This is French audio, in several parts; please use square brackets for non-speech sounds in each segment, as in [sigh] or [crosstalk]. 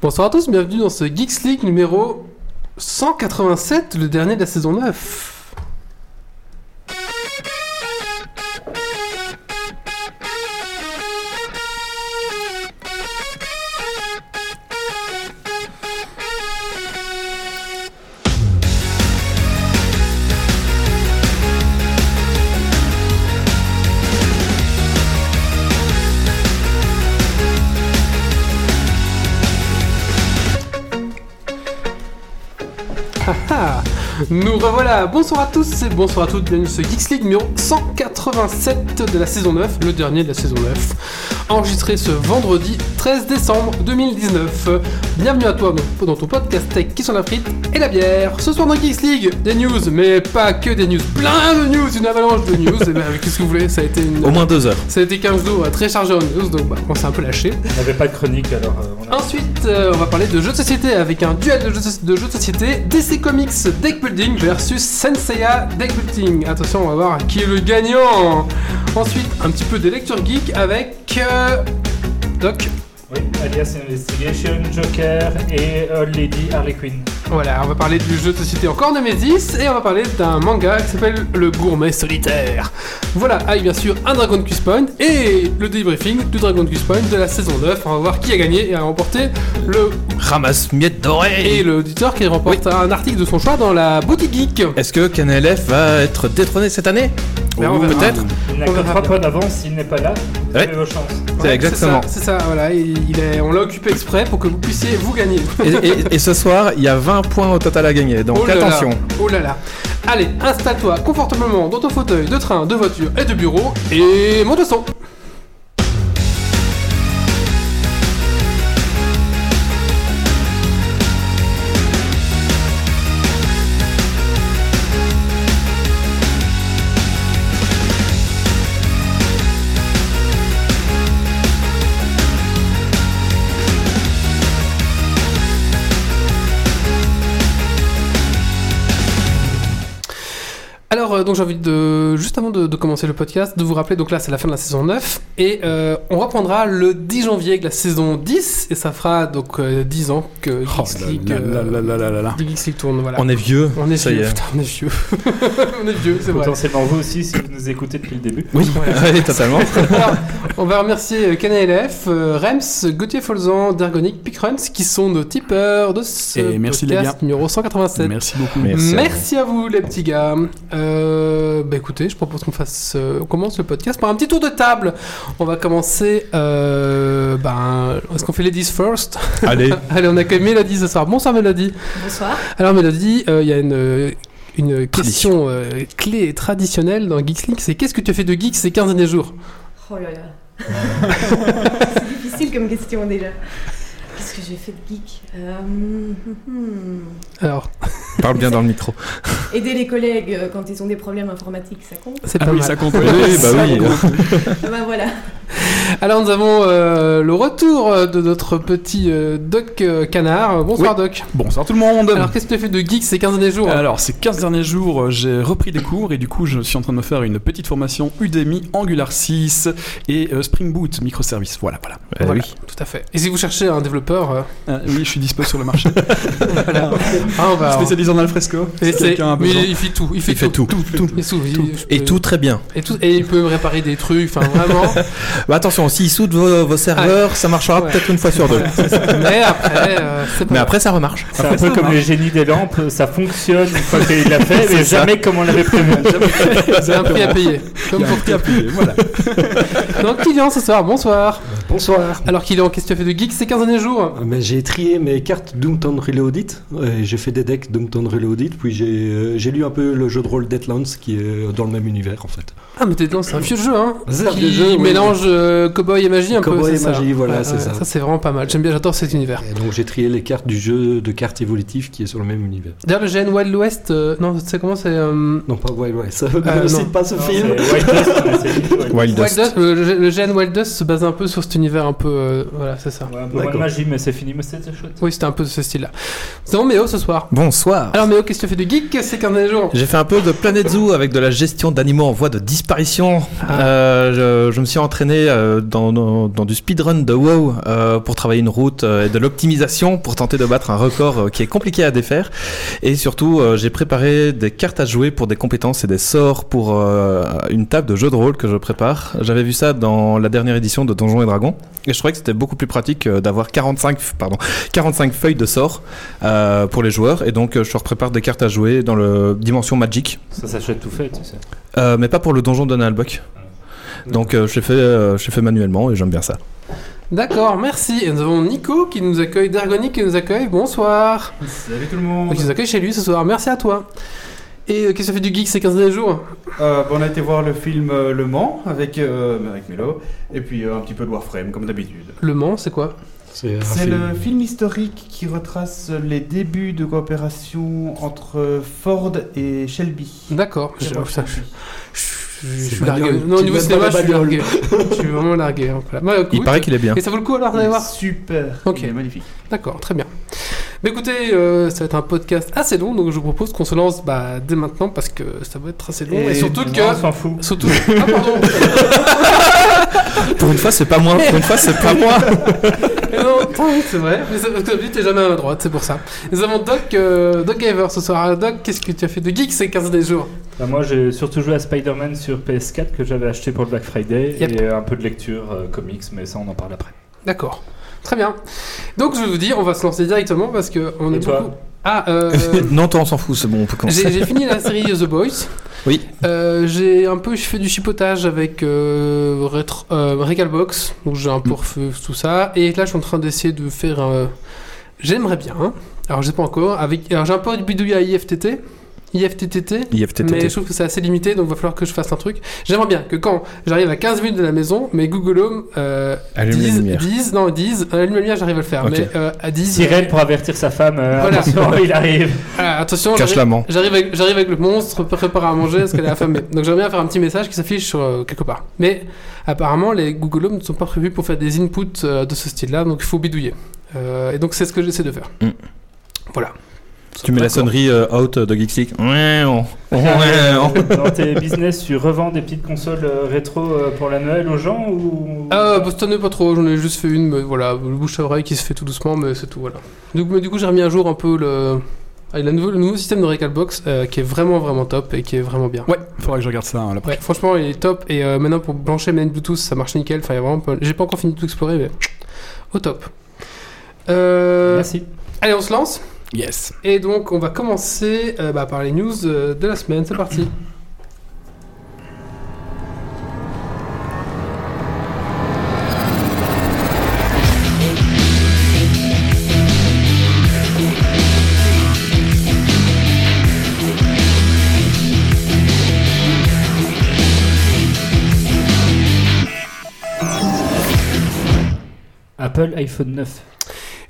Bonsoir à tous, bienvenue dans ce Geeks League numéro 187, le dernier de la saison 9. Ah, Nous revoilà, bonsoir à tous et bonsoir à toutes, bienvenue dans ce Geeks League numéro 187 de la saison 9, le dernier de la saison 9, enregistré ce vendredi 13 décembre 2019. Bienvenue à toi dans- dans ton podcast tech qui sont la frite et la bière. Ce soir dans Geeks League, des news, mais pas que des news, plein de news, une avalanche de news, et ben qu'est-ce que vous voulez, ça a été une... Au moins deux heures. Ça a été 15 jours euh, très chargé en news, donc bah, on s'est un peu lâché. On n'avait pas de chronique alors. euh, on a- Ensuite, euh, on va parler de jeux de société avec un duel de jeux de, de jeux de société DC Comics Deck Building versus Senseiya Deck Building. Attention, on va voir qui est le gagnant. Ensuite, un petit peu des lectures geek avec euh, Doc. Oui, alias Investigation, Joker et Old Lady Harley Quinn. Voilà, on va parler du jeu de société encore de Mésis et on va parler d'un manga qui s'appelle Le Gourmet Solitaire. Voilà, avec bien sûr un Dragon Quest Point et le débriefing du Dragon Quest Point de la saison 9. On va voir qui a gagné et a remporté le Ramasse miettes dorées. Et l'auditeur qui remporte un article de son choix dans la boutique geek. Est-ce que KNLF va être détrôné cette année Ben, on Ou verra. Peut-être. Il n'a On que verra trois bien. points d'avance, s'il n'est pas là, vous Ouais. avez vos chances. C'est Ouais, exactement. C'est ça, c'est ça, voilà. Il, il est, on l'a occupé exprès pour que vous puissiez vous gagner. Et, et- et ce soir, il y a 20 points au total à gagner. [laughs] Donc Oh là là, attention. oh là là. Allez, installe-toi confortablement dans ton fauteuil de train, de voiture et de bureau et monte le son. Alors, euh, donc j'ai envie de, juste avant de, de commencer le podcast, de vous rappeler, donc là c'est la fin de la saison 9, et euh, on reprendra le 10 janvier avec la saison 10, et ça fera donc euh, 10 ans Oh que Geeks League, euh, Geeks League tourne, voilà. On est vieux. On est ça vieux, y est. putain, on est [laughs] vieux. on est vieux, c'est vrai. Potentiellement vous aussi, si vous nous écoutez depuis le début. Oui, [laughs] oui, totalement. [laughs] Alors, on va remercier euh, KNLF, euh, Rems, Gauthier Folzan, Dergonic, Pickruns qui sont nos tipeurs de ce Et merci, les podcast numéro 187. Merci beaucoup. Merci. Merci, à vous les petits gars. Euh, bah écoutez, je propose qu'on fasse, euh, on commence le podcast par un petit tour de table. On va commencer. euh, ben, est-ce qu'on fait les 10 first Allez. Allez, on accueille Mélodie ce soir. Bonsoir Mélodie. Bonsoir. Alors Mélodie, euh, il y a une, une question Tradition. euh, clé et traditionnelle dans Geeks League, c'est qu'est-ce que tu as fait de geek ces 15 derniers jours Oh là là. [laughs] c'est difficile comme question déjà. Qu'est-ce que j'ai fait de geek Euh, hum, hum. Alors, Parle bien dans le micro. [laughs] Aider les collègues euh, quand ils ont des problèmes informatiques, ça [laughs] compte. c'est Ah pas oui, mal. ça compte. Oui, bah oui. Ah bah voilà. Alors nous avons euh, le retour euh, de notre petit euh, Doc euh, Canard. Bonsoir Doc. Bonsoir tout le monde. Alors qu'est-ce que tu as fait de geek ces 15 derniers jours Euh, Alors, ces 15 derniers jours, euh, j'ai repris des cours et du coup, je suis en train de me faire une petite formation Udemy, Angular 6 et euh, Spring Boot microservice. Voilà, voilà. Eh Voilà, oui. Tout à fait. Et si vous cherchez un développeur, euh, Euh, oui, je suis dispo sur [laughs] le marché. ah, on va. Spécialisé en alfresco. Et si c'est- quelqu'un a mais besoin. il fait tout, il fait, Il fait tout. Tout, tout. Il sou- il- je Et peux- tout très bien. et tout- et il peut me réparer des trucs, enfin [laughs] vraiment. Bah, attention, s'ils soudent vos, vos serveurs, ça marchera Ah. Ouais. peut-être une fois sur deux. Voilà, c'est ça. Mais après, euh, c'est pas Mais après, ça remarche. C'est un peu comme les génies des lampes, ça fonctionne une fois qu'il l'a fait, mais C'est ça. jamais comme on l'avait prévu. c'est un prix à payer. Comme pour tout. Voilà. [laughs] Donc Kylian ce soir, bonsoir. Bonsoir. Alors Kylian, qu'est-ce que tu as fait de geek ces 15 derniers jours Mais j'ai trié mes cartes Doomtown Reloaded. euh, J'ai fait des decks Doomtown Reloaded. Puis j'ai euh, j'ai lu un peu le jeu de rôle Deadlands qui est euh, dans le même univers en fait. Ah mais t'es dedans, c'est un vieux jeu hein C'est un Qui vieux jeu, oui. mélange euh, cowboy et magie un peu, Cowboy c'est et ça magie, voilà, c'est ça. Ça c'est vraiment pas mal, j'aime bien, j'adore cet univers. Et donc j'ai trié les cartes du jeu de cartes évolutives qui est sur le même univers. D'ailleurs le GN Wild West, euh, non tu sais comment c'est... euh, Non, pas Wild West. Ne Euh, me non. cite pas ce Non, c'est film. White Dust, mais c'est vite, ouais. Wild Wild Dust. Dust, le, le- le GN Wild Dust se base un peu sur cet univers un peu... euh, voilà, c'est ça. Ouais, un peu moins de D'accord. magie, mais c'est fini, mais c'était chouette. Oui, c'était un peu de ce style-là. Nous avons Méo ce soir. Bonsoir. Alors Méo, qu'est-ce que tu fais de geek ces 15 derniers jours J'ai fait un peu de Planet Zoo avec de la gestion d'animaux en voie de disparition. Ah. Euh, je, je me suis entraîné euh, dans, dans- dans du speedrun de WoW euh, pour travailler une route euh, et de l'optimisation pour tenter de battre un record euh, qui est compliqué à défaire. Et surtout, euh, j'ai préparé des cartes à jouer pour des compétences et des sorts pour euh, une table de jeu de rôle que je prépare. J'avais vu ça dans la dernière édition de Donjons et Dragons et je trouvais que c'était beaucoup plus pratique euh, d'avoir 45, pardon, 45 feuilles de sorts euh, pour les joueurs. Et donc, euh, je leur prépare des cartes à jouer dans le dimension Magic, Ça s'achète tout fait, tu sais. euh, mais pas pour le donjon de Donald Buck. Donc euh, je l'ai fait, euh, je l'ai fait manuellement et j'aime bien ça. D'accord, merci. Et nous avons Nico qui nous accueille, Dergonic qui nous accueille, bonsoir. Salut tout le monde Qui nous accueille chez lui ce soir, merci à toi. Et euh, qu'est-ce que fait du geek ces 15 derniers jours Euh, bah, On a été voir le film euh, Le Mans avec, euh, avec Melo, et puis euh, un petit peu de Warframe comme d'habitude. Le Mans, c'est quoi C'est un C'est film. le film historique qui retrace les débuts de coopération entre Ford et Shelby. D'accord. Je, J'ai oh, putain, je- je- je- je suis bagnole. largué. Non, au Tu niveau vas cinéma, dans je la suis bagnole. largué. Je suis vraiment largué. hein. Voilà. Bah, Il écoute, paraît qu'il [laughs] est bien. Et ça vaut le coup alors Il est d'aller voir Super, Ok. il est magnifique. D'accord, très bien. Mais écoutez, euh, ça va être un podcast assez long, donc je vous propose qu'on se lance bah, dès maintenant parce que ça va être assez long. Et, surtout non, que. On s'en fout. Surtout. Ah, pardon Pour une fois, c'est pas moi. Pour une fois, c'est pas moi. Mais non, attends, oui, c'est vrai. Mais c'est parce que d'habitude, t'es jamais à ma droite, c'est pour ça. Nous avons Doc, euh, Doc Gaver ce soir. Alors, Doc, qu'est-ce que tu as fait de geek ces 15 derniers jours Bah, moi, j'ai surtout joué à Spider-Man sur PS4 que j'avais acheté pour le Black Friday Yep. et euh, un peu de lecture, euh, comics, mais ça, on en parle après. D'accord. Très bien. Donc, je vais vous dire, on va se lancer directement parce que on Et est toi beaucoup. Ah, [laughs] [laughs] euh. non, toi, on s'en fout. C'est bon, on peut J'ai commencer. j'ai fini la série The Boys. Oui. Euh, j'ai un peu fait du chipotage avec euh, Retro- euh, Recalbox, donc j'ai un Mm. peu refait tout ça. Et là, je suis en train d'essayer de faire. un- J'aimerais bien. hein. Alors, je sais pas encore. Avec... Alors, j'ai un peu bidouillé à IFTT. IFTTT. Mais je IFTTT. trouve que c'est assez limité, donc va falloir que je fasse un truc. J'aimerais bien que quand j'arrive à 15 minutes de la maison, mes Google Home euh, Allume les disent, lumières. disent- non, disent, euh, allume la lumière, j'arrive à le faire, Ok. mais euh, à 10, Sirène pour avertir sa femme. euh, Voilà. attention, il arrive. Ah, attention, Cache j'arrive- la main. J'arrive avec, j'arrive avec le monstre, pré- prépare à manger parce qu'elle est affamée. [laughs] Donc j'aimerais bien faire un petit message qui s'affiche sur, euh, quelque part. Mais apparemment, les Google Home ne sont pas prévus pour faire des inputs euh, de ce style-là, donc il faut bidouiller. Euh, et donc c'est ce que j'essaie de faire. Mm. Voilà. Tu mets la D'accord. sonnerie euh, out de Geeks League. Ouais, [laughs] on- ouais, [laughs] on- Dans tes business, tu revends des petites consoles euh, rétro euh, pour la Noël aux gens ou Ah, Boston n'est pas trop, j'en ai juste fait une, mais voilà, le bouche à oreille qui se fait tout doucement, mais c'est tout, voilà. Du coup, mais du coup, j'ai remis à jour un peu le, ah, le, nouveau, le nouveau système de Recalbox euh, qui est vraiment, vraiment top et qui est vraiment bien. Ouais, faudra que je regarde ça hein, là-bas. Ouais, franchement, il est top. Et euh, maintenant, pour brancher ma manette Bluetooth, ça marche nickel. Enfin, il y a vraiment pas- J'ai pas encore fini de tout explorer, mais au top. Euh, Merci. Allez, on se lance. Yes. Et donc, on va commencer euh, bah, par les news euh, de la semaine. C'est parti. Apple iPhone 9.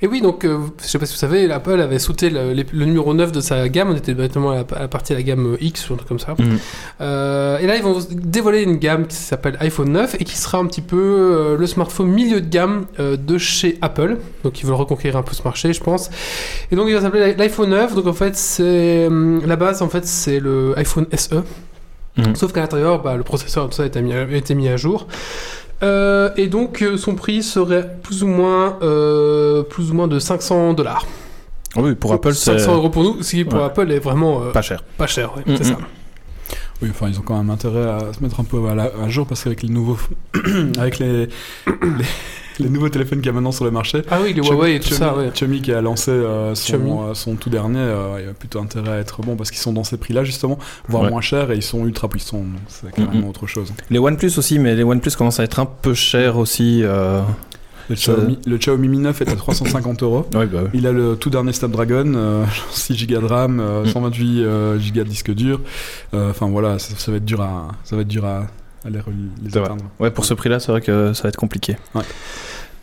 Et oui, donc, euh, je sais pas si vous savez, Apple avait sauté le, les- le numéro 9 de sa gamme. On était directement à la, à la partie de la gamme euh, X ou un truc comme ça. Mhm. Euh, et là, ils vont dévoiler une gamme qui s'appelle iPhone 9 et qui sera un petit peu euh, le smartphone milieu de gamme euh, de chez Apple. Donc, ils veulent reconquérir un peu ce marché, je pense. Et donc, il va s'appeler l'iPhone 9. Donc, en fait, c'est hum, la base, en fait, c'est le iPhone SE. Mhm. Sauf qu'à l'intérieur, bah, le processeur, tout ça, a été mis à, a été mis à jour. Euh, et donc, euh, son prix serait plus ou moins, euh, plus ou moins de 500 dollars. Ah Oui, pour Apple, c'est 500 euros pour nous, ce qui pour Ouais. Apple est vraiment euh, pas cher. pas cher. ouais, Mm, c'est ça. Oui, enfin, ils ont quand même intérêt à se mettre un peu à, la- à jour parce qu'avec les nouveaux, [clears throat] avec les, les, les nouveaux téléphones qu'il y a maintenant sur le marché. Ah oui, les Huawei et tout Xiaomi- ça, ouais. Xiaomi qui a lancé euh, Xiaomi. son, euh, son tout dernier, euh, il a plutôt intérêt à être bon parce qu'ils sont dans ces prix-là justement, voire Ouais. moins chers et ils sont ultra puissants. donc C'est carrément autre chose. Les OnePlus aussi, mais les OnePlus commencent à être un peu chers aussi. euh. Le Ça- Xiaomi, le Xiaomi Mi 9 est à 350 euros. Ouais, bah, oui. Il a le tout dernier Snapdragon, euh, [laughs] 6 Go de RAM, euh, Mm. 128 euh, Go de disque dur. Euh, Enfin voilà, ça, ça va être dur à, ça va être dur à, à les, re- les C'est vrai. atteindre. Ouais, pour ce prix-là, c'est vrai que ça va être compliqué.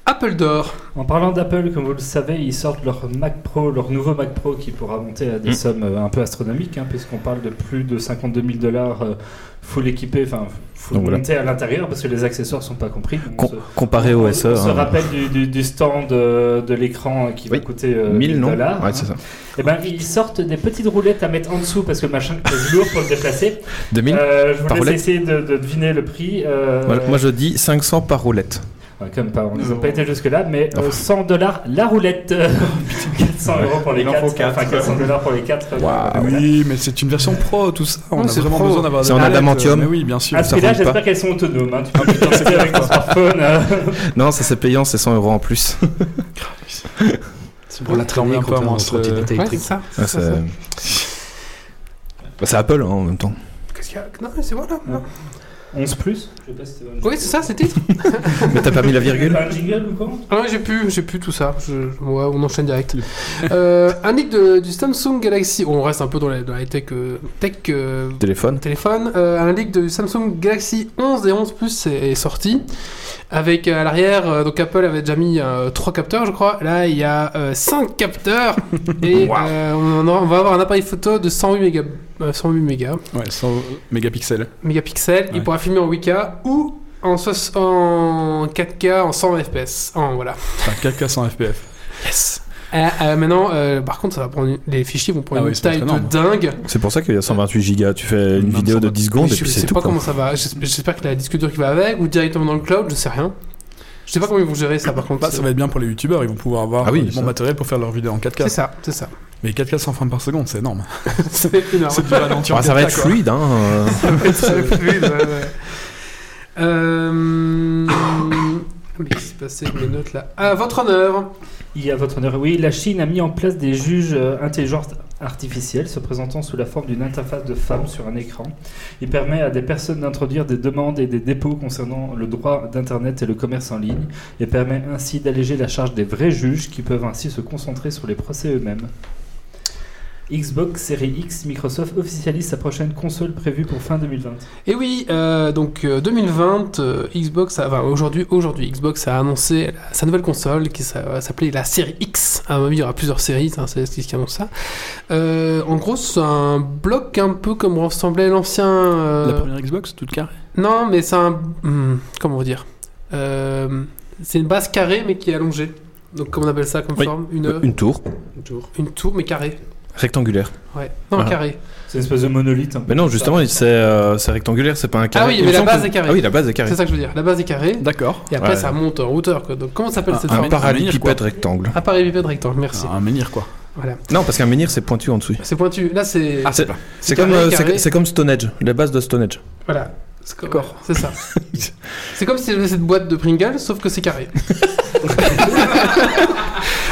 Apple d'or. En parlant d'Apple, comme vous le savez, ils sortent leur Mac Pro, leur nouveau Mac Pro qui pourra monter à des Mm. sommes euh, un peu astronomiques, hein, puisqu'on parle de plus de 52 000 dollars euh, full équipé, enfin full Donc voilà. monté à l'intérieur, parce que les accessoires sont pas compris. Donc, on Com- se- comparé on- au on SE. se hein, rappelle du, du- du stand euh, de l'écran qui va Oui. coûter euh, 1000 non dollars. Ouais, hein. c'est ça. Eh ben, ils sortent des petites roulettes à mettre en dessous parce que le machin pèse lourd pour le déplacer. 2000 Euh, je vous par laisse roulette. essayer de, de deviner le prix. euh, Voilà, Moi je dis 500 par roulette. Ouais, comme pas, on n'a Non. pas été jusque-là, mais euh, Non. 100 dollars la roulette. [laughs] 400 euros pour les Il en faut 4. quatre, Enfin, 400 dollars pour les 4. Oui, mais c'est une version pro, tout ça. On Ouais, a c'est vraiment pro. Ah, besoin d'avoir. C'est des en tablettes, adamantium. mais oui, bien sûr. À ce ça là roule pas. j'espère qu'elles sont autonomes. hein. Tu peux les tester avec ton smartphone. euh. Non, ça c'est payant, c'est 100 euros en [laughs] plus. C'est pour la traîner un peu quand moins, on c'est- trottinette Ouais, c'est électrique. ça. Ouais, c'est Bah, c'est Apple hein, en même temps. Qu'est-ce qu'il y a Non, mais c'est voilà. non. 11 plus Je sais pas si c'était un Oui, jingle. c'est ça, c'est le titre. Mais t'as pas mis [laughs] la virgule Un jingle ou quoi Ah ouais, j'ai plus, j'ai plus tout ça. Je- ouais, on enchaîne direct. Euh, un leak de- du Samsung Galaxy. On reste un peu dans la, dans la tech, euh, tech euh, Téléphone. téléphone. Euh, un leak du Samsung Galaxy 11 et 11 Plus est, est sorti. Avec euh, à l'arrière, euh, donc Apple avait déjà mis 3 capteurs, je crois. Là, il y a 5 capteurs. et euh, on, en aura- on va avoir un appareil photo de 108 mégas. euh, 108 mégas Ouais, 100 mégapixels. mégapixels. Ouais. Il pourra filmer en 8K ou en, soix- en 4K en 100 FPS. En, voilà. Enfin, 4K 100 FPF. Yes. Euh, euh, maintenant, euh, par contre, ça va prendre une- les fichiers vont prendre Ah une oui, ça va taille être de énorme. dingue. C'est pour ça qu'il y a 128 gigas. Tu fais une Non, vidéo de 128. 10 secondes et je puis sais c'est tout. pas quoi. comment ça va. J'es- J'espère que la disque dure qui va avec ou directement dans le cloud, je sais rien. Je sais pas comment ils vont gérer ça par contre. Bah, ça va être bien pour les youtubeurs, ils vont pouvoir avoir Ah oui, du bon ça. matériel pour faire leurs vidéos en 4K. c'est ça, c'est ça. [laughs] Mais 4K 100 frames par seconde, c'est énorme. c'est énorme. C'est du ralenti en Ah, ça va 4K, être quoi. fluide, hein. euh. [laughs] Ça va être fluide, ouais, ouais. Euh, [coughs] Mais qu'est-ce qui s'est passé avec mes notes là Ah, À votre honneur Il y a votre honneur. Oui, la Chine a mis en place des juges euh, intelligence artificielle se présentant sous la forme d'une interface de femme sur un écran. Il permet à des personnes d'introduire des demandes et des dépôts concernant le droit d'Internet et le commerce en ligne et permet ainsi d'alléger la charge des vrais juges qui peuvent ainsi se concentrer sur les procès eux-mêmes. Xbox Série X, Microsoft officialise sa prochaine console prévue pour fin 2020. Et oui, euh, donc euh, 2020, euh, Xbox, a, enfin aujourd'hui, aujourd'hui, Xbox a annoncé sa nouvelle console qui s'a- va s'appeler la série X. À mon avis, il y aura plusieurs séries, hein, c'est ce qui annonce ça. Euh, en gros, c'est un bloc un peu comme ressemblait l'ancien. euh, La première Xbox, toute carrée. Non, mais c'est un. hmm, comment vous dire Euh, C'est une base carrée mais qui est allongée. Donc, comment on appelle ça comme Oui. forme une, [laughs] Une tour une tour mais carrée. rectangulaire. Ouais. Non, Ah. carrée. C'est une espèce de monolithe. hein. un peu Mais non, comme ça. justement, c'est euh, c'est rectangulaire, c'est pas un carré. Ah, oui, Il mais me la semble base que- est carrée. Ah oui, la base est carrée. C'est ça que je veux dire. La base est carrée D'accord. et après Ouais. ah, ça monte en hauteur. Quoi. Donc, comment s'appelle Un- cette un forme mètre. Parallélépipède rectangle. Appareil bipède rectangle, merci. Un menhir, quoi. Voilà. Non, parce qu'un menhir, c'est pointu en dessous. C'est pointu. Là, c'est. Ah, c'est pas. C'est carré, comme, euh, carré. c'est- c'est comme Stonehenge, la base de Stonehenge. Voilà. C'est comme- C'est [laughs] ça. c'est comme si c'était cette boîte de Pringles, sauf que c'est carré. Bah.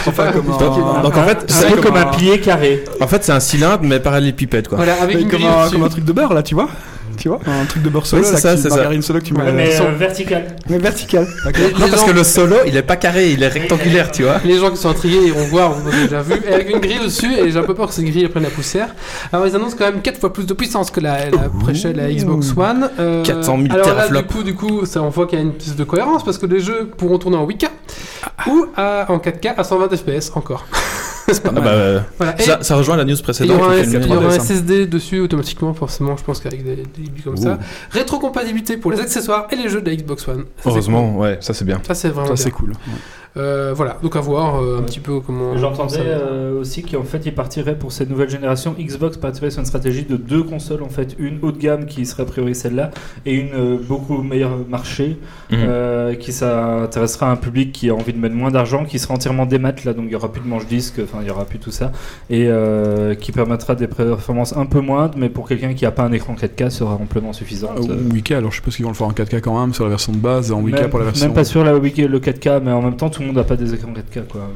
Enfin, comme un- Donc, Ah. donc en fait, C'est c'est comme un pilier carré. en fait, c'est un cylindre, mais parallélépipède, quoi. Voilà, avec Mais une comme grille un, au-dessus. comme un truc de beurre là, tu vois Tu vois Un truc de beurre solo, Oui, c'est là, ça, qui- c'est ça. margarine solo que tu mets. Ouais, mais sont- euh, vertical. mais vertical. Les, Non, les parce gens, que le solo, il est pas carré, il est rectangulaire, tu vois. les gens qui sont intrigués iront voir, vous avez déjà vu. Et avec une grille au-dessus, et j'ai un peu peur que cette grille elle prenne la poussière. Alors, ils annoncent quand même 4 fois plus de puissance que la, la préchelle à Xbox One. Euh, 400 000 alors là, du teraflops. coup, du coup, ça, on voit qu'il y a une piste de cohérence parce que les jeux pourront tourner en 8K ou à- en 4K à 120 FPS encore. Ah bah, euh, Voilà. Et- ça, ça rejoint la news Et Il y précédente. aura un, qui fait il le y aura même- un 3DS, hein. SSD dessus automatiquement, forcément, je pense qu'avec des, des bits comme Ouh. ça. Rétrocompatibilité pour les accessoires et les jeux de la Xbox One. Ça, c'est Heureusement, ouais, ça c'est bien. cool. Ça, c'est vraiment Ça, c'est bien. cool. Euh, voilà, donc à voir euh, un Ouais. petit peu comment. J'entendais comment ça va. euh, aussi qu'en fait, ils partiraient pour cette nouvelle génération. Xbox partirait sur une stratégie de deux consoles, en fait. Une haut de gamme qui serait a priori celle-là, et une euh, beaucoup meilleure marché, Mhm. euh, qui s'intéressera à un public qui a envie de mettre moins d'argent, qui sera entièrement démat, là, donc il n'y aura plus de manche-disque, enfin, il n'y aura plus tout ça, et euh, qui permettra des performances un peu moindres, mais pour quelqu'un qui n'a pas un écran 4K, sera amplement Ah, suffisant. Ou en 8K, Euh, alors je sais pas qu'ils vont le faire en 4K quand même sur la version de base et en 8K même, pour la version. même pas sur la 8K, le 4K, mais en même temps, tout le monde n'a pas des écrans 4K, quoi.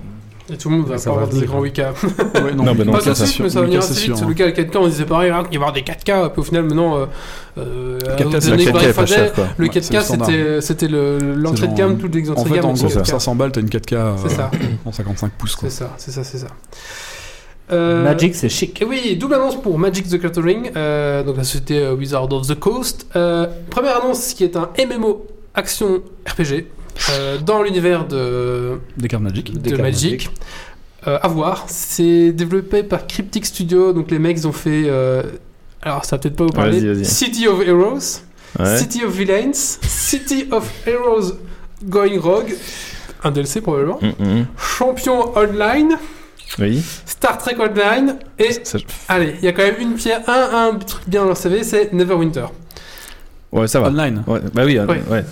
Et tout le monde va Ça pas avoir va, des c'est grands 8K. Ouais, non, Non, bah non, Pas ça, tout de c'est suite, mais ça va 8K, venir c'est assez vite. sûr, Sur le hein. cas 4K, on disait pareil, hein, qu'il va y avoir des 4K. Puis au final, maintenant, euh, euh, Le 4K, aux c'est La années 4K est pas Valve chère, quoi. Le Ouais, c'est 4K, le standard. c'était- c'était le- l'entrée C'est de gamme, genre- toutes les En entrées de fait, gamme. en étaient gros, pour 4K. 500 balles, t'as une 4K C'est ça. euh, en 55 pouces, quoi. C'est ça, c'est ça, c'est ça. Euh, Magic, c'est chic. Et oui, double annonce pour Magic the Gathering, euh, donc la société euh, Wizard of the Coast. Euh, première annonce qui est un MMO action RPG. euh, dans l'univers de, Des cartes magiques. de Magic. Euh, à voir. C'est développé par Cryptic Studio. Donc les mecs ils ont fait. euh, alors ça va peut-être pas vous parler. Vas-y, vas-y. City of Heroes, Ouais. City of Villains, City of Heroes Going Rogue, un DLC probablement. Mm, mm. Champion Online, Oui. Star Trek Online et Ça- allez, il y a quand même une pierre, un, un truc bien dans le CV, c'est Neverwinter. Ouais, ça va. Online. Ouais, bah oui, euh, Ouais. ouais.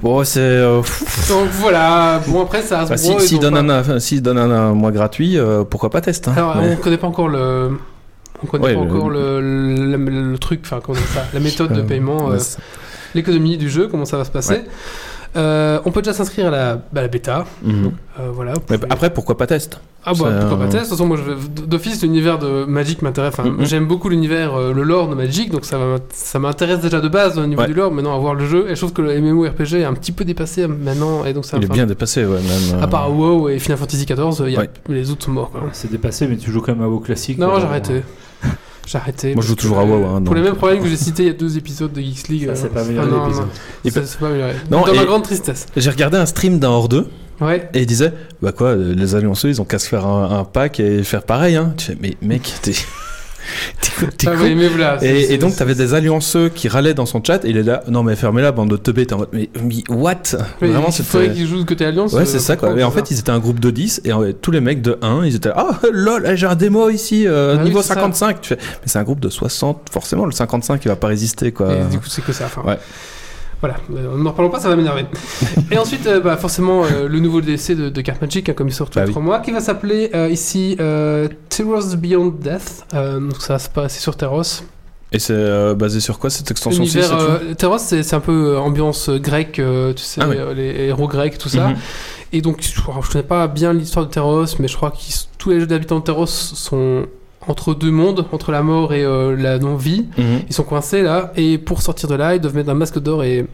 Bon, c'est. euh, pff, Donc voilà. Bon après ça. reste bah, si- gros, ils S'il ont donne, pas- Ah, un- enfin, s'il donne un, un mois gratuit, euh, pourquoi pas test hein, Alors, mais- on connaît pas encore le. On connaît Ouais, pas le- encore le, le, le- le truc, enfin, comment on dit ça, la méthode de Euh, paiement, ouais, euh, c'est- l'économie du jeu, comment ça va se passer. Euh, on peut déjà s'inscrire à la, bah, à la bêta. Mhm. euh, voilà. Mais bah, après, pourquoi pas test ah bah, c'est, pourquoi pas tester euh, De toute façon, moi, je vais- d'office, l'univers de Magic m'intéresse. Enfin, Mhm. J'aime beaucoup l'univers, euh, le lore de Magic, donc ça, va- ça m'intéresse déjà de base au niveau Ouais. du lore. Maintenant, à voir le jeu, et je trouve que le MMORPG est un petit peu dépassé euh, maintenant, et donc ça. Il est enfin, bien dépassé, ouais, même. euh, À part WoW et Final Fantasy XIV, euh, y a- Ouais. euh, les autres sont morts. Quoi. C'est dépassé, mais tu joues quand même à WoW classique. Non, alors, euh, j'ai arrêté. J'ai arrêté. Moi, je joue parce toujours que, à WoW, euh, hein, Pour donc. les mêmes problèmes que j'ai cités il y a deux épisodes de Geeks League. Ça, euh, c'est pas ah amélioré non, l'épisode. non, Et ça, pe- c'est pas amélioré. Non, Dans ma et- grande tristesse. J'ai regardé un stream d'un hors 2 Ouais. et il disait Bah quoi, euh, les annonceurs, ils ont qu'à se faire un, un pack et faire pareil. Hein. Tu fais Mais mec, t'es. [laughs] t'es con- t'es Ah con. oui, mais voilà. c'est- Et, c'est- et donc, t'avais des allianceux qui râlaient dans son chat, et il est là, non mais fermez-la, bande de teubés, t'es en mode, mais, mais what mais Vraiment, Il faudrait c'était... qu'ils jouent côté Alliance. Ouais, euh, c'est ça quoi. pourquoi Et on en fait fait, ils étaient un groupe de 10, et euh, tous les mecs de 1, ils étaient là, ah lol, j'ai un démo ici, euh, Ah oui, niveau c'est ça. 55. Tu fais, mais c'est un groupe de 60, forcément, le 55, il va pas résister quoi. Et du coup, c'est que ça. Enfin, Ouais. Voilà, euh, n'en parlons pas, ça va [laughs] m'énerver. et ensuite, euh, bah, forcément, euh, le nouveau DLC de, de Carte Magic, hein, comme il sort tous Bah les oui. trois mois, qui va s'appeler euh, ici euh, Terrors Beyond Death. Euh, donc ça se passe sur Terros. Et c'est euh, basé sur quoi cette extension 6 Univers, euh, Terros, c'est c'est un peu euh, ambiance euh, grecque, euh, tu sais, Ah oui. Mhm. euh, les héros grecs, tout ça. Et donc, je, crois- je connais pas bien l'histoire de Terros, mais je crois que tous les jeux d'habitants de Terros sont entre deux mondes, entre la mort et euh, la non-vie. Mhm, Ils sont coincés là, et pour sortir de là, ils doivent mettre un masque d'or et,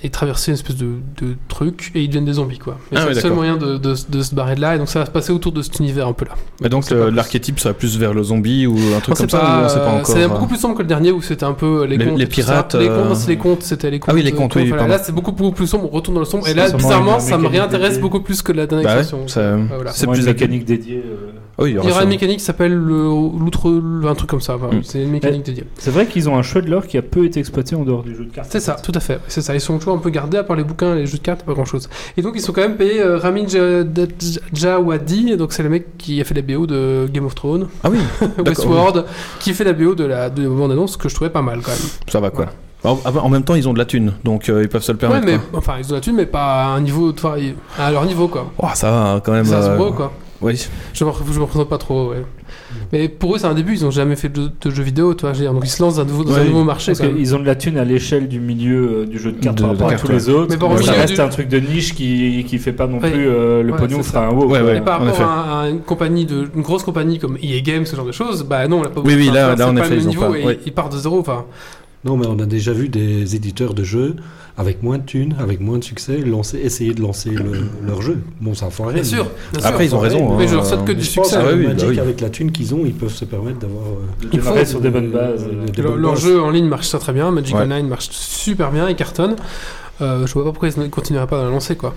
et traverser une espèce de, de truc, et ils deviennent des zombies, quoi. Mais Ah c'est oui, le seul d'accord. moyen de, de- de se barrer de là, et donc ça va se passer autour de cet univers un peu là. Mais donc, c'est le- pas- l'archétype serait plus vers le zombie ou un On truc comme sait ça, ou on sait euh, pas encore. C'est euh, beaucoup plus sombre que le dernier où c'était un peu euh, les, Les- contes. les et tout ça. pirates, Les contes, euh, non, c'est les contes, c'était les contes. Ah oui, les euh, contes, oui, voilà. pardon. Là, c'est beaucoup, beaucoup plus sombre, on retourne dans le sombre. Et C'est là, sûrement bizarrement, une ça me mécanique réintéresse dédiée. beaucoup plus que la dernière Bah ouais, extension. ça- Ouais, voilà. c'est C'est plus plus Oh, une adapté. mécanique dédiée. euh. Oui, Il y aura une sûrement. mécanique qui s'appelle le- l'outre, le- un truc comme ça. voilà. Mm. C'est une mécanique dédiée. C'est vrai qu'ils ont un choix de l'or qui a peu été exploité en dehors du jeu de cartes. C'est ça, tout à fait. C'est ça. Ils sont toujours un peu gardés, à part les bouquins et les jeux de cartes, pas grand chose. Et donc, ils sont quand même payés euh, Ramin Ja- Da- Ja- Djawadi, donc c'est le mec qui a fait la BO de Game of Thrones, [laughs] Ah oui, D'accord, Westworld, qui fait la BO de la de bande-annonce que je trouvais pas mal quand même. ça va quoi. En, en même temps, ils ont de la thune, donc euh, ils peuvent se le Ouais, permettre. mais quoi. enfin, ils ont la thune, mais pas à un niveau, enfin, ils- à leur niveau, quoi. Oh, ça va hein, quand même. C'est euh, Hasbro, quoi. Oui. Je me, je me représente pas trop, ouais. Mais pour eux, c'est un début, ils ont jamais fait de, jeu- de jeux vidéo, tu vois, je veux dire. Donc, ils se lancent dans un nouveau, dans un Ouais, nouveau marché, Parce quand même. qu'ils ont de la thune à l'échelle du milieu euh, du jeu de cartes De- par de rapport à cartes, tous ouais. les autres. Mais par Donc au ça milieu reste du- un truc de niche qui, qui fait pas non Ouais. plus euh, le Ouais, pognon c'est fera un wow. Ouais, quoi. ouais. Et par en rapport effet. à, à une compagnie de une grosse compagnie comme EA Games, ce genre de choses, bah non, on l'a pas Oui, oui, enfin, là- c'est là, en pas le effet, même ils ont niveau pas- et oui. ils partent de zéro, enfin. Non, mais on a déjà vu des éditeurs de jeux avec moins de thunes, avec moins de succès, lancer, essayer de lancer le- leur jeu. Bon, ça a foiré. Bien mais- sûr. bien Après, sûr. ils ont raison. Mais hein, je leur souhaite que euh, du Je pense succès. Ah que ouais, oui, Magic, bah oui. avec la thune qu'ils ont, ils peuvent se permettre d'avoir. euh, De Ils démarrer font- sur des bonnes bases. euh, euh. des Leur, bonnes leur bases. jeu en ligne marche très très bien, Magic Ouais. Online marche super bien, ils cartonnent. Euh, je vois pas pourquoi ils ne continueraient pas à la lancer quoi.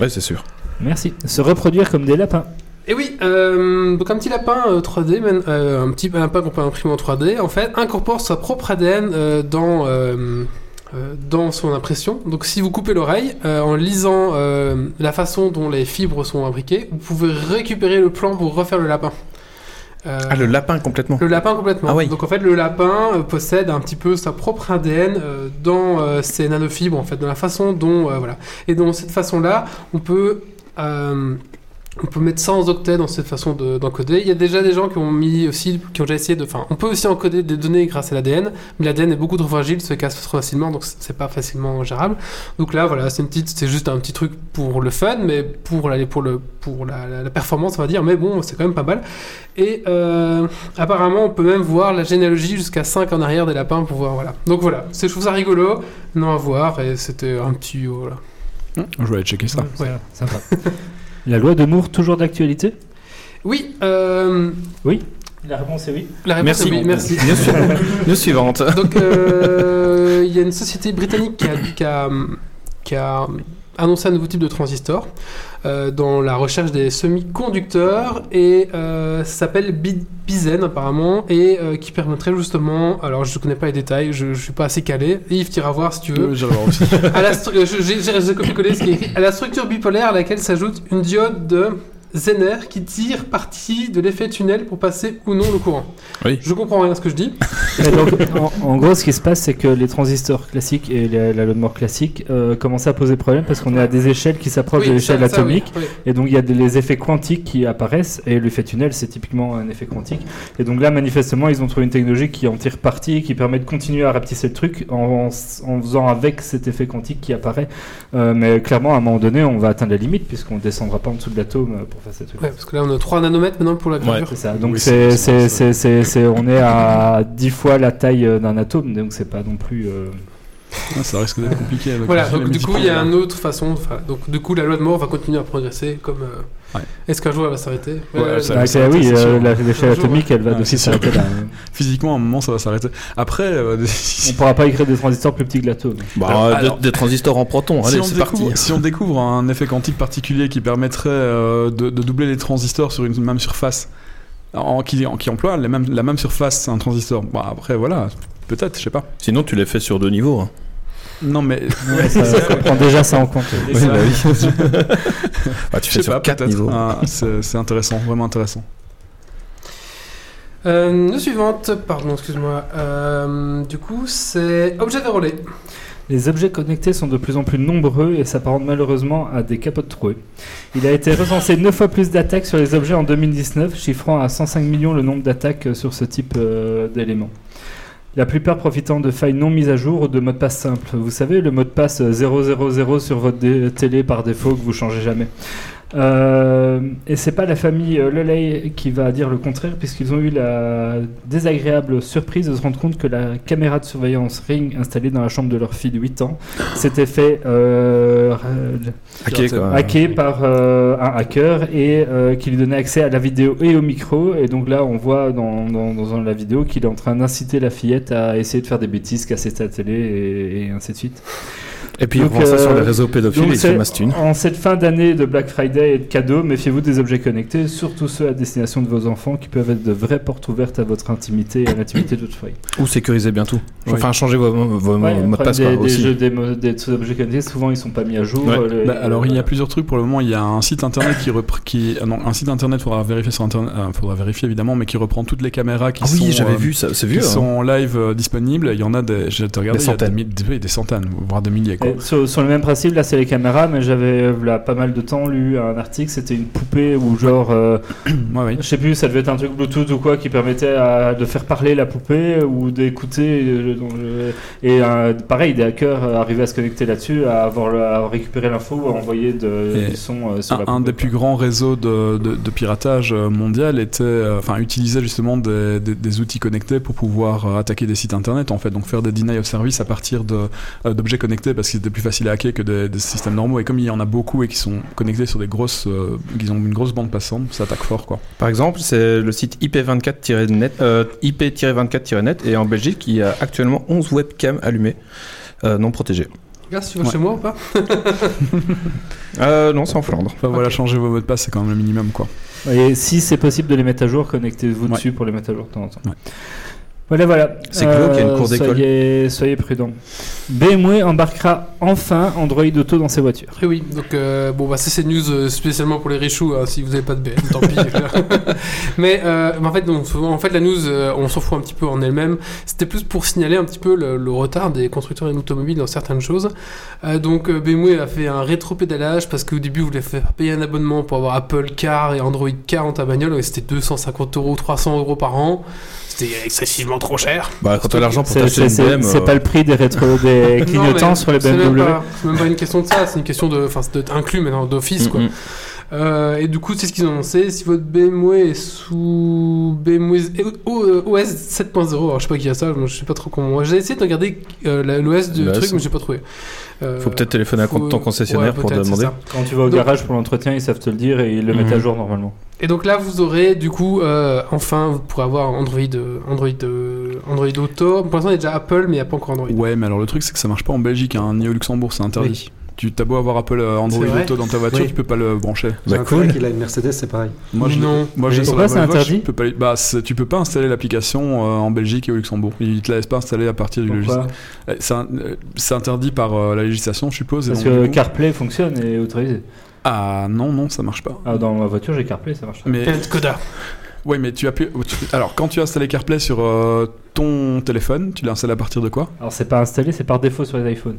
Ouais, c'est sûr. Merci. Se reproduire comme des lapins. Et Eh oui, euh, donc un petit lapin euh, 3D, man- euh, un petit lapin qu'on peut imprimer en 3D, en fait, incorpore sa propre ADN euh, dans, euh, euh, dans son impression. Donc si vous coupez l'oreille, euh, en lisant euh, la façon dont les fibres sont imbriquées, vous pouvez récupérer le plan pour refaire le lapin. Euh, Ah, le lapin complètement. le lapin complètement. Ah oui. Donc en fait, le lapin euh, possède un petit peu sa propre ADN euh, dans euh, ses nanofibres, en fait, dans la façon dont euh, voilà. Et dans cette façon-là, on peut euh, on peut mettre ça en octets dans cette façon de- d'encoder. Il y a déjà des gens qui ont mis aussi, qui ont déjà essayé de. Enfin, on peut aussi encoder des données grâce à l'ADN, mais l'ADN est beaucoup trop fragile, se casse trop facilement, donc c'est pas facilement gérable. Donc là, voilà, c'est une petite, c'est juste un petit truc pour le fun, mais pour la, pour le, pour la, la- la performance, on va dire. Mais bon, c'est quand même pas mal. Et euh, Apparemment, on peut même voir la généalogie jusqu'à 5 en arrière des lapins pour voir. Voilà. Donc voilà, c'est je trouve ça rigolo, non à voir, et c'était un petit. euh, Voilà. Je vais aller checker ça. Ouais. Sympa. [laughs] La loi de Moore, toujours d'actualité Oui, euh, La réponse est oui. la réponse Merci. est oui, merci. News suivante. News suivante. Donc, euh, il y a une société britannique qui a, qui a, qui a annoncer un nouveau type de transistor euh, dans la recherche des semi-conducteurs et euh, ça s'appelle Bi- Bizen apparemment et euh, qui permettrait justement, alors je ne connais pas les détails, je ne suis pas assez calé, Yves t'iras voir si tu veux, Euh, j'allais voir aussi. à la stru- euh, je- j'ai j'ai- j'ai copié-collé ce qui est écrit. à la structure bipolaire à laquelle s'ajoute une diode de Zener qui tire parti de l'effet tunnel pour passer ou non le courant. Oui. Je comprends rien à ce que je dis. Et donc, en, en gros, ce qui se passe, c'est que les transistors classiques et la, la loi de Moore classique euh, commencent à poser problème parce qu'on est à des échelles qui s'approchent de Oui, l'échelle ça- ça, oui, atomique. oui. Et donc il y a des, les effets quantiques qui apparaissent, et l'effet tunnel c'est typiquement un effet quantique. Et donc là manifestement ils ont trouvé une technologie qui en tire parti et qui permet de continuer à rapetisser le truc en, en s- en faisant avec cet effet quantique qui apparaît. Euh, mais clairement à un moment donné on va atteindre la limite puisqu'on descendra pas en dessous de l'atome euh, pour faire ces trucs. Ouais, parce que là on a 3 nanomètres maintenant pour la Ouais. gravure. C'est ça. Donc Oui, c'est, c'est- c'est, c'est, c'est- c'est- on est à 10 fois la taille euh, d'un atome, donc c'est pas non plus. euh, Ah, ça risque d'être compliqué. Avec Voilà, les donc du coup, il y a multiples. une autre façon. enfin, Donc, du coup, la loi de mort va continuer à progresser. Comme euh, Ouais. est-ce qu'un jour elle va s'arrêter Ouais, Euh, ça- ah, c'est- oui, c'est euh, sûr. la- l'échelle Un jour, atomique elle va Ouais, aussi c'est s'arrêter là. [laughs] Physiquement, à un moment, ça va s'arrêter. Après, euh, [laughs] On pourra pas écrire des transistors plus petits que l'atome. [laughs] Bah, Alors, euh, de- alors- des transistors en protons, si, allez, on c'est découvre, parti. si on découvre un effet quantique particulier qui permettrait euh, de, de doubler les transistors sur une même surface, en, qui, en- qui emploie les mêmes- la même surface, un transistor, bah, après voilà, peut-être, je sais pas. Sinon, tu les fais sur deux niveaux. hein. Non mais Ouais, [laughs] ça, ça prend déjà ça en compte. [laughs] Oui, bah oui. [laughs] Bah, tu fais je sais sur pas, quatre peut-être. niveaux. Ah, c'est c'est intéressant, vraiment intéressant. Euh, la suivante, pardon, excuse-moi. Euh, du coup, c'est objet de relais. Les objets connectés sont de plus en plus nombreux et s'apparentent malheureusement à des capotes trouées. Il a été recensé 9 fois plus d'attaques sur les objets en 2019, chiffrant à 105 millions le nombre d'attaques euh, sur ce type euh, d'éléments. La plupart profitant de failles non mises à jour ou de mots de passe simples. Vous savez, le mot de passe euh, 000 sur votre dé- télé par défaut que vous changez jamais. Euh, et c'est pas la famille euh, Leley qui va dire le contraire, puisqu'ils ont eu la désagréable surprise de se rendre compte que la caméra de surveillance Ring installée dans la chambre de leur fille de 8 ans s'était fait euh, ra- Ok, Ah. quoi. hacké par euh, un hacker et euh, qui lui donnait accès à la vidéo et au micro. Et donc là, on voit dans, dans, dans la vidéo qu'il est en train d'inciter la fillette à essayer de faire des bêtises, casser sa télé et, et ainsi de suite. Et puis, Donc, on ça sur euh, les réseaux pédophiles Donc et c'est- sur Mastune. en cette fin d'année de Black Friday et de cadeaux, méfiez-vous des objets connectés, surtout ceux à destination de vos enfants qui peuvent être de vraies portes ouvertes à votre intimité et à l'intimité d'autres foyers. Ou sécuriser bien tout. Oui. Enfin, changer vos, vos Ouais, le mots de problème passe des, quoi, des aussi. jeux, des, mo- des- des objets connectés, souvent ils sont pas mis à jour. Ouais. euh, les- Bah, alors il y a voilà. plusieurs trucs pour le moment. Il y a un site internet qui reprend, qui ah non, un site internet faudra vérifier sur internet, euh, faudra vérifier évidemment, mais qui reprend toutes les caméras qui Ah sont oui, euh, j'avais vu ça, c'est qui vieux. hein. sont en live euh, disponibles. Il y en a des, j'ai regardé, Des il y a centaines. mi- des, des centaines, voire des milliers. Quoi. Et Eh, sur, sur le même principe, là c'est les caméras, mais j'avais euh, là, pas mal de temps lu un article, c'était une poupée ou genre, euh, Mm. Ouais, ouais. je sais plus, ça devait être un truc Bluetooth ou quoi qui permettait à- de faire parler la poupée euh, ou d'écouter. euh, dans le- Et euh, pareil, des hackers euh, arrivaient à se connecter là-dessus, à avoir le- à récupérer l'info, à envoyer de- Et du son euh, sur Un, la un poupée, des plus grands réseaux de, de- de piratage euh, mondial était, euh, enfin, utilisait justement des, des- des outils connectés pour pouvoir euh, attaquer des sites internet, en fait, donc faire des deny of service à partir de, euh, d'objets connectés parce qu'ils étaient plus faciles à hacker que des, des systèmes normaux. Et comme il y en a beaucoup et qui sont connectés sur des grosses, euh, qu'ils ont une grosse bande passante, ça attaque fort, quoi. Par exemple, c'est le site IP24-net, euh, IP-24-net, et en Belgique, il y a actuellement 11 webcams allumées, euh, non protégées. Regarde si tu vas Ouais. chez moi ou pas. Euh, non, c'est en Flandre. Enfin, voilà, changer vos mots de passe, c'est quand même le minimum, quoi. quoi. Et si c'est possible de les mettre à jour, connectez-vous Ouais. dessus pour les mettre à jour de temps en temps. Ouais. Voilà, voilà. Euh, C'est glauque, il y a une cour d'école. Soyez, soyez prudents. BMW embarquera enfin Android Auto dans ses voitures. Et oui, donc euh, bon, bah, ça, c'est news euh, spécialement pour les richous. hein, si vous n'avez pas de BM, tant pis. [laughs] mais euh, mais en, fait, donc, souvent, en fait, la news, euh, on s'en fout un petit peu en elle-même. C'était plus pour signaler un petit peu le, le retard des constructeurs automobiles dans certaines choses. Euh, donc euh, BMW a fait un rétro-pédalage parce qu'au début, vous voulait faire payer un abonnement pour avoir Apple Car et Android Car dans ta bagnole. et C'était 250 euros, 300 euros par an. C'était excessivement trop cher. Bah, quand t'as l'argent pour C'est- t'acheter C'est une c'est- BM, c'est euh, pas le prix des rétro des [laughs] clignotants Non, mais sur les c'est Même BMW. pas, c'est même pas une question de ça, c'est une question de, enfin, c'est de- inclus maintenant d'office quoi. mm, mm. Euh, et du coup, c'est ce qu'ils ont annoncé. Si votre BMW est sous BMW O- OS 7.0, alors je sais pas qui a ça, moi, je sais pas trop comment. J'ai essayé de regarder euh, l'OS du L'OS. truc, mais j'ai pas trouvé. Euh, hein. Faut peut-être téléphoner à faut- ton concessionnaire ouais, pour peut-être, c'est demander. ça. Quand tu vas au Donc- garage pour l'entretien, ils savent te le dire et ils le mettent à Mhm. jour normalement. Et donc là, vous aurez du coup, euh, enfin, vous pourrez avoir Android, euh, Android, euh, Android Auto. Pour l'instant, il y a déjà Apple, mais il n'y a pas encore Android. Ah Ouais, mais alors le truc, c'est que ça marche pas en Belgique, hein, ni au Luxembourg, c'est interdit. Tu t'as beau avoir Apple euh, Android C'est vrai. Auto dans ta voiture, Oui. tu peux pas le brancher. J'ai Bah, un collègue, cool. Il a une Mercedes, c'est pareil. Moi, je Non. Moi, j'ai Mais sur pourquoi la c'est Volvo, interdit je peux pas- bah, c'est- tu peux pas installer l'application euh, en Belgique et au Luxembourg. Ils te la laissent pas installer à partir du Pourquoi logiciel. Euh, C'est un- euh, c'est interdit par euh, la législation, je suppose. et Parce donc, que du coup- CarPlay fonctionne et est autorisé. Ah non, non, ça marche pas. Ah, dans ma voiture, j'ai CarPlay, ça marche. Mais Planet Coda. oui, mais tu appuies. tu- Alors, quand tu as installé CarPlay sur euh, ton téléphone, tu l'as installé à partir de quoi Alors, c'est pas installé, c'est par défaut sur les iPhones.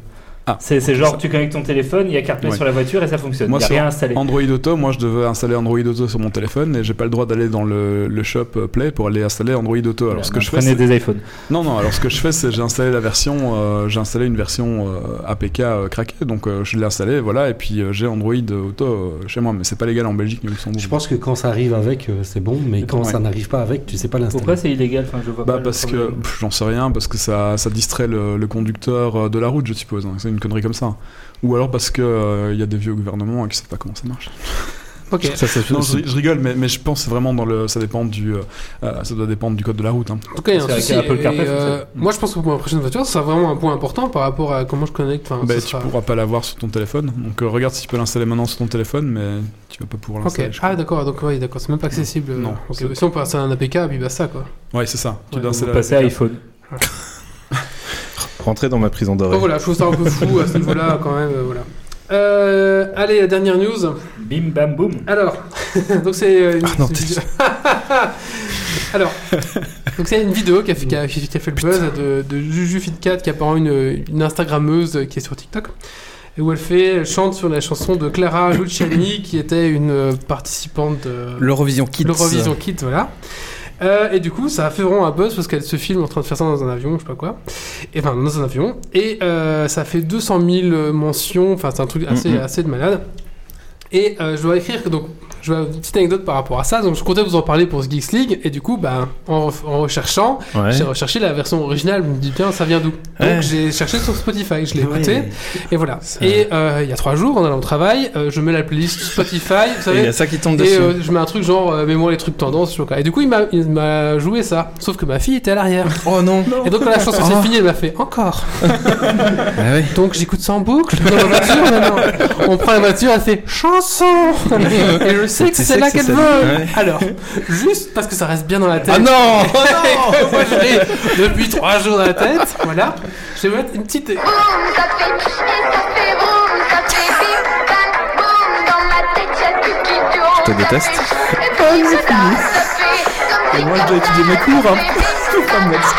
Ah. c'est c'est genre, tu connectes ton téléphone, il y a CarPlay Ouais. sur la voiture et ça fonctionne. Il Moi, n'y a sur rien installé. Android Auto, moi, je devais installer Android Auto sur mon téléphone et j'ai pas le droit d'aller dans le, le shop euh, Play pour aller installer Android Auto. Alors, Voilà, ce que on je fais, prenait c'est- des iPhones. Non, non, alors ce que je fais, c'est j'ai installé la version, euh, j'ai installé une version euh, APK euh, craquée, donc euh, je l'ai installée, voilà, et puis euh, j'ai Android Auto euh, chez moi, mais c'est pas légal en Belgique ni au Mm. Luxembourg. Je pense que quand ça arrive avec, euh, c'est bon, mais quand Ouais. ça n'arrive pas avec, tu sais pas l'installer. Pourquoi c'est illégal enfin, je vois pas Bah le parce que, problème. pff, j'en sais rien, parce que ça, ça distrait le, le conducteur euh, de la route, je suppose, hein, c'est une connerie comme ça. Ou alors parce que euh, il y a des vieux gouvernements qui savent pas comment ça marche. Ok. Ça, ça, Non, je, je rigole, mais, mais je pense vraiment dans le, ça dépend du, euh, euh, ça doit dépendre du code de la route. hein. En tout cas, il y a un C'est avec souci. Apple et, CarPlay, euh, fonctionne. moi, je pense que pour ma prochaine voiture, ça sera vraiment un point important par rapport à comment je connecte. Enfin, Bah, ça tu sera- pourras pas l'avoir sur ton téléphone, donc euh, regarde si tu peux l'installer maintenant sur ton téléphone, mais tu vas pas pouvoir Ok. l'installer. je Ah d'accord. Donc oui, d'accord. C'est même pas accessible. euh, Non. Ok, Si on peut installer un APK, puis bah ça quoi. Ouais, c'est ça. Tu Ouais, dois donc Vous installer passez à la- iPhone. Rentrer dans ma prison Bon, dorée. voilà, je trouve ça un peu fou à ce niveau-là quand même. euh, voilà. Euh, allez, la dernière news. Bim bam boum. Alors, [laughs] donc c'est euh, une, Ah non, c'est une t'es- vidéo. [laughs] Alors, donc c'est une vidéo qui a fait, qui a- qui a fait le buzz de, de Juju Fitcat qui est apparemment une, une Instagrammeuse qui est sur TikTok. Et où elle fait, elle chante sur la chanson de Clara Luciani qui était une euh, participante euh, de L'Eurovision Kids. l'Eurovision Kit, voilà. Euh, et du coup, ça a fait vraiment un buzz parce qu'elle se filme en train de faire ça dans un avion, je sais pas quoi. Et enfin, dans un avion. Et euh, ça fait 200 000 mentions. Enfin, c'est un truc assez, Mhm. assez de malade. Et euh, je dois écrire, donc, je dois une petite anecdote par rapport à ça. Donc, je comptais vous en parler pour ce Geeks League. Et du coup, bah, en, ref- en recherchant, Ouais. j'ai recherché la version originale. Je me dis, tiens, ça vient d'où Donc, Ouais. j'ai cherché sur Spotify. Je l'ai Ouais. écouté. Et voilà. Ça- Et euh, il y a trois jours, en allant au travail, euh, je mets la playlist Spotify. Vous Et savez, il y a ça qui tombe et dessus. euh, je mets un truc genre, euh, mets-moi les trucs tendance, chocolat. Et du coup, il m'a- il m'a joué ça. Sauf que ma fille était à l'arrière. Oh non Et donc, quand la chanson s'est Ah. finie, elle m'a fait encore. Ah ouais. Donc, j'écoute ça en boucle dans la voiture maintenant. On prend la voiture, elle fait chanson. Et je sais que c'est Tu sais là que qu'elle c'est veut. celle-là, ouais. Alors, juste parce que ça reste bien dans la tête. [laughs] Ah non Oh non Et Moi, je l'ai depuis trois jours dans la tête. Voilà. Je vais mettre une petite. Ça fait, ça fait boum, ça fait bim, bam, boum. Dans ma tête, y'a tout qui tourne. Je te déteste. Et puis cela, ça fait comme Et si moi, je dois étudier mes cours, hein. Faut pas me mettre ça.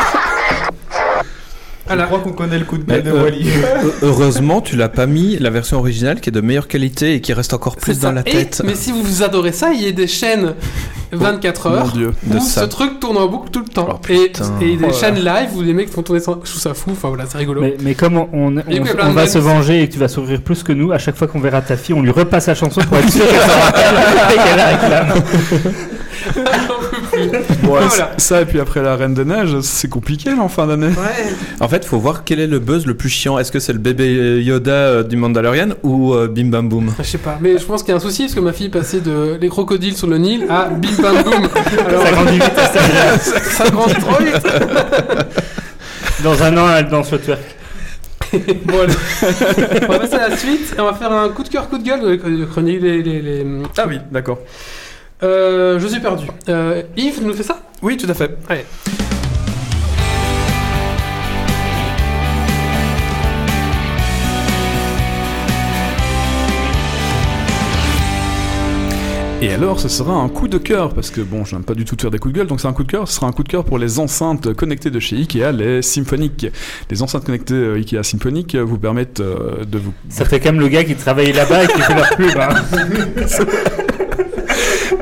Je Alors, crois qu'on connaît le coup de Mais, gueule de euh, Wally. [laughs] Heu- Heureusement, tu l'as pas mis la version originale qui est de meilleure qualité et qui reste encore c'est plus dans ça. la Et- tête. mais si vous adorez ça, il y a des chaînes 24 Mon heures. dieu. de où ça. ce truc tourne en boucle tout le temps. Oh, et, putain. et des Oh là. chaînes live où les mecs font tourner ça, je trouve ça fou, enfin voilà, c'est rigolo. Mais, mais comme on, on, Il y a on- plein de on va memes. se venger et que tu vas sourire plus que nous, à chaque fois qu'on verra ta fille, on lui repasse la chanson pour être sûr qu'elle [laughs] s'en rappelle et qu'elle la réclame. J'en peux plus. Ouais, Voilà. Ça, et puis après la Reine des Neiges, c'est compliqué là, en fin d'année. En fait, faut voir quel est le buzz le plus chiant. Est-ce que c'est le bébé Yoda euh, du Mandalorian ou euh, Bim Bam Boom [laughs] Je sais pas, mais je pense qu'il y a un souci parce que ma fille est passée de les crocodiles sur le Nil à bim bam boum. Alors Ça grandit vite, ça s'aggrave. [laughs] ça grandit trop vite. Dans un an, elle danse le twerk. Bon, allez. on va passer à la suite et on va faire un coup de cœur, coup de gueule de chronique les. les, les... Ah oui, [laughs] d'accord. Euh, je suis perdu. Euh, Yves nous fait ça Oui, tout à fait. Allez. Et alors, ce sera un coup de cœur, parce que bon, j'aime pas du tout te faire des coups de gueule, donc c'est un coup de cœur. Ce sera un coup de cœur pour les enceintes connectées de chez Ikea, les symphoniques. Les enceintes connectées euh, Ikea symphoniques euh, vous permettent euh, de vous. Ça fait comme le gars qui travaillait là-bas et qui fait leur pub. hein.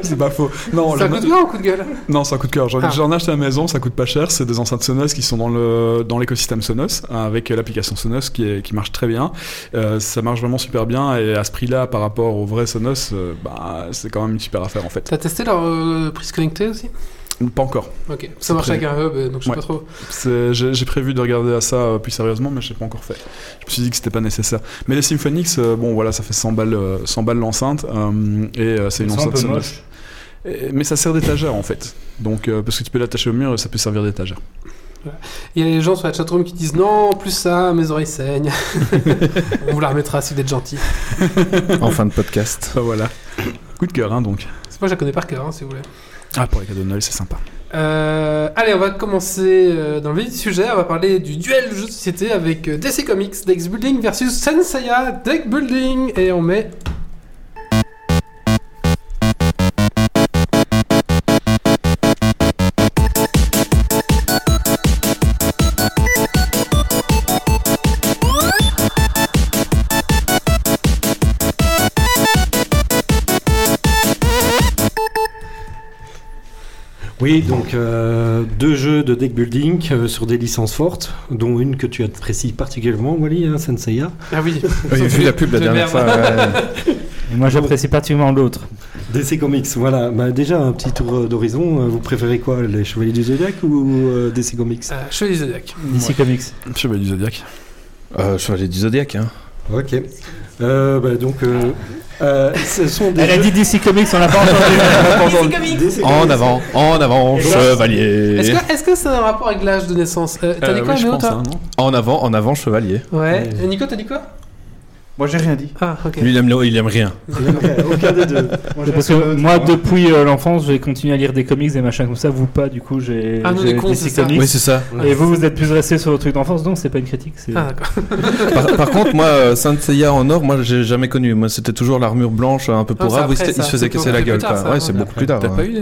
C'est pas faux. Non, C'est un le- coup de gueule ou coup de gueule Non, c'est un coup de cœur. J'en Ah. j'en ai acheté à la maison, ça coûte pas cher. C'est des enceintes Sonos qui sont dans le dans l'écosystème Sonos hein, avec euh, l'application Sonos qui est- qui marche très bien. Euh, ça marche vraiment super bien et à ce prix-là par rapport au vrai Sonos, euh, bah c'est quand même une super affaire en fait. T'as testé leur euh, prise connectée aussi Pas encore. Ok, ça C'est marche avec prévu. un hub euh, donc je sais Ouais. pas trop. C'est- J'ai j'ai prévu de regarder à ça euh, plus sérieusement, mais je l'ai pas encore fait. Je me suis dit que c'était pas nécessaire. Mais les Symphonix, euh, bon voilà, ça fait 100 balles, euh, 100 balles l'enceinte euh, et euh, c'est Ils une sont un enceinte peu Sonos. moches. Et- mais ça sert d'étagère en fait. Donc euh, parce que tu peux l'attacher au mur et ça peut servir d'étagère. Il y a les gens sur la chatroom qui disent non, plus ça, mes oreilles [laughs] saignent. On vous la remettra si vous êtes gentil. [laughs] en fin de podcast. Enfin, voilà. Coup de cœur, hein, donc. C'est moi, je la connais par cœur, hein, si vous voulez. Ah, pour les cadeaux de Noël, c'est sympa. Euh, allez, on va commencer euh, dans le vif du sujet. On va parler du duel jeu de société avec euh, DC Comics Dex Building versus Senseiya Deck Building. Et on met. Oui, donc euh, deux jeux de deck building euh, sur des licences fortes, dont une que tu apprécies particulièrement, Wally, hein, Senseiya. Ah [laughs] oui, J'ai vu la pub la De dernière merde. fois. ouais. Moi, j'apprécie particulièrement l'autre. DC Comics, voilà. Bah, déjà, un petit tour euh, d'horizon. Euh, Vous préférez quoi, les Chevaliers du Zodiac ou euh, DC Comics euh, Chevalier Zodiac. DC Comics. Chevalier du Zodiac. [laughs] Euh, Chevalier du Zodiac, hein. Ok. Euh, bah, donc, euh, euh, ce sont des Elle a [laughs] dit jeux- DC Comics, on l'a pas entendu. DC Comics. DC En avant, en avant, Est-ce chevalier. que, est-ce que ça a un rapport avec l'âge de naissance Euh, T'as dit Euh, quoi, oui, je Néo, pense, toi hein, non En avant, en avant, chevalier. Ouais. Ouais. Et Nico, t'as dit quoi Moi, j'ai rien dit. Ah, ok. Lui, il aime, le- il aime rien. Aucun des deux. Moi, j'ai Parce rien que dit. moi, depuis euh, l'enfance, j'ai continué à lire des comics, des machins comme ça. Vous pas, du coup, j'ai Ah, nous, j'ai des cons, c'est DC ça. Comics. Oui, c'est ça. Et vous, vous êtes plus resté sur votre truc d'enfance, donc c'est pas une critique. c'est- Ah, d'accord. Par, par contre, moi, euh, Saint Seiya en or, moi, j'ai jamais connu. Moi, c'était toujours l'armure blanche, un peu Ah, c'est pourrave, où il, après, se- il ça. se faisait Plutôt casser la après, gueule. plus tard, quoi. ça, ouais, c'est ouais. beaucoup plus tard. T'as ouais. pas eu les.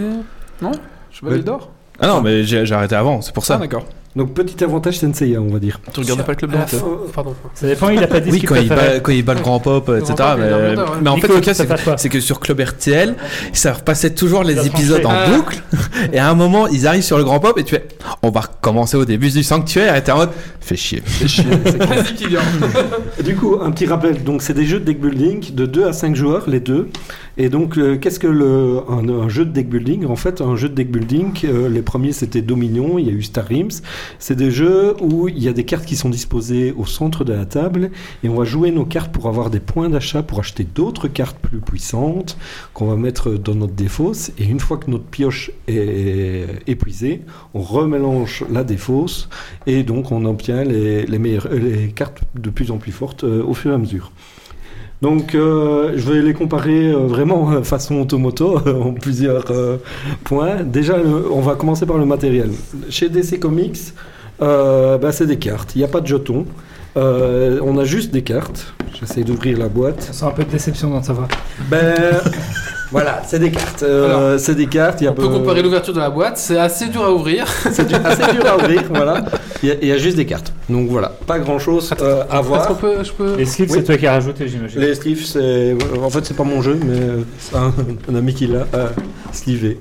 Non Chevalier Ouais. d'or Ah non, mais j'ai j'ai arrêté avant, c'est pour Ah, ça. d'accord. Donc, petit avantage Senseiya, on va dire. Tu regardais pas le club À la d'or toi Oh, fin- Euh, Pardon. Ça dépend, il a pas dit ce Oui, qu'il quand il, préférait. bat, quand il bat le grand pop, etc. grand pop, il mais, est dans le monde, ouais. mais en Nico, fait, le tu cas, c'est préfères que, quoi c'est que sur Club RTL, ça repassait toujours Il a les tranché. épisodes en Ah. boucle. [laughs] Et à un moment, ils arrivent sur le grand pop et tu fais On va recommencer au début du sanctuaire. Et t'es en mode Fais chier. Vas-y, Kylian. Du coup, un petit rappel. Donc, c'est des jeux de deck building de 2 à 5 joueurs, les deux. Et donc, euh, qu'est-ce que le, un, un jeu de deck building En fait, un jeu de deck building, euh, les premiers c'était Dominion, il y a eu Star Realms. C'est des jeux où il y a des cartes qui sont disposées au centre de la table et on va jouer nos cartes pour avoir des points d'achat pour acheter d'autres cartes plus puissantes qu'on va mettre dans notre défausse. Et une fois que notre pioche est épuisée, on remélange la défausse et donc on obtient les, les meilleures, euh, les cartes de plus en plus fortes euh, au fur et à mesure. Donc euh, je vais les comparer euh, vraiment euh, façon automoto [laughs] euh, en plusieurs euh, points. Déjà, le- on va commencer par le matériel. Chez DC Comics, euh, bah, c'est des cartes. Il n'y a pas de jetons. Euh, on a juste des cartes. J'essaie d'ouvrir la boîte. Je sens un peu de déception dans ta voix. Ben [laughs] voilà, c'est des cartes. Euh, c'est des cartes. Il y a On peut peu- comparer l'ouverture de la boîte, c'est assez dur à ouvrir. C'est du- assez dur à ouvrir. [laughs] Voilà. Il y a- il y, a juste des cartes. Donc voilà, pas grand chose à Est-ce voir. qu'on peut. Je peux... Les slips, Oui. c'est toi qui as rajouté, j'imagine. Les sleeves, c'est. En fait, c'est pas mon jeu, mais euh, c'est un, un ami qui l'a euh, slivé.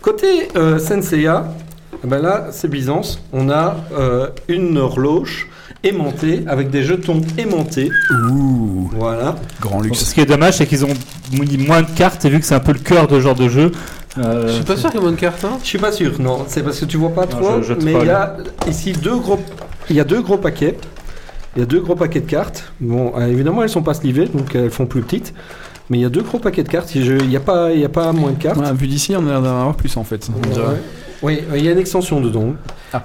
Côté euh, Senseiya, eh ben là, c'est Byzance. On a euh, une horloge aimantée avec des jetons aimantés. Ouh, Voilà. grand luxe. Ce qui est dommage, c'est qu'ils ont mis moins de cartes, et vu que c'est un peu le cœur de ce genre de jeu. euh, Je suis pas sûr qu'il y ait moins de cartes, hein. Je suis pas sûr, non. C'est parce que tu vois pas trop, je- je te mais il y a parle. ici deux gros, il y a deux gros paquets. Il y a deux gros paquets de cartes. Bon, euh, évidemment, elles sont pas slivées, donc elles font plus petites. Mais il y a deux gros paquets de cartes. Je- Il n'y a pas, il y a pas moins de cartes. Ouais, vu d'ici, on a l'air d'en avoir plus en fait. on dirait. Ouais. Oui, euh, il y a une extension dedans.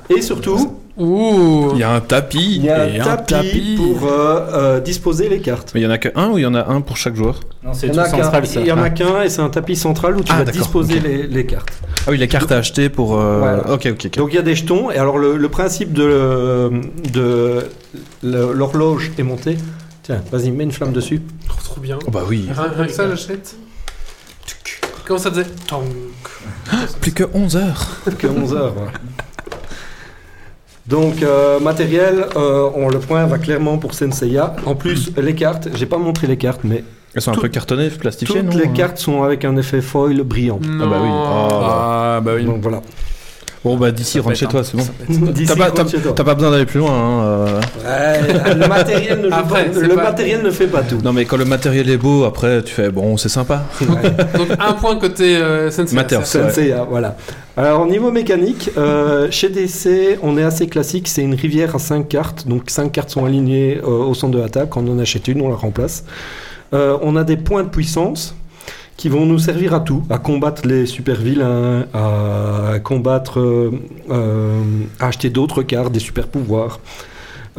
Et surtout, Ouh Il y a un tapis. il y a et un tapis, pour euh, euh, disposer les cartes. Mais il y en a que un ou il y en a un pour chaque joueur Non, c'est Il tout y en a qu'un- central, ça. il y en a Ah. qu'un et c'est un tapis central où tu Ah, vas d'accord, disposer ok. les- les cartes. Ah oui, les cartes à acheter pour. euh, Voilà. Ok, ok, ok. Donc il y a des jetons, et alors le, le principe de, de le- l'horloge est monté. Tiens, vas-y, mets une flamme dessus. Trop, trop bien. Oh bah oui. Rien rien que ça, j'achète. Comment ça faisait Tonk. Plus que 11 heures. Que 11 heures. voilà. Donc euh, matériel, euh, on, le point va clairement pour Senseiya. En plus, les cartes, j'ai pas montré les cartes, mais Elles sont Tout- un peu cartonnées, plastifiées, toutes non les cartes sont avec un effet foil brillant. Non. bah oui. Ah. Ah, bah oui. Donc voilà. Bon bah d'ici, rentre chez toi, c'est bon. D'ici, T'as pas, rentre t'as- chez toi. t'as pas besoin d'aller plus loin. hein, euh. Ouais, le matériel ne, joue Après, pas- c'est le pas- matériel ne fait pas tout. Non mais quand le matériel est beau, après tu fais bon, c'est sympa. Ouais. Ah, Donc un point côté euh, Sensei. Matter. c'est- Ouais. Senseiya, euh, voilà. Alors, au niveau mécanique, euh, chez DC, on est assez classique. C'est une rivière à 5 cartes. Donc, 5 cartes sont alignées euh, au centre de la table. Quand on en achète une, on la remplace. Euh, on a des points de puissance qui vont nous servir à tout, à combattre les super vilains, à combattre, euh, euh, à acheter d'autres cartes, des super pouvoirs.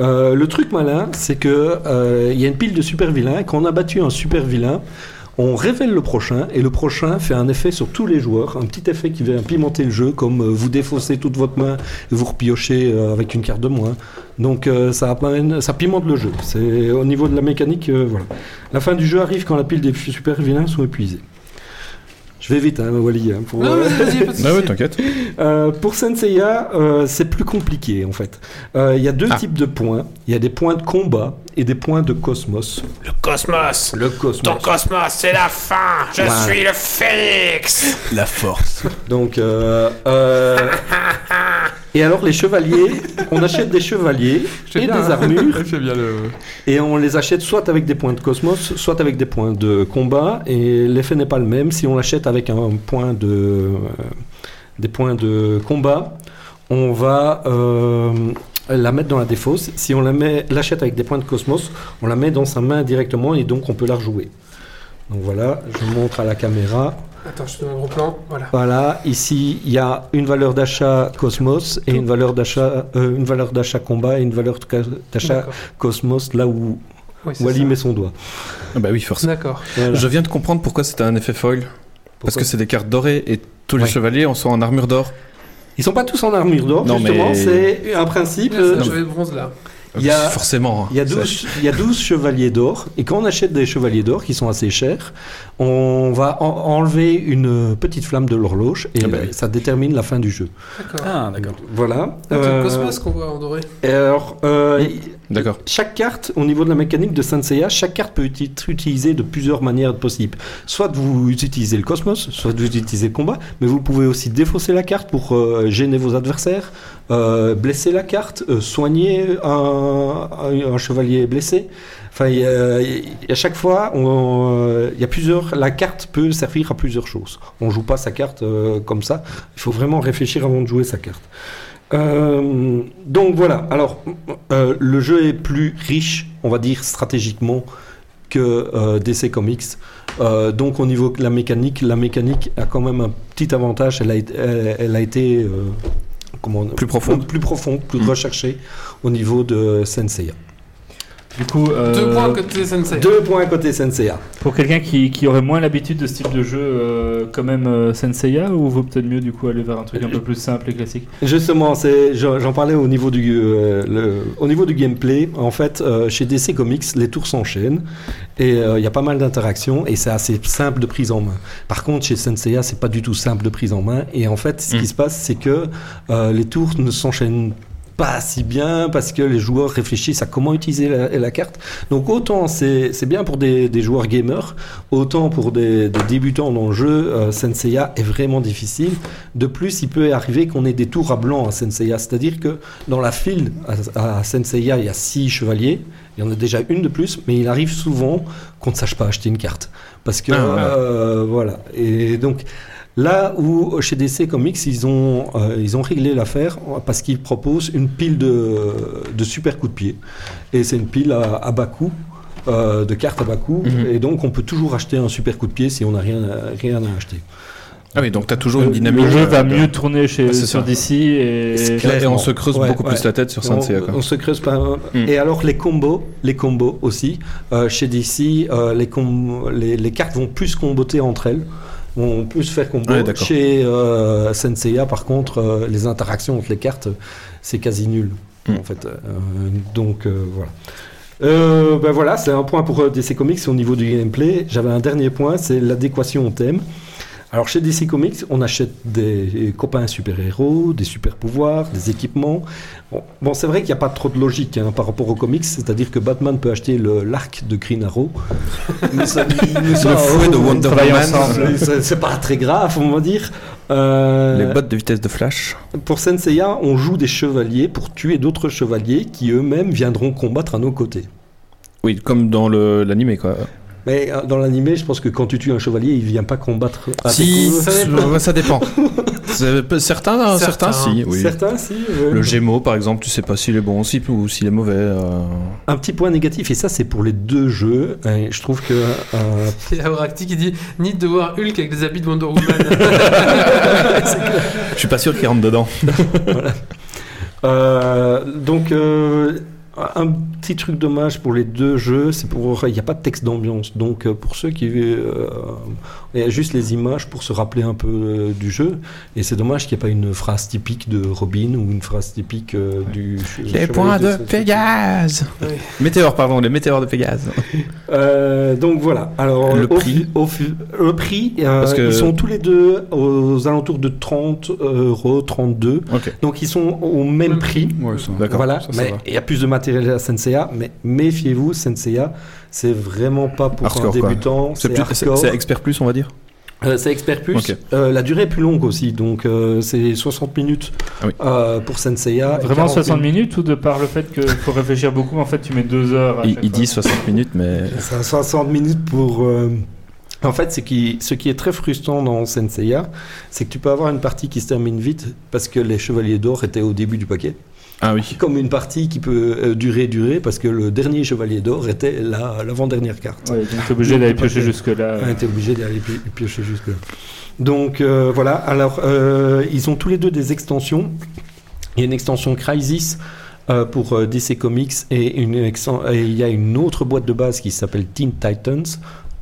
Euh, le truc malin, c'est que euh, il y a une pile de super vilains. Quand on a battu un super vilain, on révèle le prochain et le prochain fait un effet sur tous les joueurs, un petit effet qui vient pimenter le jeu, comme euh, vous défaussez toute votre main et vous repiochez euh, avec une carte de moins. Donc euh, ça, amène- ça pimente le jeu. C'est au niveau de la mécanique, euh, voilà. La fin du jeu arrive quand la pile des super vilains sont épuisés. Je vais vite, hein, Wally. hein, pour- Non, mais vas-y, pas de Ah ouais, soucis. t'inquiète. euh, pour Senseiya, euh, c'est plus compliqué en fait. Euh, Il y a deux Ah. types de points. Il y a des points de combat et des points de cosmos. Le cosmos Le cosmos. Ton cosmos, c'est la fin Je Ouais. suis le phénix [laughs] [laughs] La force. Donc, euh, [laughs] euh, et alors les chevaliers, on achète des chevaliers et [laughs] des armures Il fait hein. bien le. et on les achète soit avec des points de cosmos, soit avec des points de combat. Et l'effet n'est pas le même si on l'achète avec un point de euh, des points de combat. On va euh, la mettre dans la défausse. Si on la met, l'achète avec des points de cosmos, on la met dans sa main directement et donc on peut la rejouer. Donc voilà, je montre à la caméra. Attends, je te mets un gros plan. Voilà. Voilà, ici il y a une valeur d'achat Cosmos et une valeur d'achat euh, une valeur d'achat combat et une valeur ca- d'achat D'accord. Cosmos là où Oui, c'est Wally ça. met son doigt. bah oui, forcément. D'accord. Voilà. Je viens de comprendre pourquoi c'était un effet foil. Parce Pourquoi que c'est des cartes dorées et tous les Ouais. chevaliers en sont en armure d'or. Ils sont pas tous en armure d'or, Non, justement, mais- c'est un principe. Là, euh, c'est le chevalier de bronze là. Il y a- Forcément. hein. Il y, a 12, il y a 12 chevaliers d'or, et quand on achète des chevaliers d'or qui sont assez chers, on va en- enlever une petite flamme de l'horloge et Ah bah oui. ça détermine la fin du jeu. D'accord. Ah, d'accord. Voilà. C'est le Euh, cosmos qu'on voit en doré. et alors, euh, D'accord. Chaque carte, au niveau de la mécanique de Senseiya, chaque carte peut uti- être utilisée de plusieurs manières possibles. Soit vous utilisez le cosmos, soit vous utilisez le combat, mais vous pouvez aussi défausser la carte pour euh, gêner vos adversaires, euh, blesser la carte, euh, soigner un, un- un chevalier blessé. Enfin, il y a- il y a chaque fois, on, euh, il y a plusieurs, la carte peut servir à plusieurs choses. On joue pas sa carte euh, comme ça. Il faut vraiment réfléchir avant de jouer sa carte. Euh, donc voilà. Alors, euh, le jeu est plus riche, on va dire stratégiquement, que euh, DC Comics. Euh, donc au niveau de la mécanique, la mécanique a quand même un petit avantage. Elle a, été- elle, elle a été euh, comment on- Plus profonde. Hmm. plus profonde, plus recherchée au niveau de Senseiya. Du coup, euh, Deux points côté Sensei. Deux points côté Senseiya. pour quelqu'un qui, qui aurait moins l'habitude de ce type de jeu, euh, quand même euh, Senseiya, ou vaut peut-être mieux du coup aller vers un truc un peu plus simple et classique Justement, c'est, j'en j'en parlais au niveau du, euh, le- au niveau du gameplay. En fait, euh, chez DC Comics, les tours s'enchaînent et euh, il y a pas mal d'interactions et c'est assez simple de prise en main. Par contre, chez Senseiya, c'est pas du tout simple de prise en main. Et en fait, ce Mm. qui se passe, c'est que euh, les tours ne s'enchaînent pas si bien parce que les joueurs réfléchissent à comment utiliser la, la carte. Donc autant c'est c'est bien pour des, des joueurs gamers, autant pour des, des débutants dans le jeu, euh, Senseiya est vraiment difficile. De plus, il peut arriver qu'on ait des tours à blanc à Senseiya, c'est-à-dire que dans la file à, à Senseiya, il y a six chevaliers, il y en a déjà une de plus, mais il arrive souvent qu'on ne sache pas acheter une carte. Parce que, Ah, ouais. euh, voilà. Et donc, là où chez DC Comics, ils ont, euh, ils ont réglé l'affaire parce qu'ils proposent une pile de, de super coups de pied. Et c'est une pile à, à bas coût. euh, de cartes à bas coût, Mhm. et donc on peut toujours acheter un super coup de pied si on n'a rien, à- rien à acheter. Ah oui, donc t'as toujours une Le- dynamique. Le jeu euh, va de- mieux tourner chez, Ah, c'est sur ça. DC et... Et- Et on se creuse Ouais, beaucoup ouais. plus la tête sur on, Senseiya. quoi. on se creuse pas. Mm. Et alors les combos, les combos aussi. Euh, chez DC, euh, les, com- les, les cartes vont plus comboter entre elles, vont plus faire combo. Ouais, d'accord. chez euh, Senseiya, par contre, euh, les interactions entre les cartes, c'est quasi nul. Mm. En fait, Euh, donc euh, voilà. Euh, ben voilà, c'est un point pour euh, DC Comics au niveau du gameplay. J'avais un dernier point, c'est l'adéquation au thème. Alors chez DC Comics, on achète des copains super-héros, des super-pouvoirs, des équipements. Bon, bon, c'est vrai qu'il n'y a pas trop de logique hein, par rapport aux comics, c'est-à-dire que Batman peut acheter le- l'arc de Green [laughs] Arrow. Mais [laughs] ça- mais ça- Le fouet de oh, Wonder travaille Woman. ensemble. [laughs] c'est c'est pas très grave, on va dire. Euh, Les bottes de vitesse de flash. pour Senseiya, on joue des chevaliers pour tuer d'autres chevaliers qui eux-mêmes viendront combattre à nos côtés. Oui, comme dans le- l'animé, quoi. Mais euh, dans l'animé, je pense que quand tu tues un chevalier, il vient pas combattre. à Si, tes coups. [laughs] ça dépend. ouais, ça dépend. [laughs] C'est- peu- certains, hein, Certains. certains, si. Oui. Certains, si. ouais. Le Gémeaux, par exemple, tu sais pas s'il est bon aussi ou s'il est mauvais. euh. Un petit point négatif, et ça, c'est pour les deux jeux. Et je trouve que euh, Et Abracti qui dit Need de voir Hulk avec des habits de Wonder Woman. Je suis pas sûr qu'il rentre dedans. Euh, donc, euh, un petit truc dommage pour les deux jeux, c'est pour il n'y a pas de texte d'ambiance. Donc, euh, pour ceux qui euh, il y a juste les images pour se rappeler un peu euh, du jeu, et c'est dommage qu'il n'y ait pas une phrase typique de Robin ou une phrase typique euh, du. chevalier Société. Pégase. Météore, pardon, les météores de Pégase. Euh, donc voilà. Alors Le au prix. fu- au fu- le prix. euh, Parce que- Ils sont tous les deux aux alentours de 30 euros, 32. [laughs] Ok. Donc ils sont au même Même prix. Ouais, ça- D'accord. Voilà, ça, ça mais va. il y a plus de matériel à Senseiya, mais méfiez-vous, Senseiya, c'est vraiment pas pour un Hardcore, quoi. débutant, C'est c'est plus- c'est- hardcore. c'est expert plus, on va dire. Euh, c'est expert plus. Ok. Euh, la durée est plus longue aussi, donc euh, c'est 60 minutes Ah oui. euh, pour Senseiya. et Vraiment 40 60 minutes ou de par le fait qu'il faut réfléchir beaucoup, en fait tu mets 2 heures à Il, chaque il fois. dit 60 minutes, mais C'est un 60 minutes pour. euh, En fait, ce qui, ce qui est très frustrant dans Senseiya, c'est que tu peux avoir une partie qui se termine vite parce que les chevaliers d'or étaient au début du paquet. ah oui. Comme une partie qui peut euh, durer, durer parce que le dernier chevalier d'or était la- l'avant-dernière carte. Ouais, donc t'es obligé d'aller piocher jusque-là. euh, On était obligé d'aller pi- piocher jusque-là. Donc euh, voilà, alors euh, ils ont tous les deux des extensions. Il y a une extension Crisis euh, pour euh, DC Comics et, une exten- et il y a une autre boîte de base qui s'appelle Teen Titans,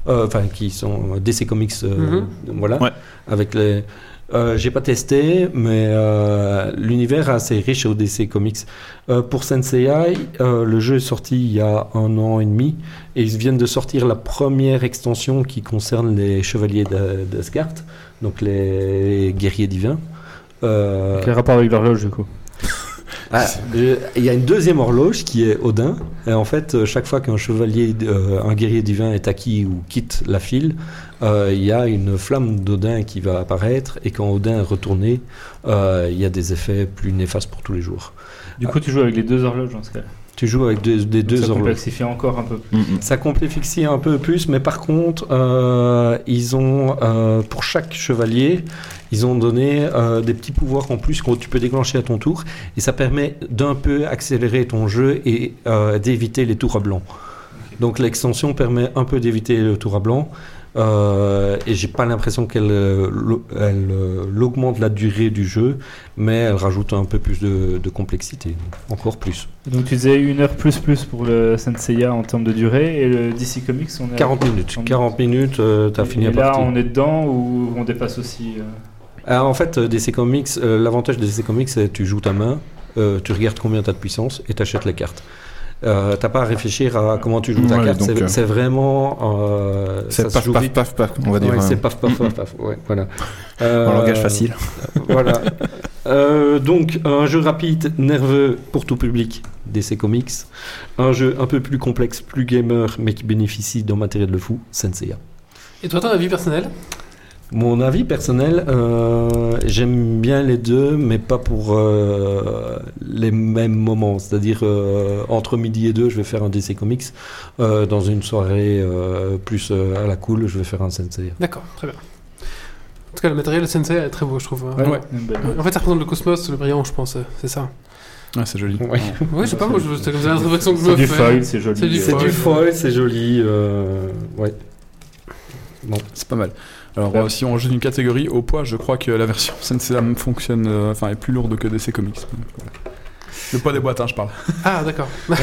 euh, enfin qui sont euh, DC Comics, euh, Mhm. voilà, Ouais. avec les. euh, J'ai pas testé, mais euh, l'univers est assez riche au DC Comics. Euh, pour Senseiya, euh, le jeu est sorti il y a un an et demi. Et ils viennent de sortir la première extension qui concerne les chevaliers d'A- d'Asgard, donc les guerriers divins. Euh, Quel rapport avec l'horloge du coup ah, je- il y a une deuxième horloge qui est Odin. Et en fait, euh, chaque fois qu'un chevalier, euh, un guerrier divin est acquis ou quitte la file, euh, il y a une flamme d'Odin qui va apparaître. Et quand Odin est retourné, euh, il y a des effets plus néfastes pour tous les jours. Du coup tu joues avec les deux horloges dans ce cas. Tu joues avec des, des ça deux horloges. complexifie encore un peu plus. Mm, mm. Ça complexifie un peu plus, mais par contre, euh, ils ont euh, pour chaque chevalier, ils ont donné euh, des petits pouvoirs en plus que tu peux déclencher à ton tour, et ça permet d'un peu accélérer ton jeu et euh, d'éviter les tours à blanc. Donc l'extension permet un peu d'éviter le tour à blanc. euh, et j'ai pas l'impression qu'elle euh, l'au- elle, euh, l'augmente la durée du jeu, mais elle rajoute un peu plus de, de complexité, encore plus. Donc tu disais une heure plus plus pour le Senseiya en termes de durée et le DC Comics on est à 40 minutes, 40 minutes, euh, t'as fini Et la là partie. on est dedans ou on dépasse aussi euh, Ah, en fait, euh, DC Comics, euh, l'avantage des DC Comics, c'est que tu joues ta main, euh, tu regardes combien tu as de puissance et tu achètes les cartes. Euh, T'as pas à réfléchir à comment tu joues ta Ouais, carte, donc, c'est euh, c'est vraiment. Euh, ça C'est se paf, joue paf, vite. paf, paf, on va dire. Ouais, hein. c'est paf, paf, paf, paf, ouais, [laughs] voilà. Euh, En langage facile. [laughs] voilà. Euh, donc, un jeu rapide, nerveux pour tout public, DC Comics. Un jeu un peu plus complexe, plus gamer, mais qui bénéficie d'un matériel de fou, Senseiya. [laughs] Et toi, ton avis personnel Mon avis personnel, euh, j'aime bien les deux, mais pas pour euh, les mêmes moments. C'est-à-dire, euh, entre midi et deux, je vais faire un DC Comics. Euh, dans une soirée euh, plus euh, à la cool, je vais faire un Sensei. D'accord, très bien. En tout cas, le matériel de Sensei est très beau, je trouve. ouais, hein. une belle- En fait, ça représente le cosmos, le brillant, je pense, euh, c'est ça. Ouais, c'est joli. Ouais. Oui, je sais pas, moi, je- c'est comme ça l'impression que je C'est me du fais. foil, c'est joli. C'est du C'est foil. du foil, c'est joli. euh, ouais. C'est pas mal. Alors, euh, si on rajoute une catégorie au poids, je crois que la version [laughs] Senseiya fonctionne, euh, enfin, est plus lourde que DC Comics. Voilà. Le poids des boîtes, hein, je parle. Ah, d'accord. Mais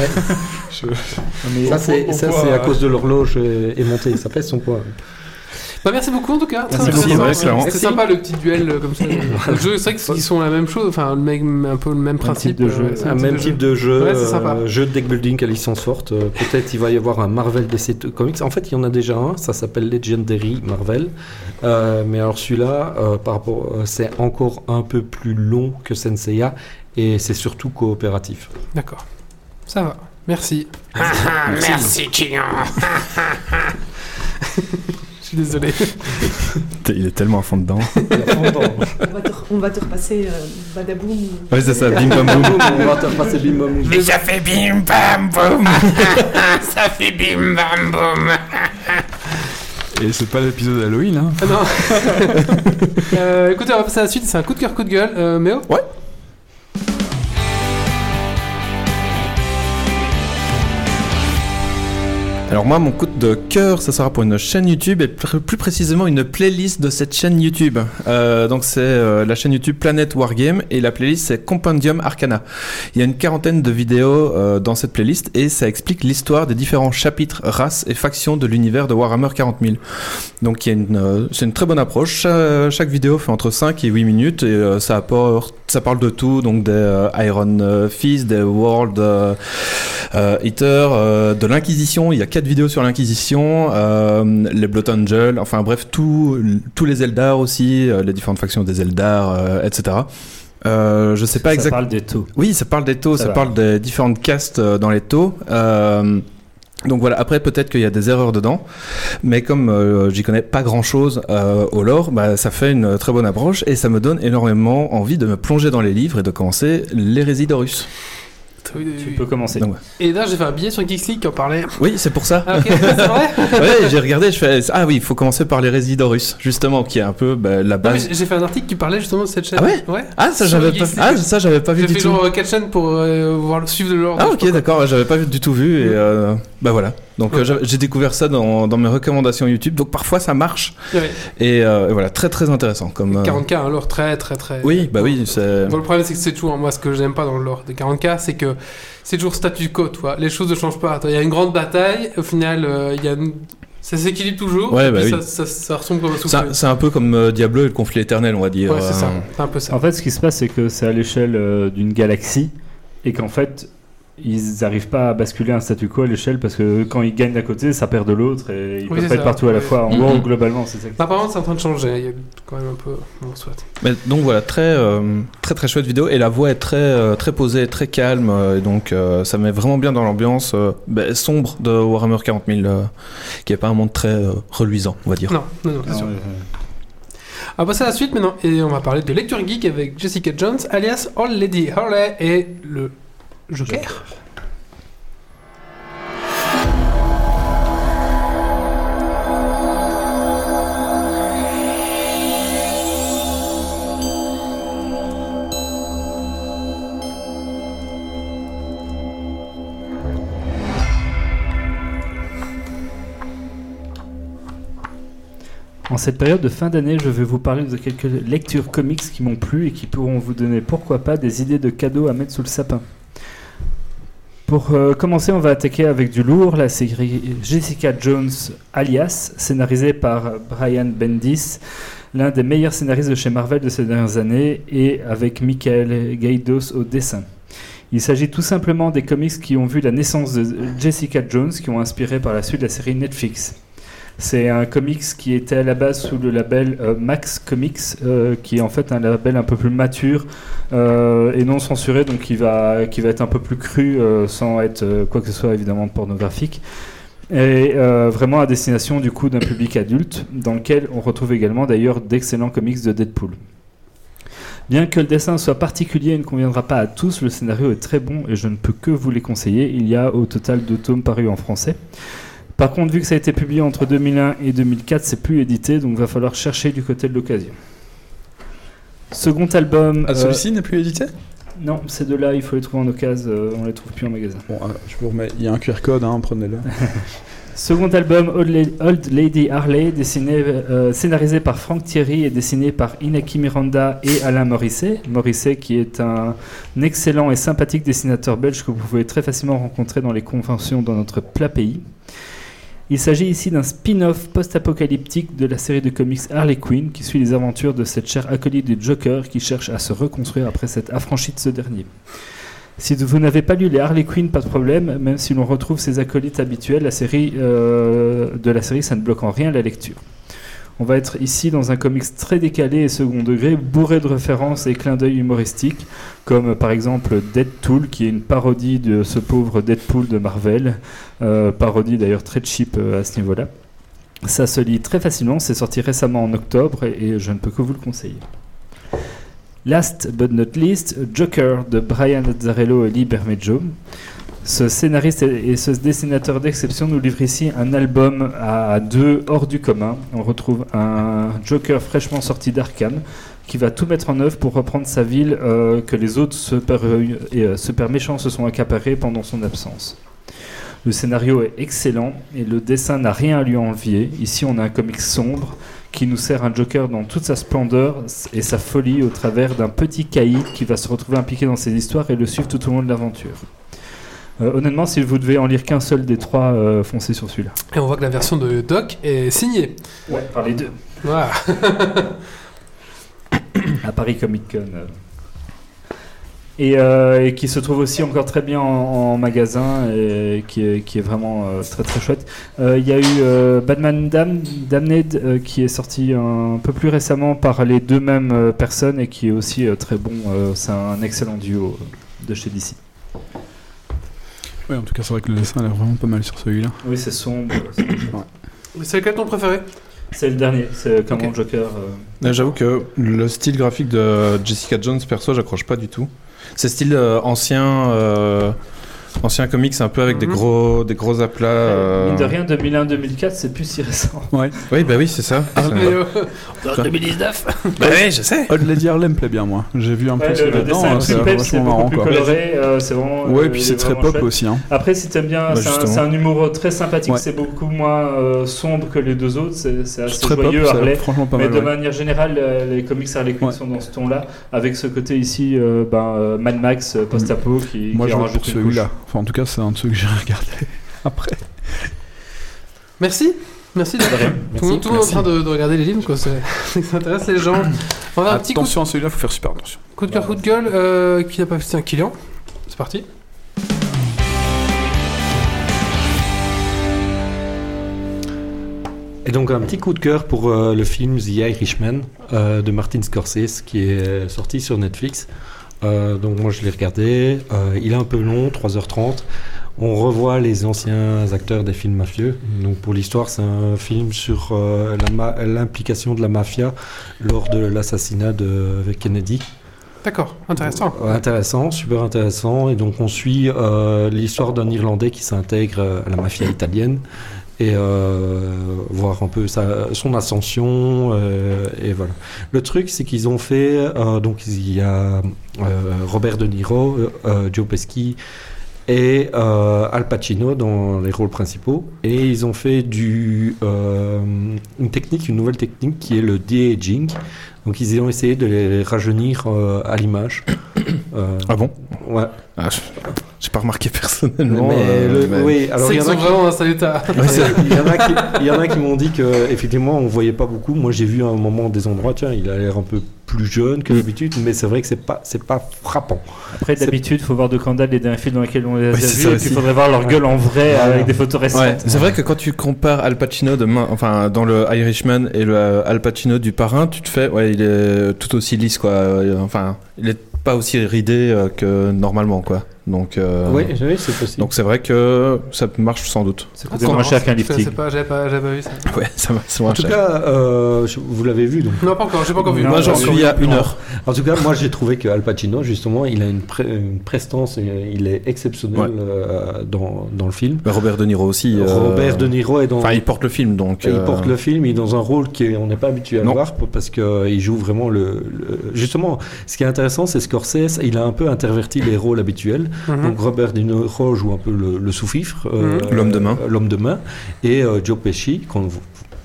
Ça, au- c'est au ça, poids, c'est à euh, cause de l'horloge euh, aimantée. Ça pèse son poids. Bah, merci beaucoup en tout cas. Très Merci, intéressant. ouais, clairement. C'était sympa le petit duel euh, [laughs] comme ça. Le jeu, c'est vrai que c'est- qu'ils sont la même chose, enfin le même, un peu le même principe. type de jeu. euh, c'est Un même type de jeu, Ouais, c'est sympa. euh, jeu de deck building à licence forte. Euh, Peut-être il va y avoir un Marvel DC t- Comics. En fait, il y en a déjà un, ça s'appelle Legendary Marvel. Euh, mais alors celui-là, euh, par rapport, euh, c'est encore un peu plus long que Senseiya et c'est surtout coopératif. [laughs] D'accord. Ça va. Merci. Ah, ah, Merci, Kilian. Je suis [laughs] désolé. T'es- Il est tellement à fond dedans. On va te, on va te repasser euh, Badaboum. [laughs] Ouais, c'est [laughs] ça, bim bam boum. Boum, on va te repasser Bim Bam Boum. [laughs] Et ça fait bim bam boum. ça fait bim bam boum. Et c'est pas l'épisode d'Halloween, hein. Ah non. Euh, écoutez, on va passer à la suite. C'est un coup de cœur, coup de gueule. Euh, Méo Ouais. Alors moi, mon coup de cœur, ça sera pour une chaîne YouTube et pr- plus précisément une playlist de cette chaîne YouTube. Euh, donc c'est euh, la chaîne YouTube Planet Wargame et la playlist c'est Compendium Arcana. Il y a une quarantaine de vidéos euh, dans cette playlist et ça explique l'histoire des différents chapitres, races et factions de l'univers de Warhammer 40 000. Donc il y a une, euh, c'est une très bonne approche. Cha- chaque vidéo fait entre 5 et 8 minutes et euh, ça apporte, ça parle de tout, donc des euh, Iron euh, Fist, des World euh, euh, Eater, euh, de l'Inquisition. Il y a 4 vidéos sur l'Inquisition, euh, les Blood Angel, enfin bref, tout- tous les Eldar aussi, euh, les différentes factions des Eldar, euh, etc. Euh, je sais pas Ça exactement. parle des taux. Oui, ça parle des taux, Ça ça, va. parle des différentes castes euh, dans les taux. Euh, donc voilà, après peut-être qu'il y a des erreurs dedans, mais comme euh, j'y connais pas grand-chose euh, au lore, bah, ça fait une très bonne approche et ça me donne énormément envie de me plonger dans les livres et de commencer l'hérésie d'Horus. Tu peux commencer. Donc- Et là, j'ai fait un billet sur Geeks League qui en parlait. Oui, c'est pour [laughs] ça. Ah, ok, c'est vrai ouais, j'ai regardé, je fais ah oui, il faut commencer par l'hérésie d'Horus, justement, qui est un peu bah, la Non, mais base. j'ai j'ai fait un article qui parlait justement de cette chaîne. Ah ouais Ouais. Ah ça Sur j'avais pas, Geeks League. ah ça j'avais pas vu J'ai du fait tout. genre euh, quatre chaînes pour euh, voir le suivre de l'ordre. Ah ok d'accord, j'avais pas du tout vu et euh, bah voilà. Donc euh, j'avais- j'ai découvert ça dans, dans mes recommandations YouTube. Donc parfois ça marche Ouais. et euh, et voilà très très intéressant comme. euh, 40K, un hein, lore très très très. Oui bah oui c'est. Bon, le problème, c'est que c'est toujours, moi, ce que j'aime pas dans le lore de 40K, c'est que c'est toujours statu quo, tu vois. Les choses ne changent pas. Il y a une grande bataille, au final, euh, il y a une- ça s'équilibre toujours, Ouais, et puis bah ça, oui. ça, ça ressemble comme un C'est souffle. un- c'est un peu comme euh, Diablo et le conflit éternel on va dire. Ouais, c'est ça. Euh, C'est un peu ça. En fait, ce qui se passe, c'est que c'est à l'échelle euh, d'une galaxie et qu'en fait, ils n'arrivent pas à basculer un statu quo à l'échelle parce que quand ils gagnent d'un côté, ça perd de l'autre et ils Oui, peuvent c'est pas être ça. partout à la Oui. fois. En Mhm. gros, globalement, c'est ça. Bah, Apparemment, c'est en train de changer. Il y a quand même un peu. Bon, soit. mais donc voilà très euh, très très chouette vidéo et la voix est très euh, très posée très calme euh, et donc euh, ça met vraiment bien dans l'ambiance euh, bah, sombre de Warhammer 40 000 euh, qui est pas un monde très euh, reluisant on va dire. Non, non, Ah non, c'est sûr. On va passer à la suite maintenant et on va parler de lecture geek avec Jessica Jones, alias All Lady Hurley et le Joker. En cette période de fin d'année, je vais vous parler de quelques lectures comics qui m'ont plu et qui pourront vous donner, pourquoi pas, des idées de cadeaux à mettre sous le sapin. Pour euh, commencer, on va attaquer avec du lourd la série Jessica Jones Alias, scénarisée par Brian Bendis, l'un des meilleurs scénaristes de chez Marvel de ces dernières années, et avec Michael Gaidos au dessin. Il s'agit tout simplement des comics qui ont vu la naissance de Jessica Jones, qui ont inspiré par la suite la série Netflix. C'est un comics qui était à la base sous le label euh, Max Comics, euh, qui est en fait un label un peu plus mature euh, et non censuré, donc qui va, qui va être un peu plus cru euh, sans être euh, quoi que ce soit évidemment pornographique. Et euh, vraiment à destination du coup d'un public adulte, dans lequel on retrouve également d'ailleurs d'excellents comics de Deadpool. Bien que le dessin soit particulier et ne conviendra pas à tous, le scénario est très bon et je ne peux que vous les conseiller. Il y a au total deux tomes parus en français. Par contre, vu que ça a été publié entre 2001 et 2004, c'est plus édité, donc va falloir chercher du côté de l'occasion. Second album. Ah, euh, celui-ci n'est plus édité non, ces deux-là, il faut les trouver en occasion, euh, on les trouve plus en magasin. Bon, euh, je vous remets, il y a un QR code, hein, prenez-le. Second album, Old La- Old Lady Harley, dessiné, euh, scénarisé par Frank Thierry et dessiné par Inaki Miranda et Alain Morisset. Morisset qui est un excellent et sympathique dessinateur belge que vous pouvez très facilement rencontrer dans les conventions dans notre plat pays. Il s'agit ici d'un spin-off post-apocalyptique de la série de comics Harley Quinn qui suit les aventures de cette chère acolyte du Joker qui cherche à se reconstruire après cette affranchie de ce dernier. Si vous n'avez pas lu les Harley Quinn, pas de problème, même si l'on retrouve ses acolytes habituels, la série, euh, de la série, ça ne bloque en rien la lecture. On va être ici dans un comics très décalé et second degré, bourré de références et clins d'œil humoristiques, comme euh, par exemple Deadpool, qui est une parodie de ce pauvre Deadpool de Marvel, euh, parodie d'ailleurs très cheap euh, à ce niveau-là. Ça se lit très facilement, c'est sorti récemment en octobre et- et je ne peux que vous le conseiller. Last but not least, Joker de Brian Azzarello et Lee Bermejo. Ce scénariste et et ce dessinateur d'exception nous livre ici un album à deux hors du commun. On retrouve un Joker fraîchement sorti d'Arkham qui va tout mettre en œuvre pour reprendre sa ville euh, que les autres super, et, euh, super méchants se sont accaparés pendant son absence. Le scénario est excellent et le dessin n'a rien à lui envier. Ici, on a un comic sombre qui nous sert un Joker dans toute sa splendeur et sa folie au travers d'un petit caïd qui va se retrouver impliqué dans ses histoires et le suivre tout au long de l'aventure. Euh, honnêtement, si vous devez en lire qu'un seul des trois, euh, foncez sur celui-là. Et on voit que la version de Doc est signée. Ouais, par les deux. Voilà. à Paris Comic Con. euh. Et, euh, et qui se trouve aussi encore très bien en, en magasin et qui est, qui est vraiment euh, très très chouette. Euh, Il y a eu euh, Batman Dam- Damned euh, qui est sorti un peu plus récemment par les deux mêmes euh, personnes et qui est aussi euh, très bon. euh, C'est un excellent duo euh, de chez DC. Ouais, en tout cas, c'est vrai que le dessin a l'air vraiment pas mal sur celui-là. Oui, c'est sombre. C'est lequel ton préféré C'est le dernier. C'est comme Ok. un Joker. euh. Mais J'avoue que le style graphique de Jessica Jones, perso, j'accroche pas du tout. C'est style euh, ancien, euh, ancien comics, un peu avec des Mhm. gros, des gros aplats. euh. Mine de rien, 2001-2004, c'est plus si récent. Oui, bah oui, c'est ça. C'est- Mais, euh, [laughs] Quoi 2019 Bah oui, je sais. Old Lady Harlem plaît bien, moi. J'ai vu un peu ce le, là-dedans, dessin hein, est c'est plus peps, c'est vachement beaucoup marrant, plus quoi. coloré. euh, c'est vraiment. Ouais, euh, et puis il c'est est très vraiment pop chouette. aussi. Hein. Après, si t'aimes bien, Bah, c'est un- justement. c'est un, humour euh, très sympathique. Ouais. C'est beaucoup moins euh, sombre que les deux autres. C'est c'est assez C'est très pop, joyeux, c'est Harley. franchement pas Mais mal. de ouais. manière générale, euh, les comics Harley Quinn Ouais. sont dans ce ton-là, avec ce côté ici, euh, ben, euh, Mad Max euh, post-apo qui, Moi, qui je en vois rajoute pour une couche. celui-là. Enfin, en tout cas, c'est un de ceux que j'ai regardé après. Merci. Merci d'être rien. Tout le monde- tout le monde est en train de, de regarder les livres, quoi. c'est- [laughs] Ça intéresse les gens. On va un petit coup, attention à celui-là, faut faire super attention. coup de cœur, coup de gueule. euh, qui n'a pas fait un client C'est parti. Et donc un petit coup de cœur pour euh, le film The Irishman euh, de Martin Scorsese qui est euh, sorti sur Netflix. Euh, donc moi je l'ai regardé, Euh, il est un peu long, 3h30. On revoit les anciens acteurs des films mafieux. Donc pour l'histoire c'est un film sur euh, la ma- l'implication de la mafia lors de l'assassinat de Kennedy. D'accord, intéressant. Euh, intéressant, super intéressant. Et donc on suit euh, l'histoire d'un Irlandais qui s'intègre euh, à la mafia italienne et euh, voir un peu sa, son ascension. euh, et voilà. Le truc, c'est qu'ils ont fait. euh, donc il y a euh, Robert De Niro, euh, euh, Joe Pesci et euh, Al Pacino dans les rôles principaux. Et ils ont fait du, euh, une technique, une nouvelle technique qui est le de-aging. Donc ils ont essayé de les rajeunir euh, à l'image. [coughs] Euh, Ah bon ouais. Ah, je- J'ai pas remarqué personnellement. Mais euh, le- mais- oui, alors C'est il y qu'ils en a sont qui- vraiment installé ta. [laughs] il y en a qui- il y en a qui m'ont dit [laughs] que effectivement on voyait pas beaucoup. Moi j'ai vu à un moment des endroits, tiens, il a l'air un peu plus jeune que d'habitude, mais c'est vrai que c'est pas c'est pas frappant. Après, C'est- d'habitude, faut voir de candale les derniers films dans lesquels on les a Oui, c'est ça vus, et puis aussi. il faudrait voir leur gueule en vrai Voilà. avec des photos Ouais, récentes. c'est vrai que quand tu compares Al Pacino de main- enfin dans le Irishman et le euh, Al Pacino du parrain, tu te fais ouais, il est tout aussi lisse quoi. Euh, Enfin, il est pas aussi ridé euh, que normalement quoi. Donc euh, oui, c'est possible. donc c'est vrai que ça marche sans doute. C'est Ah, coûté moins marrant, cher qu'un je connaissais lifting. pas, J'avais pas, j'avais pas vu ça. [laughs] Ouais, ça marche En tout cas, euh, je- vous l'avez vu donc. Non, pas encore, j'ai pas encore vu. moi j'en Encore suis vu. à une heure. En tout cas, moi j'ai trouvé que Al Pacino justement, il a une, pré- une prestance, euh, il est exceptionnel Ouais. euh, dans, dans le film. Mais Bah, Robert De Niro aussi. euh, Robert De Niro est dans Enfin, il porte le film donc. Il euh, porte le film, il est dans un rôle qu'on n'est pas habitué à Non. voir p- parce qu'il joue vraiment le, le- Justement, ce qui est intéressant, c'est Scorsese, il a un peu interverti les rôles habituels. Mhm. Donc Robert De Niro joue un peu le, le sous-fifre. Mhm. L'homme de main. euh, L'homme de main. Et euh, Joe Pesci, qu'on v-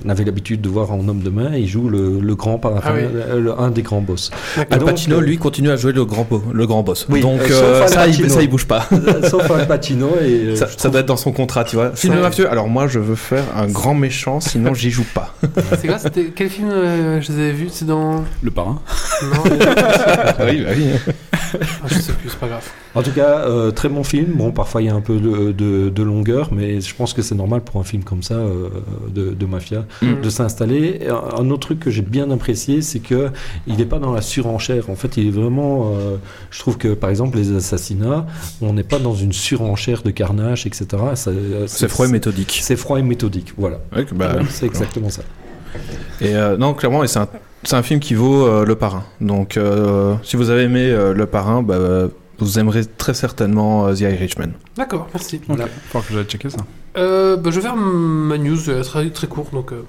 on avait l'habitude de voir en homme de main, il joue le, le grand parrain, Ah oui. euh, le- un des grands boss. [laughs] Al Donc, Pacino, euh, lui, continue à jouer le grand, bo- le grand boss. Oui, Donc, euh, sauf euh, Al ça, il, Pacino. ça, il bouge pas. Sauf Al Pacino et... euh, Ça, je ça doit être dans son contrat, tu vois. Film Ouais. mafieux, alors moi, je veux faire un grand méchant, sinon j'y joue [laughs] pas. C'est quoi c'était- Quel film euh, je les avais vus C'est dans. Le parrain. Non, mais- oui, bah oui. Ah, je sais plus, c'est pas grave. En tout cas, euh, très bon film. Bon, parfois il y a un peu de, de- de longueur, mais je pense que c'est normal pour un film comme ça euh, de, de mafia Mm. de s'installer. Et Un un autre truc que j'ai bien apprécié, c'est que il n'est pas dans la surenchère. En fait, il est vraiment. euh, je trouve que par exemple les assassinats, on n'est pas dans une surenchère de carnage, etc. Ça, euh, C'est froid et méthodique. C'est froid et méthodique. Voilà. Ouais, que bah, c'est exactement ça. et euh, non, clairement, et c'est un, c'est un film qui vaut euh, Le Parrain. Donc, euh, si vous avez aimé euh, Le Parrain, bah, euh, vous aimerez très certainement euh, The Irishman. D'accord, merci. Ok, faut que j'aille checker ça. Euh, bah, je vais faire ma news euh, très, très court donc. euh.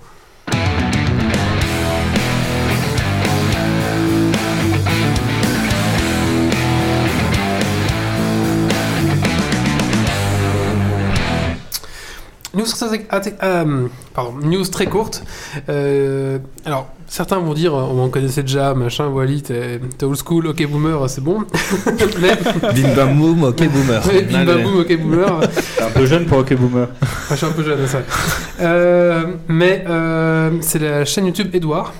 News très, ah, t'es- euh, pardon, news très courte. Euh, alors, certains vont dire, on en connaissait déjà, machin, Wally, t'es t'es old school, ok boomer, c'est bon. [laughs] mais, Bim Bam Boom, ok boomer. mais bim, hein. bam, boum, ok boomer, T'es un peu jeune pour Hockey Boomer. Enfin, je suis un peu jeune, c'est vrai. Euh, mais euh, c'est la chaîne YouTube Edouard.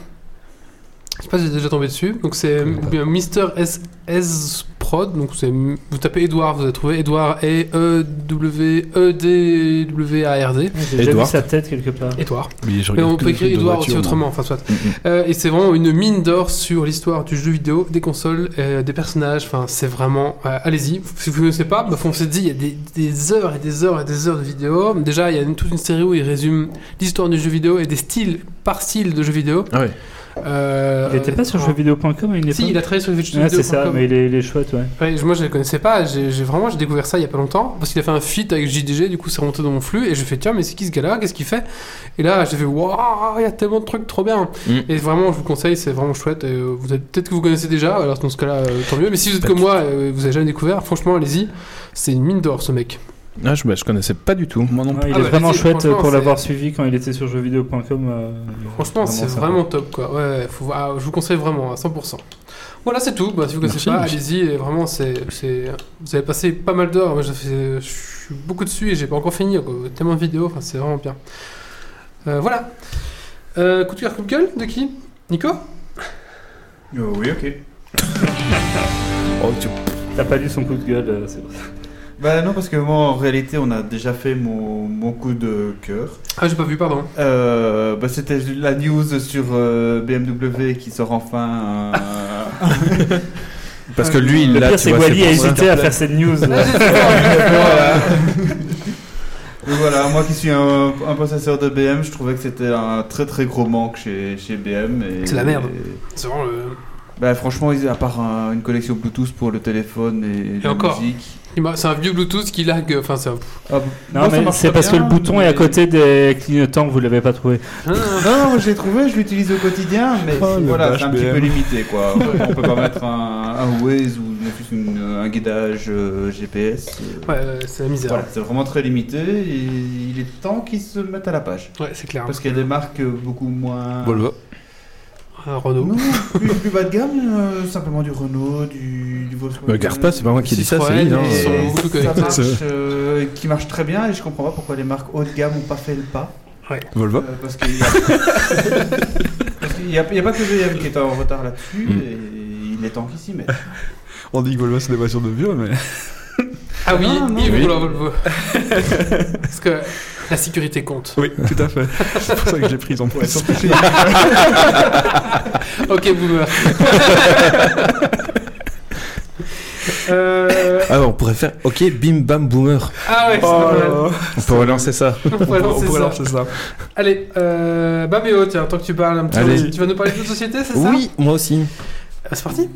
Je sais pas si j'ai déjà tombé dessus. Donc c'est Mister S, S Prod. Donc c'est vous tapez Edouard, vous allez trouver Edouard E E W E D W A R D. J'ai déjà vu Edouard. sa tête quelque part. Edouard. Oui, je Mais regarde on tous peut les écrire films de Edouard voiture, aussi autrement. hein. moi. Enfin soit. Mhm. Euh, et c'est vraiment une mine d'or sur l'histoire du jeu vidéo, des consoles, euh, des personnages. Enfin, c'est vraiment. euh, Allez-y. Si vous ne connaissez pas, bah, foncez dit, il y a des, des heures et des heures et des heures de vidéos. Déjà, il y a une- toute une série où il résume l'histoire du jeu vidéo et des styles par style de jeu vidéo. Ah oui. Euh, Il n'était pas sur euh, jeuxvideo.com à une époque Si, il a travaillé sur jeuxvideo.com. Ouais, c'est ça, mais il est, il est chouette, ouais. Ouais, je- moi je les connaissais pas, j'ai j'ai- vraiment j'ai découvert ça il y a pas longtemps parce qu'il a fait un feat avec JDG, du coup c'est rentré dans mon flux et je fais tiens mais c'est qui ce gars-là, qu'est-ce qu'il fait Et là j'ai fait waouh, il y a tellement de trucs trop bien. Mm. Et vraiment je vous conseille, c'est vraiment chouette. et, euh, vous êtes- Peut-être que vous connaissez déjà, alors dans ce cas-là euh, tant mieux. Mais si vous êtes Pas comme du moi, euh, vous avez jamais découvert, franchement allez-y, c'est une mine d'or ce mec. Ah, je, bah, je connaissais pas du tout. Moi non Ouais, plus. il Ah est bah, vraiment vas-y, chouette franchement, pour c'est- l'avoir suivi quand il était sur jeuxvideo.com. euh, Franchement c'est sympa. vraiment top quoi. Ouais, faut, voir- ah, je vous conseille vraiment à 100%. Voilà c'est tout, Bah, si vous connaissez Merci, pas, merci. allez-y, et vraiment c'est c'est- vous avez passé pas mal d'heures, moi j'ai fait- je suis beaucoup dessus et j'ai pas encore fini, quoi. tellement de vidéos, Enfin, c'est vraiment bien. Euh, voilà. Euh, coup de cœur, coup de gueule, de qui Nico oui, ok. Oh, tu- T'as pas lu son coup de gueule, euh, c'est Bah non, parce que moi, en réalité, on a déjà fait mon, mon coup de cœur. Ah j'ai pas vu, pardon. Euh, bah, C'était la news sur euh, BMW qui sort enfin... euh, un- [laughs] Parce que lui, Le là, pire, tu c'est vois, Wally a pour ça. hésité à faire cette news. Et voilà, moi qui suis un, un possesseur de BM, je trouvais que c'était un très très gros manque chez, chez BM. et- C'est la merde. et- C'est vraiment le... bah franchement, ils- à part un- une collection Bluetooth pour le téléphone et, la encore. musique. il m'a- C'est un vieux Bluetooth qui lag, enfin c'est un... Ah, Non, moi, ça mais marche c'est pas parce que bien, le bouton est à mais- côté des clignotants, vous l'avez pas trouvé. Non, moi, je l'ai trouvé, je l'utilise au quotidien, mais Oh, le voilà, c'est un HBM. petit peu limité quoi. On peut pas mettre un, un Waze ou ne fût-ce une- un guidage euh, GPS. euh, Ouais, ouais, c'est la misère. Voilà, c'est vraiment très limité et il est temps qu'ils se mettent à la page. Ouais, c'est clair. Parce qu'il y a des marques euh, beaucoup moins. Volvo. Ah, Renault. Non, plus, plus bas de gamme, euh, simplement du Renault, du, du Volkswagen. Me regarde pas, Euh, c'est pas moi qui dis ça, c'est Citroën, lui. hein. ils sont Et beaucoup ça connectés. marche, euh, qui marche très bien et je comprends pas pourquoi les marques haut de gamme ont pas fait le pas. Volvo. Euh, parce qu'il y a... [laughs] parce qu'il y a, il y a pas que GM qui est en retard là-dessus Mm. et il est temps qu'ils s'y mettent. On dit que Volvo c'est des voitures de vieux, mais. Ah oui, Ah, non, il oui. roule en Volvo. Parce que la sécurité compte. Oui, tout à fait. C'est pour ça que j'ai pris en plus. Ok, boomer. [laughs] Euh, Ah, on pourrait faire OK, bim bam boomer. Ah ouais, c'est pas mal. On peut relancer ça. On pourrait Oh On lancer pourrait ça. lancer ça. Allez, euh, Babéo, tiens, tant que tu parles un petit Allez. peu, tu vas nous parler de société, c'est ça Oui, moi aussi. Ah, C'est parti.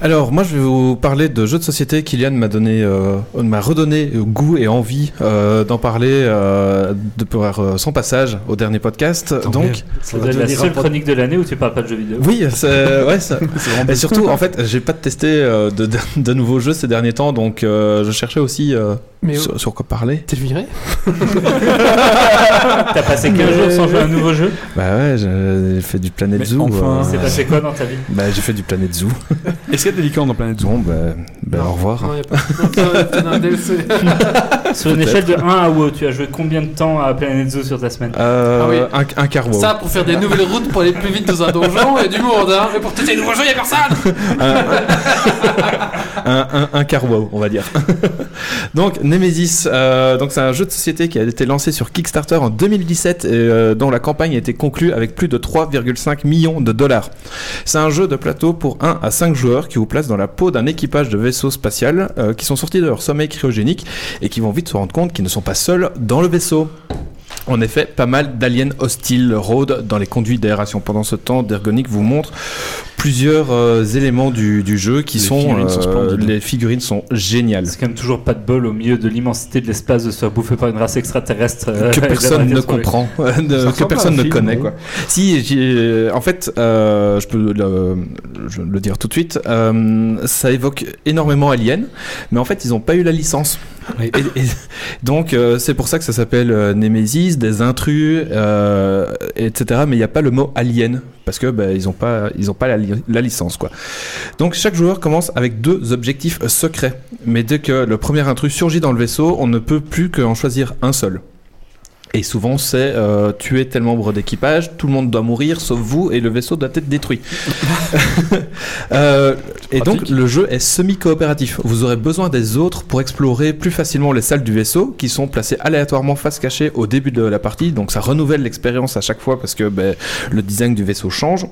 Alors, moi, je vais vous parler de jeux de société. Kylian m'a donné, euh, m'a redonné goût et envie euh, d'en parler euh, de par euh, son passage au dernier podcast. Donc, C'est la seule chronique de l'année où tu parles pas de [laughs] jeux vidéo. oui, c'est, ouais, ça- Et surtout, en fait, j'ai pas testé euh, de, de- de nouveaux jeux ces derniers temps, donc euh, je cherchais aussi euh, Mais oh, sur, sur quoi parler. t'es viré T'as passé 15 jours sans jouer à un nouveau jeu Bah ouais, je- j'ai fait du Planet Mais Zoo. euh, enfin. C'est passé quoi dans ta [laughs] vie bah, j'ai fait du Planet Zoo. Est-ce qu'il y a des licornes dans Planète Zoo Bon, bah, bah, Non, au revoir. Non, y a pas. Non, c'est un- c'est un [laughs] DLC. Sur une échelle de 1 à WoW, tu as joué combien de temps à Planet Zoo sur ta semaine Euh, un, un quart wow. Ça, pour faire des nouvelles routes pour aller plus vite dans un donjon, il y a du monde, hein. Mais pour tester les nouveaux jeux, il y a personne un, un, un car wow, on va dire. [laughs] donc Nemesis, euh, donc c'est un jeu de société qui a été lancé sur Kickstarter en 2017 et euh, dont la campagne a été conclue avec plus de 3,5 millions de dollars. C'est un jeu de plateau pour 1 à 5 joueurs qui qui vous place dans la peau d'un équipage de vaisseau spatial euh, qui sont sortis de leur sommeil cryogénique et qui vont vite se rendre compte qu'ils ne sont pas seuls dans le vaisseau. En effet, pas mal d'aliens hostiles rôdent dans les conduits d'aération. Pendant ce temps, Dergonic vous montre plusieurs euh, éléments du, du jeu qui Les sont, euh, figurines sont splendides. les figurines sont géniales. C'est quand même toujours pas de bol au milieu de l'immensité de l'espace de se faire bouffer par une race extraterrestre. [laughs] euh, [laughs] que et personne d'avoir ne été trouvé. comprend, de- que ressemble personne à ne un film, hein. connaît. ouais. Quoi. Si, j'ai- en fait, euh, je peux le, je vais le dire tout de suite, euh, ça évoque énormément Alien, mais en fait, ils n'ont pas eu la licence. Oui. Et- et- donc, euh, c'est pour ça que ça s'appelle euh, Nemesis, des intrus, euh, etc. Mais il n'y a pas le mot Alien, parce que ben, ils n'ont pas, ils ont pas la, li- la licence. quoi. Donc, chaque joueur commence avec deux objectifs secrets. Mais dès que le premier intrus surgit dans le vaisseau, on ne peut plus qu'en choisir un seul. Et souvent, c'est euh, tuer tel membre d'équipage, tout le monde doit mourir, sauf vous, et le vaisseau doit être détruit. Euh, et donc, le jeu est semi-coopératif. Vous aurez besoin des autres pour explorer plus facilement les salles du vaisseau, qui sont placées aléatoirement face cachée au début de la partie. Donc, ça renouvelle l'expérience à chaque fois parce que ben, le design du vaisseau change.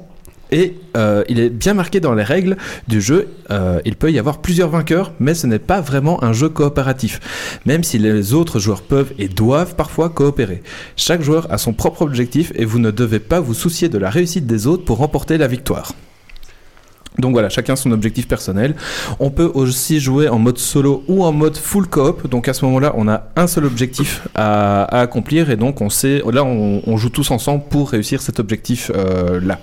Et euh, il est bien marqué dans les règles du jeu, euh, il peut y avoir plusieurs vainqueurs, mais ce n'est pas vraiment un jeu coopératif, même si les autres joueurs peuvent et doivent parfois coopérer. Chaque joueur a son propre objectif et vous ne devez pas vous soucier de la réussite des autres pour remporter la victoire. Donc voilà, chacun son objectif personnel. On peut aussi jouer en mode solo ou en mode full coop. Donc à ce moment-là, on a un seul objectif à, à accomplir et donc on sait, là on, on joue tous ensemble pour réussir cet objectif euh, là.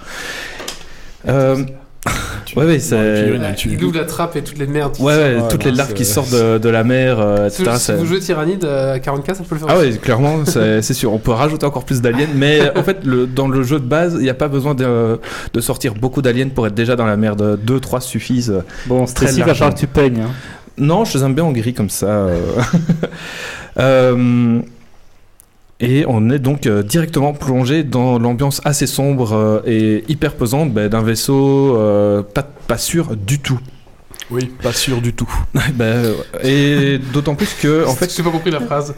Euh, ouais, ouais, Dans les c'est. figurines, elle tue. Il ouvre la trappe et toutes les merdes. Ouais, ouais, Ouais, toutes non, les larves c'est- qui sortent de, de la mer, euh, Si, etc. si c'est- vous jouez Tyrannide euh, à 44, ça peut le faire. Ah aussi. ouais, clairement, c'est c'est sûr. On peut rajouter encore plus d'aliens, mais euh, en fait, le, dans le jeu de base, il n'y a pas besoin de, de sortir beaucoup d'aliens pour être déjà dans la mer. De 2, 3 suffisent. Bon, Très Stressif, à largement. part que tu peignes. hein. Non, je les aime bien en gris comme ça. euh. [laughs] Euh, et on est donc euh, directement plongé dans l'ambiance assez sombre euh, et hyper pesante bah, d'un vaisseau euh, pas, pas sûr du tout. [laughs] Oui, pas sûr du tout. Bah, et d'autant plus que, [laughs] en En fait, fait, je n'ai pas compris la phrase.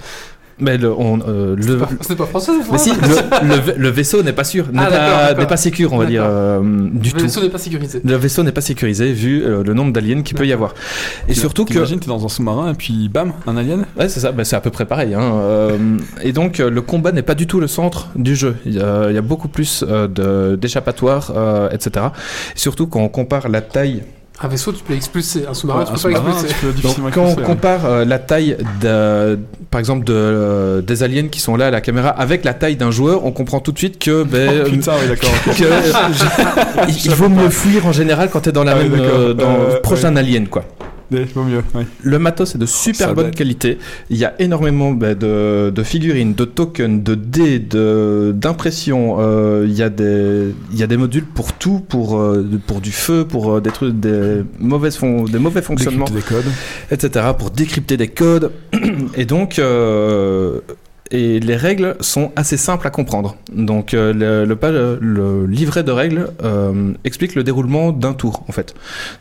mais le, on, euh, le, C'est pas français, cette Mais phrase si, le, le va- le vaisseau n'est pas sûr, n'est Ah, d'accord, pas, d'accord. n'est pas sécure, on va dire, D'accord. euh, du Le tout. vaisseau n'est pas sécurisé. Le vaisseau n'est pas sécurisé vu euh, le nombre d'aliens qu'il peut y avoir. Et surtout que. T'imagines, t'es dans un sous-marin et puis bam, un alien Ouais, c'est ça, bah, c'est à peu près pareil. hein, euh, et donc, euh, le combat n'est pas du tout le centre du jeu. Il y a, il y a beaucoup plus euh, de- d'échappatoires, euh, etc. Surtout quand on compare la taille Un vaisseau, tu peux l'expulser. Un sous-marin, Ouais, tu un peux pas hein. sous-marin, l'expulser. tu peux Donc, difficilement quand on expulser, ouais. compare euh, la taille, d'un- par exemple, de, euh, des aliens qui sont là à la caméra avec la taille d'un joueur, on comprend tout de suite que ben, Oh, putain, oui, d'accord. que- il, il vaut mieux fuir en général quand t'es dans la Ah oui, même d'accord. euh, dans- Euh, proche ouais. d'un alien quoi. Ouais, Vaut mieux. ouais. Le matos est de super Ça bonne date. qualité. Il y a énormément bah, de, de figurines, de tokens, de dés, de- d'impressions. Euh, Il y a des il y a des modules pour tout, pour euh, pour du feu, pour euh, des trucs des mauvaises fon- des mauvais fonctionnements Décrypter des codes. etc., pour décrypter des codes. [clears throat] et donc, euh, et les règles sont assez simples à comprendre. Donc, euh, le, le pa- le livret de règles euh, explique le déroulement d'un tour, en fait.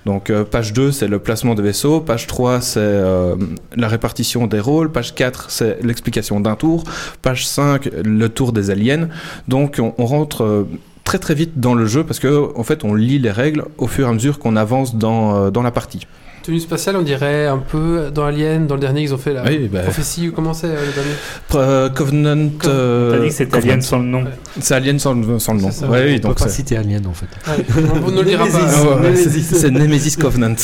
Donc, euh, page 2, c'est le placement des vaisseaux. Page 3, c'est euh, la répartition des rôles. Page 4, c'est l'explication d'un tour. Page 5, le tour des aliens. Donc, on, on rentre. euh, très très vite dans le jeu parce que en fait on lit les règles au fur et à mesure qu'on avance dans, euh, dans la partie. Tenue spatiale, on dirait un peu dans Alien, dans le dernier, ils ont fait la Oui, bah, prophétie, ou comment c'est euh, le dernier Euh, Covenant. euh, T'as dit que c'était Covenant. Alien sans le nom. C'est Alien sans le, sans le nom. C'est ça. Ouais, oui, On peut donc pas c'est- citer Alien en fait. Ouais, On ne le dira Ah pas. ouais, ouais, c'est- c'est Nemesis Covenant.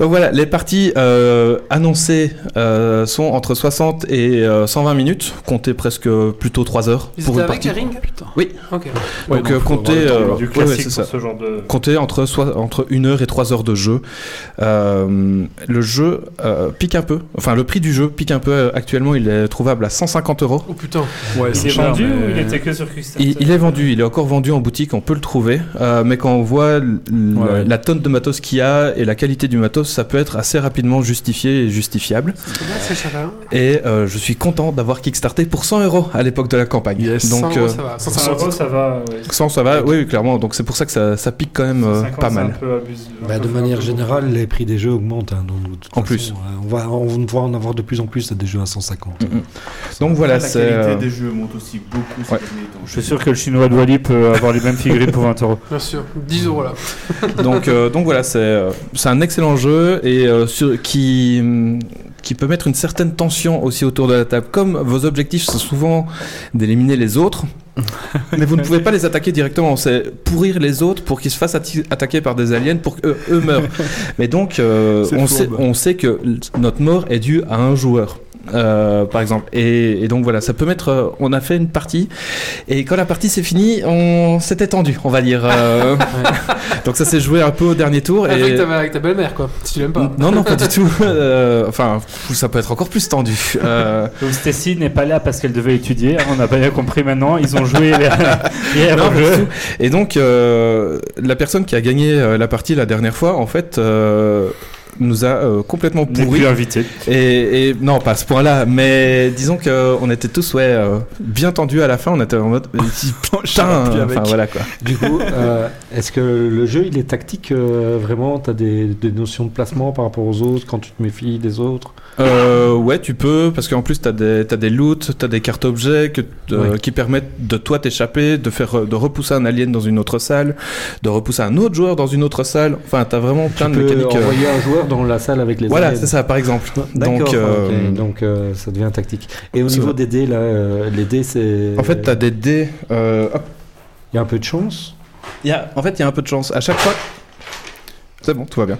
donc voilà, les parties euh, annoncées euh, sont entre 60 et euh, 120 minutes, comptez presque plutôt 3 heures Ils pour étaient une avec partie. Kering Oui. Ok. Ouais, donc non, euh, faut avoir comptez le temps de euh, voir du ouais, ouais, classique c'est ça. pour ce genre de. Comptez entre, soi- entre une heure et trois heures de jeu. Euh, le jeu euh, pique un peu. Enfin, le prix du jeu pique un peu. euh, Actuellement, il est trouvable à 150 euros. Oh putain. Ouais, Il c'est est cher, vendu mais- ou il était que sur Kickstarter Il, il est vendu, il est encore vendu en boutique, on peut le trouver. Euh, mais quand on voit l- l- Ouais, ouais. la tonne de matos qu'il y a et la qualité du matos, ça peut être assez rapidement justifié et justifiable. C'est bien, c'est cher. hein. Et euh, je suis content d'avoir kickstarté pour 100 euros à l'époque de la campagne. Yes. Donc 100 euros, euh, ça va. 100 euros, 150 ça va. ouais. ça va, oui, oui, clairement. Donc c'est pour ça que ça, ça pique quand même euh, 150, pas c'est un mal. peu abusé. Bah, de Un peu manière générale, les prix des jeux augmentent. hein, donc, de toute En façon, plus. euh, On va, on va en avoir de plus en plus à des jeux à 150. Mm, Donc voilà, la c'est. qualité euh, des jeux monte aussi beaucoup ces Ouais. derniers temps. Je suis sûr que le chinois de Wally peut avoir les mêmes figurines pour 20 euros. Bien sûr, 10 euros là. [laughs] donc, euh, donc voilà, c'est euh, c'est un excellent jeu et euh, sur- qui hum, qui peut mettre une certaine tension aussi autour de la table. Comme vos objectifs sont souvent d'éliminer les autres, mais vous ne pouvez pas les attaquer directement. C'est pourrir les autres pour qu'ils se fassent atti- attaquer par des aliens pour qu'eux eux meurent. Mais donc euh, C'est on, fourbe. sait, on sait que l- notre mort est due à un joueur. euh, par exemple et, et donc voilà ça peut mettre euh, on a fait une partie et quand la partie s'est finie on s'est étendu on va dire euh, donc ça s'est joué un peu au dernier tour. Avec, et... ta, avec ta belle-mère quoi, si tu l'aimes pas. Non, non, pas du tout. [laughs] Euh, enfin, pff, ça peut être encore plus tendu. Euh, Donc Stacy n'est pas là parce qu'elle devait étudier. hein, On n'a pas bien compris maintenant. Ils ont joué hier hier Non, au pas du jeu. tout. Et donc, euh, la personne qui a gagné euh, la partie la dernière fois, en fait, euh, nous a euh, complètement N'est pourri. plus invité. Et, et- non, pas à ce point-là, mais disons qu'on était tous ouais, euh, bien tendus à la fin. On était en mode. Putain, j'aurais pu euh, avec. enfin voilà quoi. Du coup, euh, est-ce que le jeu, il est tactique euh, Vraiment, tu as des, des notions de placement par rapport aux autres, quand tu te méfies des autres Euh, ouais, tu peux, parce qu'en plus, t'as des, t'as des loots, t'as des cartes objets que, euh, Ouais. qui permettent de toi t'échapper, de faire, de repousser un alien dans une autre salle, de repousser un autre joueur dans une autre salle. Enfin, t'as vraiment plein Tu de peux mécaniques. euh, envoyer un joueur dans la salle avec les Voilà, aliens. Ah, c'est ça, par exemple. D'accord, Donc, ok, euh, donc euh, ça devient tactique. Et au c'est niveau vrai. des dés, là, euh, les dés, c'est. En fait, t'as des dés. euh, hop. Il y a un peu de chance. Il y a- en fait, il y a un peu de chance. À chaque fois. C'est bon, tout [laughs] va bien.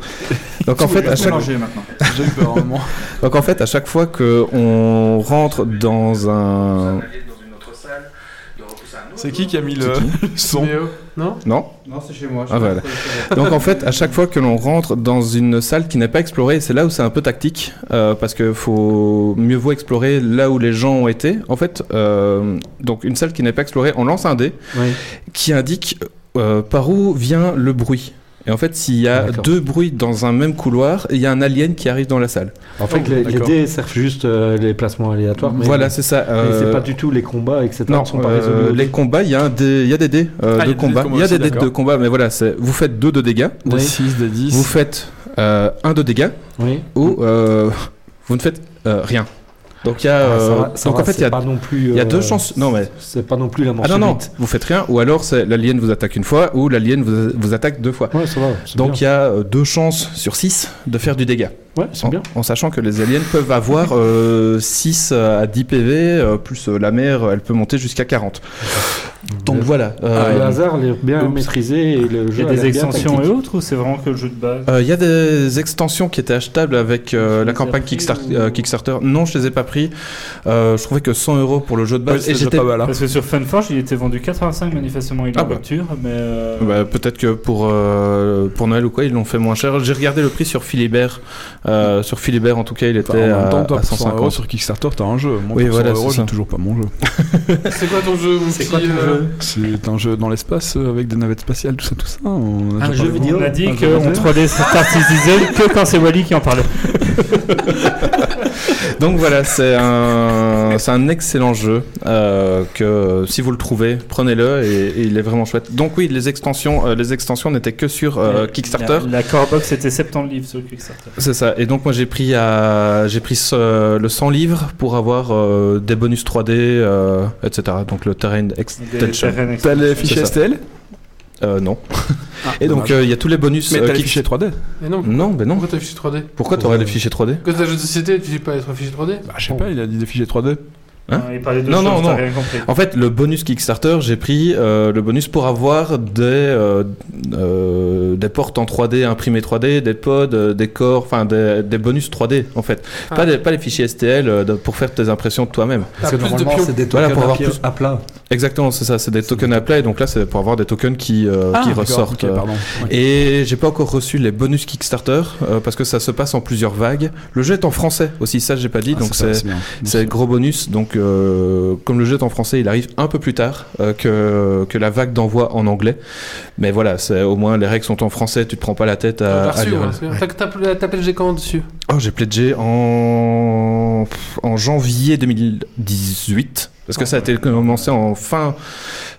Donc, en fait, à chaque, maintenant. J'ai eu peur à un moment. [laughs] Donc en fait, à chaque fois que on rentre dans un C'est qui qui a mis le, C'est le son Mais, euh, non non, Non, c'est chez moi. je Ah, sais pas voilà. pourquoi Donc en fait, à chaque fois que l'on rentre dans une salle qui n'est pas explorée, c'est là où c'est un peu tactique, euh, parce que faut mieux vaut explorer là où les gens ont été. En fait, euh, donc une salle qui n'est pas explorée, on lance un dé Oui. qui indique euh, par où vient le bruit. Et en fait, s'il y a D'accord. deux bruits dans un même couloir, il y a un alien qui arrive dans la salle. En fait, Oh, les, les d'accord. dés servent juste euh, les placements aléatoires. Mais voilà, c'est ça. mais euh, c'est pas du tout les combats, etc. Non, ne sont pas euh, résolus au les combats, il y a un dé- il y a des dés euh, Ah, il y de a des combat, dés de il y a combat des aussi, dés de d'accord. combat, mais voilà, c'est- vous faites deux de dégâts, Des Oui. 6, des 10. vous faites euh, un de dégâts, Oui. ou euh, vous ne faites euh, rien. Donc il y a, Ah, ça euh, va- ça donc va, en fait il c'est y a, pas non plus. il y a deux euh, chances. Non mais C'est pas non plus la ah manche. non non, huit. vous faites rien ou alors c'est l'alien vous attaque une fois ou l'alien vous, vous attaque deux fois. Ouais, ça va. c'est Donc il bien. y a euh, deux chances sur six de faire du dégât. ouais, c'est En, bien. en sachant que les aliens peuvent avoir euh, 6 à 10 PV euh, plus euh, la mer, euh, elle peut monter jusqu'à 40. Donc Le- voilà. le euh, hasard, Ah, il est bien Oups. maîtrisé et le Il y jeu a a l'air des bien extensions et tactique. autres ou c'est vraiment que le jeu de base Euh, Il y a des extensions qui étaient achetables avec euh, Tu la les as campagne pris Kickstar- ou- euh, Kickstarter. Non, je les ai pas pris. Euh, je trouvais que 100 euros pour le jeu de Ouais, base. c'est et déjà j'étais. pas mal. hein. Parce que sur Funforge, il était vendu 85 manifestement il est Ah en bah. rupture, mais euh, Bah, Peut-être que pour euh, pour Noël ou quoi, ils l'ont fait moins cher. J'ai regardé le prix sur Philibert. Euh, sur Philibert, en tout cas, il était Enfin, en à, même temps, toi, à pour 100 euros 150. sur Kickstarter, t'as un jeu. Moi, Oui, pour 100 voilà, euros, c'est ça. j'ai toujours pas mon jeu. C'est quoi ton jeu, mon petit euh, C'est un jeu dans l'espace euh, avec des navettes spatiales, tout ça, tout ça. On a déjà Un jeu parlé. vidéo. on a dit Un jeu qu'on vidéo. trollait Star Citizen que quand c'est Wally qui en parlait. Donc voilà, c'est un c'est un excellent jeu euh, que euh, si vous le trouvez, prenez-le et, et il est vraiment chouette. Donc oui, les extensions euh, les extensions n'étaient que sur euh, Kickstarter. La, la core box était 70 livres sur Kickstarter. C'est ça. Et donc moi j'ai pris à j'ai pris ce- le 100 livres pour avoir euh, des bonus 3D, euh, etc. Donc le terrain extension. terrains T'as les C'est fichiers ça. STL Euh, non. [laughs] Et dommage. donc euh, il y a tous les bonus. Mais euh, t'as les qui- fichiers 3D Mais non, Non, mais non. pourquoi t'as affiché 3D Pourquoi t'aurais les fichiers 3D Quand t'as un jeu de société, tu dis pas être affiché 3D Bah, je sais pas, il a dit des fichiers 3D. Hein il parlait de Non, choses, non, t'as non. rien compris. En fait, le bonus Kickstarter, j'ai pris euh, le bonus pour avoir des euh, euh, des portes en 3D imprimées 3D, des pods, euh, des corps, enfin des, des bonus 3D en fait. Ah. Pas des, pas les fichiers STL euh, de- pour faire tes impressions de toi-même. T'as Parce que plus de normalement, pions. c'est des Voilà, tokens pour à avoir pied- plus- à plat. Exactement, c'est ça, c'est des tokens à plat, et donc là c'est pour avoir des tokens qui, euh, qui Ah, d'accord, ressortent. ok, euh. pardon. Ouais. et j'ai pas encore reçu les bonus Kickstarter euh, parce que ça se passe en plusieurs vagues. Le jeu est en français aussi, ça j'ai pas dit, Ah, donc ça, c'est bien. c'est gros bonus. Donc euh, comme le jeu est en français, il arrive un peu plus tard euh, que que la vague d'envoi en anglais. Mais voilà, c'est au moins les règles sont en français, tu te prends pas la tête Ah, T'as à, à reçu, lire. ouais, c'est bien. T'as- T'as t'as PLG quand dessus Oh, j'ai pledgé en en janvier 2018 parce que ça a été commencé en fin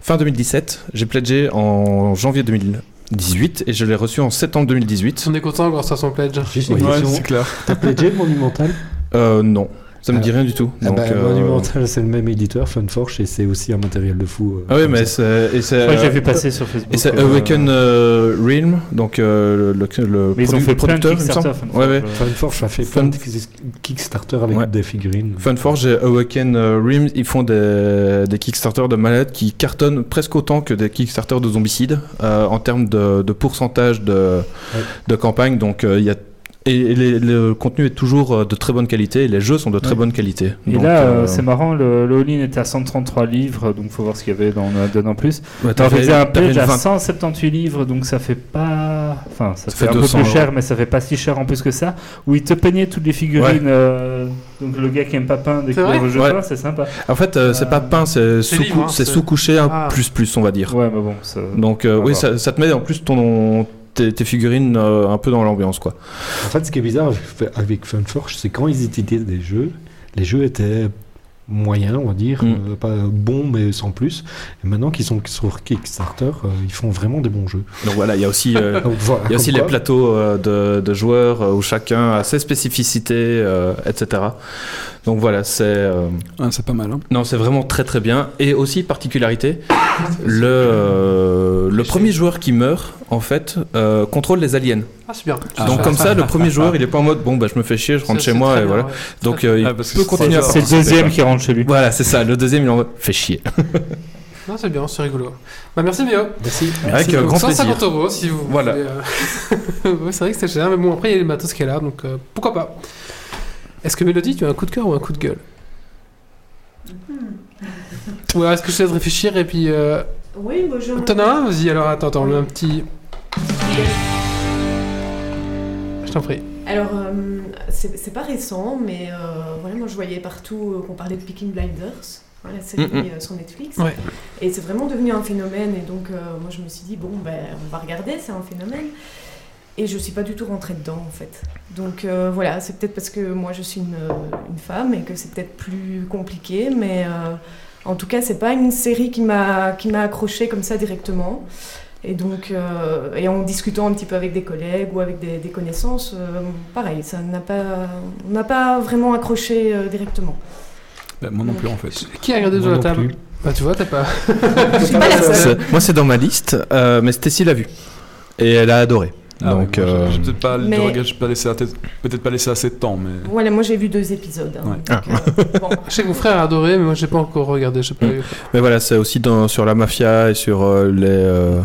fin 2017. J'ai pledgé en janvier 2000 18 et je l'ai reçu en septembre 2018. On est content grâce à son pledge. Ah, Juste une Ouais, question. c'est clair. T'as pledgé le Monumental [laughs] Euh, non, ça me Ah. dit rien du tout. Ah Donc, bah, euh, Monumental, c'est le même éditeur, Funforge, et c'est aussi un matériel de fou. euh, Ah oui, comme mais ça. c'est. et c'est, Moi, j'ai euh, vu passer sur Facebook. Et c'est euh, Awaken euh, Realm, donc euh, le, le, le Mais ils ont produ- fait plein de producteur, il me Kickstarter. semble. enfin, Ouais, ouais. euh, Funforge a fait plein Fun- de Kickstarter avec Ouais. des figurines. Funforge et Awaken euh, Realm, ils font des, des Kickstarter de malades qui cartonnent presque autant que des Kickstarter de zombicides euh, en termes de, de pourcentage de, Ouais. de campagne. Donc euh, il y a et et les- le contenu est toujours euh, de très bonne qualité, et les jeux sont de très Ouais. bonne qualité. Et Donc, là, euh, euh, c'est marrant, le, le all-in était à 133 livres, donc faut voir ce qu'il y avait dans la donne en plus. ouais, t'as T'as fait- fait un t'as fait pledge à vingt- 178 livres, donc ça fait pas. Enfin, ça, Ça fait, fait un peu 200 plus cher, mais ça fait pas si cher en plus que ça. Où ils te peignaient toutes les figurines. Ouais. euh, donc le gars qui aime pas peindre et qui C'est vrai ouvre le jeu Ouais. peint, c'est sympa. En fait, euh, c'est pas peint, c'est sous- libre, hein, c'est c'est- sous-couché un Ah. plus plus, on va dire. Ouais, mais bon, ça- Donc euh, Ah oui, bah. ça, ça te met en plus ton tes, tes figurines euh, un peu dans l'ambiance quoi. En fait, ce qui est bizarre avec- avec Funforge, c'est quand ils éditaient des jeux, les jeux étaient moyens, on va dire, Mm. euh, pas bons, mais sans plus. Et maintenant qu'ils sont sur Kickstarter, euh, ils font vraiment des bons jeux. Donc voilà, il y a aussi euh, Donc, voilà, il y a aussi comme les quoi, plateaux euh, de, de joueurs euh, où chacun a ses spécificités euh, etc. Donc voilà, c'est euh, Ah, c'est pas mal. Hein. non, c'est vraiment très très bien et aussi particularité le euh, le premier joueur qui meurt en fait euh, contrôle les aliens. Ah, c'est bien. Donc comme ça le premier joueur, il est pas en mode bon bah je me fais chier, je rentre C'est- chez c'est moi très et bien, voilà. ouais. Donc euh, il Ah, parce que peut c'est- continuer à C'est le participer, deuxième quoi. qui rentre chez lui. Voilà, c'est ça, le deuxième il en fait chier. Non, c'est bien, c'est rigolo. Bah, merci, Méo. Merci. Avec euh, Donc, grand 150 plaisir. euros si vous Voilà. voulez, euh, [laughs] ouais, c'est vrai que c'est cher, mais bon, après, il y a le matos qui est là, donc euh, pourquoi pas. Est-ce que Mélodie, tu as un coup de cœur ou un coup de gueule Ou alors est-ce que je te laisse réfléchir et puis. Euh... Oui, bonjour. T'en as un Vas-y, alors attends, attends, on met un petit. Je t'en prie. Alors, euh, c'est c'est pas récent, mais euh, voilà, moi je voyais partout euh, qu'on parlait de Peaking Blinders, hein, la série Mm, mm. euh, sur Netflix. Ouais. Et c'est vraiment devenu un phénomène. Et donc, euh, moi je me suis dit, bon, ben, on va regarder, c'est un phénomène. Et je suis pas du tout rentrée dedans, en fait. Donc euh, voilà, c'est peut-être parce que moi je suis une, euh, une femme et que c'est peut-être plus compliqué, mais euh, en tout cas, c'est pas une série qui m'a qui m'a accrochée comme ça directement. Et donc, euh, et en discutant un petit peu avec des collègues ou avec des, des connaissances, euh, pareil, ça n'a pas, on n'a pas vraiment accroché euh, directement. Bah, moi non plus en fait. Qui a regardé Moi sur la non table plus. Bah, tu vois, t'as pas. Je suis pas la seule. C'est- Moi, c'est dans ma liste, euh, mais Stacy l'a vu. Et elle a adoré. Donc, ouais, Ah, moi, euh, j'ai- j'ai peut-être pas, Mais- je regrette, j'ai pas laissé assez- peut-être pas laissé assez de temps, mais Voilà, moi j'ai vu deux épisodes. hein. Ouais. Donc, euh, bon. Je sais que mon frère a adoré, mais moi j'ai pas encore regardé. Je sais pas. Mm. mais voilà, c'est aussi dans, sur la mafia et sur euh, les, euh,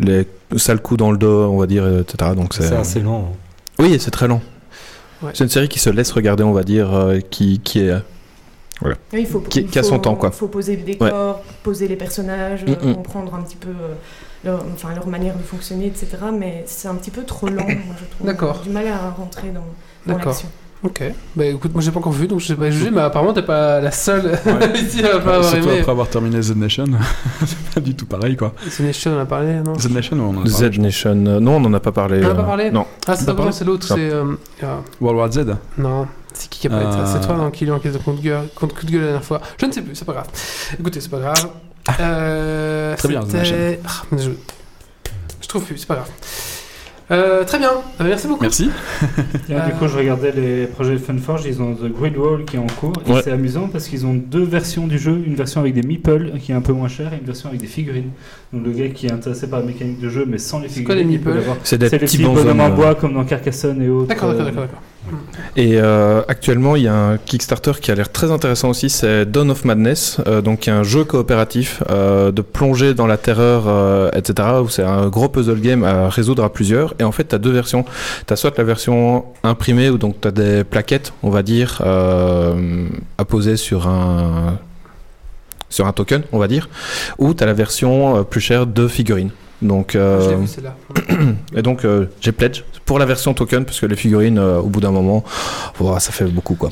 les sales coups dans le dos, on va dire, etc. Donc c'est. C'est assez lent. hein. Oui, c'est très lent. Ouais. C'est une série qui se laisse regarder, on va dire, euh, qui, qui est. Oui, il faut, Qui- il qui a son faut- temps, quoi. faut poser le décor, poser les personnages, euh, Mm, mm. comprendre un petit peu euh, leur, enfin, leur manière de fonctionner, etc. Mais c'est un petit peu trop lent, moi, je trouve. D'accord. Du mal à rentrer dans, dans D'accord. l'action. Ok. Bah écoute, moi j'ai pas encore vu, donc je sais pas juger, mais apparemment t'es pas la seule [laughs] ici à pas avoir surtout aimé. après avoir terminé Z Nation, [laughs] c'est pas du tout pareil quoi. C'est une on en a parlé, non Z Nation, on en a parlé. Z Nation. euh, Non, on n'en a pas parlé. On en a euh, pas parlé Non. Ah, c'est T'as pas bon, parlé c'est l'autre, Non. c'est. euh, ah, World War Z. Non, c'est qui qui a pas été- Euh. C'est toi, non, qui lui a enquêté contre, gueule- contre coup de gueule la dernière fois. Je ne sais plus, c'est pas grave. Écoutez, c'est pas grave. Euh, Très bien, c'était- Zenation. Ah, mais je... je trouve plus, c'est pas grave. Euh, très bien, Euh, merci beaucoup. Merci. Tiens, Du Euh, coup, je regardais les projets de Funforge, ils ont The Great Wall qui est en cours. et Ouais. C'est amusant parce qu'ils ont deux versions du jeu, une version avec des meeples qui est un peu moins chère et une version avec des figurines. Donc le gars qui est intéressé par la mécanique de jeu mais sans les quoi, figurines, les il peut meeples l'avoir. C'est des C'est les petits petits bonhommes bonshommes, en euh. bois comme dans Carcassonne et autres. D'accord, d'accord, euh, d'accord. d'accord. Et euh, actuellement, il y a un Kickstarter qui a l'air très intéressant aussi, c'est Dawn of Madness, euh, donc qui est un jeu coopératif euh, de plongée dans la terreur, euh, etc. Où c'est un gros puzzle game à résoudre à plusieurs. Et en fait, tu as deux versions. Tu as soit la version imprimée, où donc tu as des plaquettes, on va dire, euh, à poser sur un sur un token, on va dire, ou tu as la version euh, plus chère de figurines. Donc, Ah, Je l'ai euh, vu, celle-là. et donc euh, j'ai pledge pour la version token, parce que les figurines, euh, au bout d'un moment, ouah, ça fait beaucoup quoi.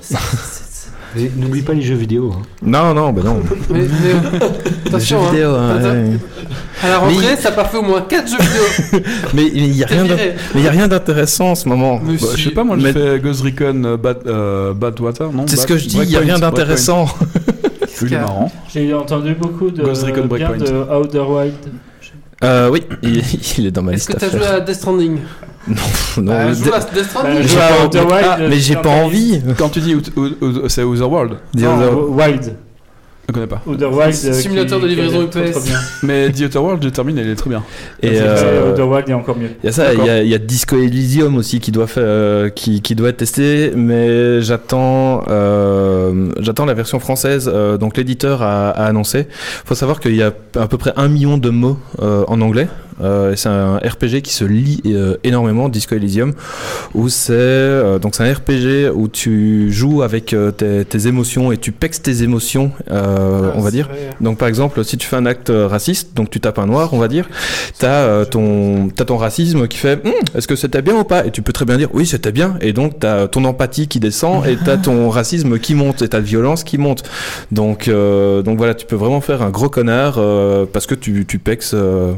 Et N'oublie pas les jeux vidéo. hein. Non, non, bah non. mais, mais, attention, hein. à la rentrée, Mais- ça n'a pas fait au moins 4 jeux vidéo. Mais il n'y a T'es rien d'in- viré. mais il y a rien d'intéressant en ce moment. Mais Bah, si. je sais pas, moi Mais- je fais Ghost Recon euh, Bad, euh, Badwater, non C'est ce Bad- que je dis, il n'y a Breakpoint, rien d'intéressant. Breakpoint. C'est qu'il y a marrant. J'ai entendu beaucoup de, Ghost Recon bien Breakpoint. de Outer Wild. Euh, oui, il, [laughs] il est dans ma Est-ce liste que à t'as faire. joué à Death Stranding Non, Bah, le- Joue à Death Stranding Bah, Ah, joue à Outer Wild, ah, mais j'ai dans pas ta envie. Quand tu dis out- out- out- c'est Otherworld, The Non, Other- Ah, Wild. je connais pas. Outer Wild. euh, Simulateur qui- de livraison qui a UPS. l'air trop, trop bien. Mais The Otherworld, je termine, elle est très bien. Et Et euh, Outer Wild est encore mieux. il y a ça, il y a, il y a Disco Elysium aussi qui doit faire, euh, qui, qui doit être testé, mais j'attends, euh, j'attends la version française. euh, donc l'éditeur a, a annoncé. Faut savoir qu'il y a à peu près un million de mots euh, en anglais. Euh, et c'est un RPG qui se lit euh, énormément, Disco Elysium, où c'est euh, donc c'est un RPG où tu joues avec euh, tes, tes émotions et tu pexes tes émotions, Ah, euh, on va dire. Donc par exemple, si tu fais un acte euh, raciste, donc tu tapes un noir, on va dire, t'as euh, ton t'as ton racisme qui fait Hum, est-ce que c'était bien ou pas Et tu peux très bien dire oui c'était bien. Et donc t'as ton empathie qui descend et t'as ton racisme qui monte et t'as la violence qui monte. Donc euh, donc voilà, tu peux vraiment faire un gros connard euh, parce que tu tu pexes euh,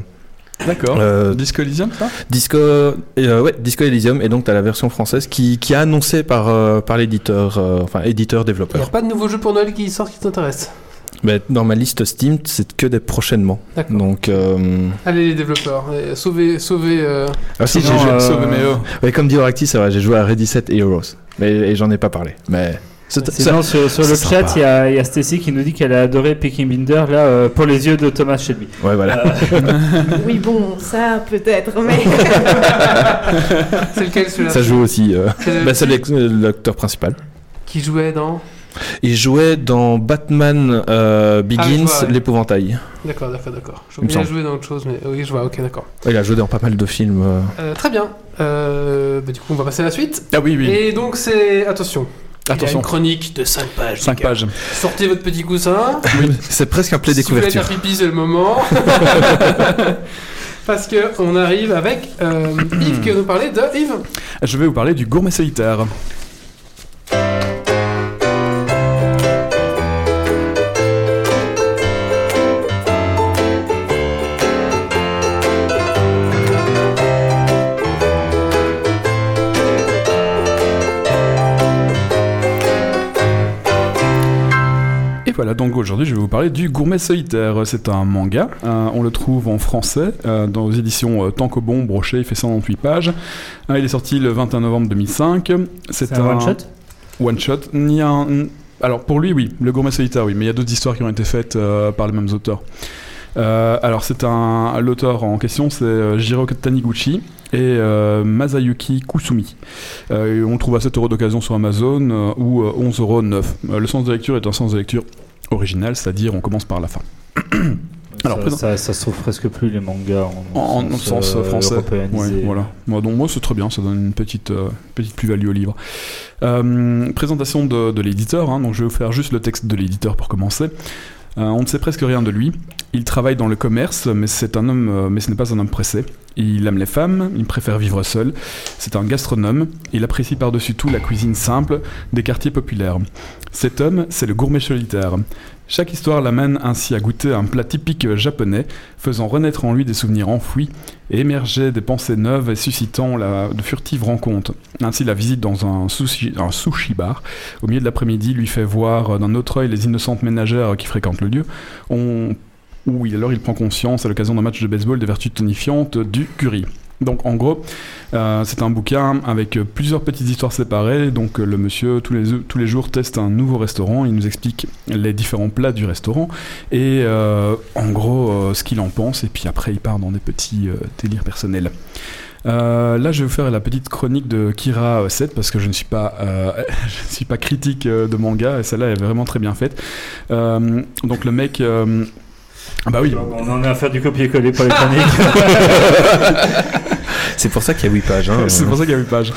D'accord. euh, Disco Elysium, ça Disco et, euh, ouais Disco Elysium et donc t'as la version française qui qui est annoncée par euh, par l'éditeur euh, enfin éditeur Il n'y a développeur. pas de nouveau jeu pour Noël qui sort qui t'intéresse. Mais dans ma liste Steam c'est que des prochainement. D'accord. Donc euh, Allez les développeurs, allez, sauvez, sauvez. euh, ah si j'ai Non, joué- euh, Sauve Sauve Méo. Ouais, comme dit Oracti, c'est vrai, j'ai joué à Ready 7 et Heroes. Mais et j'en ai pas parlé. Mais. c'est- c'est- Sinon, sur, sur le c'est chat, sympa. il y, a- il y a Stacy qui nous dit qu'elle a adoré Peking Binder, là, euh, pour les yeux de Thomas Shelby. Ouais, voilà. Oui, bon, ça peut-être, mais. C'est lequel celui-là [laughs] Ça joue aussi. euh, C'est- bah, c'est l'ex- euh, l'acteur principal. Qui jouait dans Il jouait dans Batman euh, Begins, Ah, je vois, ouais. l'épouvantail. D'accord, d'accord, d'accord. Je Il me bien semble. joué dans autre chose, mais oui, je vois. Ok, d'accord. Il a joué dans pas mal de films. euh. Euh, très bien. Euh, bah, du coup, on va passer à la suite. Ah oui, oui. Et donc, c'est attention. Il y a Attention, une chronique de 5 pages. 5 les gars. pages. Sortez votre petit coussin. [laughs] c'est presque un play Si vous voulez faire découverture. pipi, c'est le moment. [laughs] [laughs] Parce que on arrive avec euh, Yves qui va nous parler de Yves. Je vais vous parler du gourmet solitaire. Et voilà, donc aujourd'hui je vais vous parler du Gourmet Solitaire. C'est un manga, euh, on le trouve en français, euh, dans les éditions euh, Tankobon, Brochet, il fait 198 pages. Euh, il est sorti le 21 novembre 2005. C'est un one-shot One shot. Ni un... Alors pour lui, oui, le gourmet solitaire, oui, mais il y a d'autres histoires qui ont été faites euh, par les mêmes auteurs. Euh, alors c'est un l'auteur en question, c'est euh, Jiro Taniguchi et euh, Masayuki Kusumi. Euh, et on le trouve à 7 euros d'occasion sur Amazon euh, ou euh, 11 euros neuf. Euh, Le sens de lecture est un sens de lecture original, c'est-à-dire on commence par la fin. Alors, ça, présent- ça, ça se trouve presque plus les mangas en, En, en- en sens euh, français. européanisé. Ouais, voilà. Moi, donc, moi, c'est très bien, ça donne une petite, euh, petite plus-value au livre. Euh, présentation de, de l'éditeur, hein. donc je vais vous faire juste le texte de l'éditeur pour commencer. Euh, on ne sait presque rien de lui. Il travaille dans le commerce, mais, c'est un homme, euh, mais ce n'est pas un homme pressé. Il aime les femmes, il préfère vivre seul. C'est un gastronome. Il apprécie par-dessus tout la cuisine simple des quartiers populaires. Cet homme, c'est le gourmet solitaire. Chaque histoire l'amène ainsi à goûter un plat typique japonais, faisant renaître en lui des souvenirs enfouis et émerger des pensées neuves et suscitant la, de furtives rencontres. Ainsi, la visite dans un sushi, un sushi bar au milieu de l'après-midi lui fait voir euh, d'un autre œil les innocentes ménagères qui fréquentent le lieu. On, ou il- alors il prend conscience à l'occasion d'un match de baseball des vertus tonifiantes du curry. Donc en gros, euh, c'est un bouquin avec euh, plusieurs petites histoires séparées. Donc euh, le monsieur tous les, tous les jours teste un nouveau restaurant, il nous explique les différents plats du restaurant et euh, en gros euh, ce qu'il en pense et puis après il part dans des petits euh, délires personnels. Euh, là, je vais vous faire la petite chronique de Kira 7 parce que je ne suis pas, euh, [laughs] je ne suis pas critique euh, de manga et celle-là elle est vraiment très bien faite. Euh, donc le mec, euh, ah bah oui, On en est à faire du copier-coller [laughs] pour les Ah, chroniques. C'est pour ça qu'il y a 8 pages. hein. c'est pour ça qu'il y a 8 pages.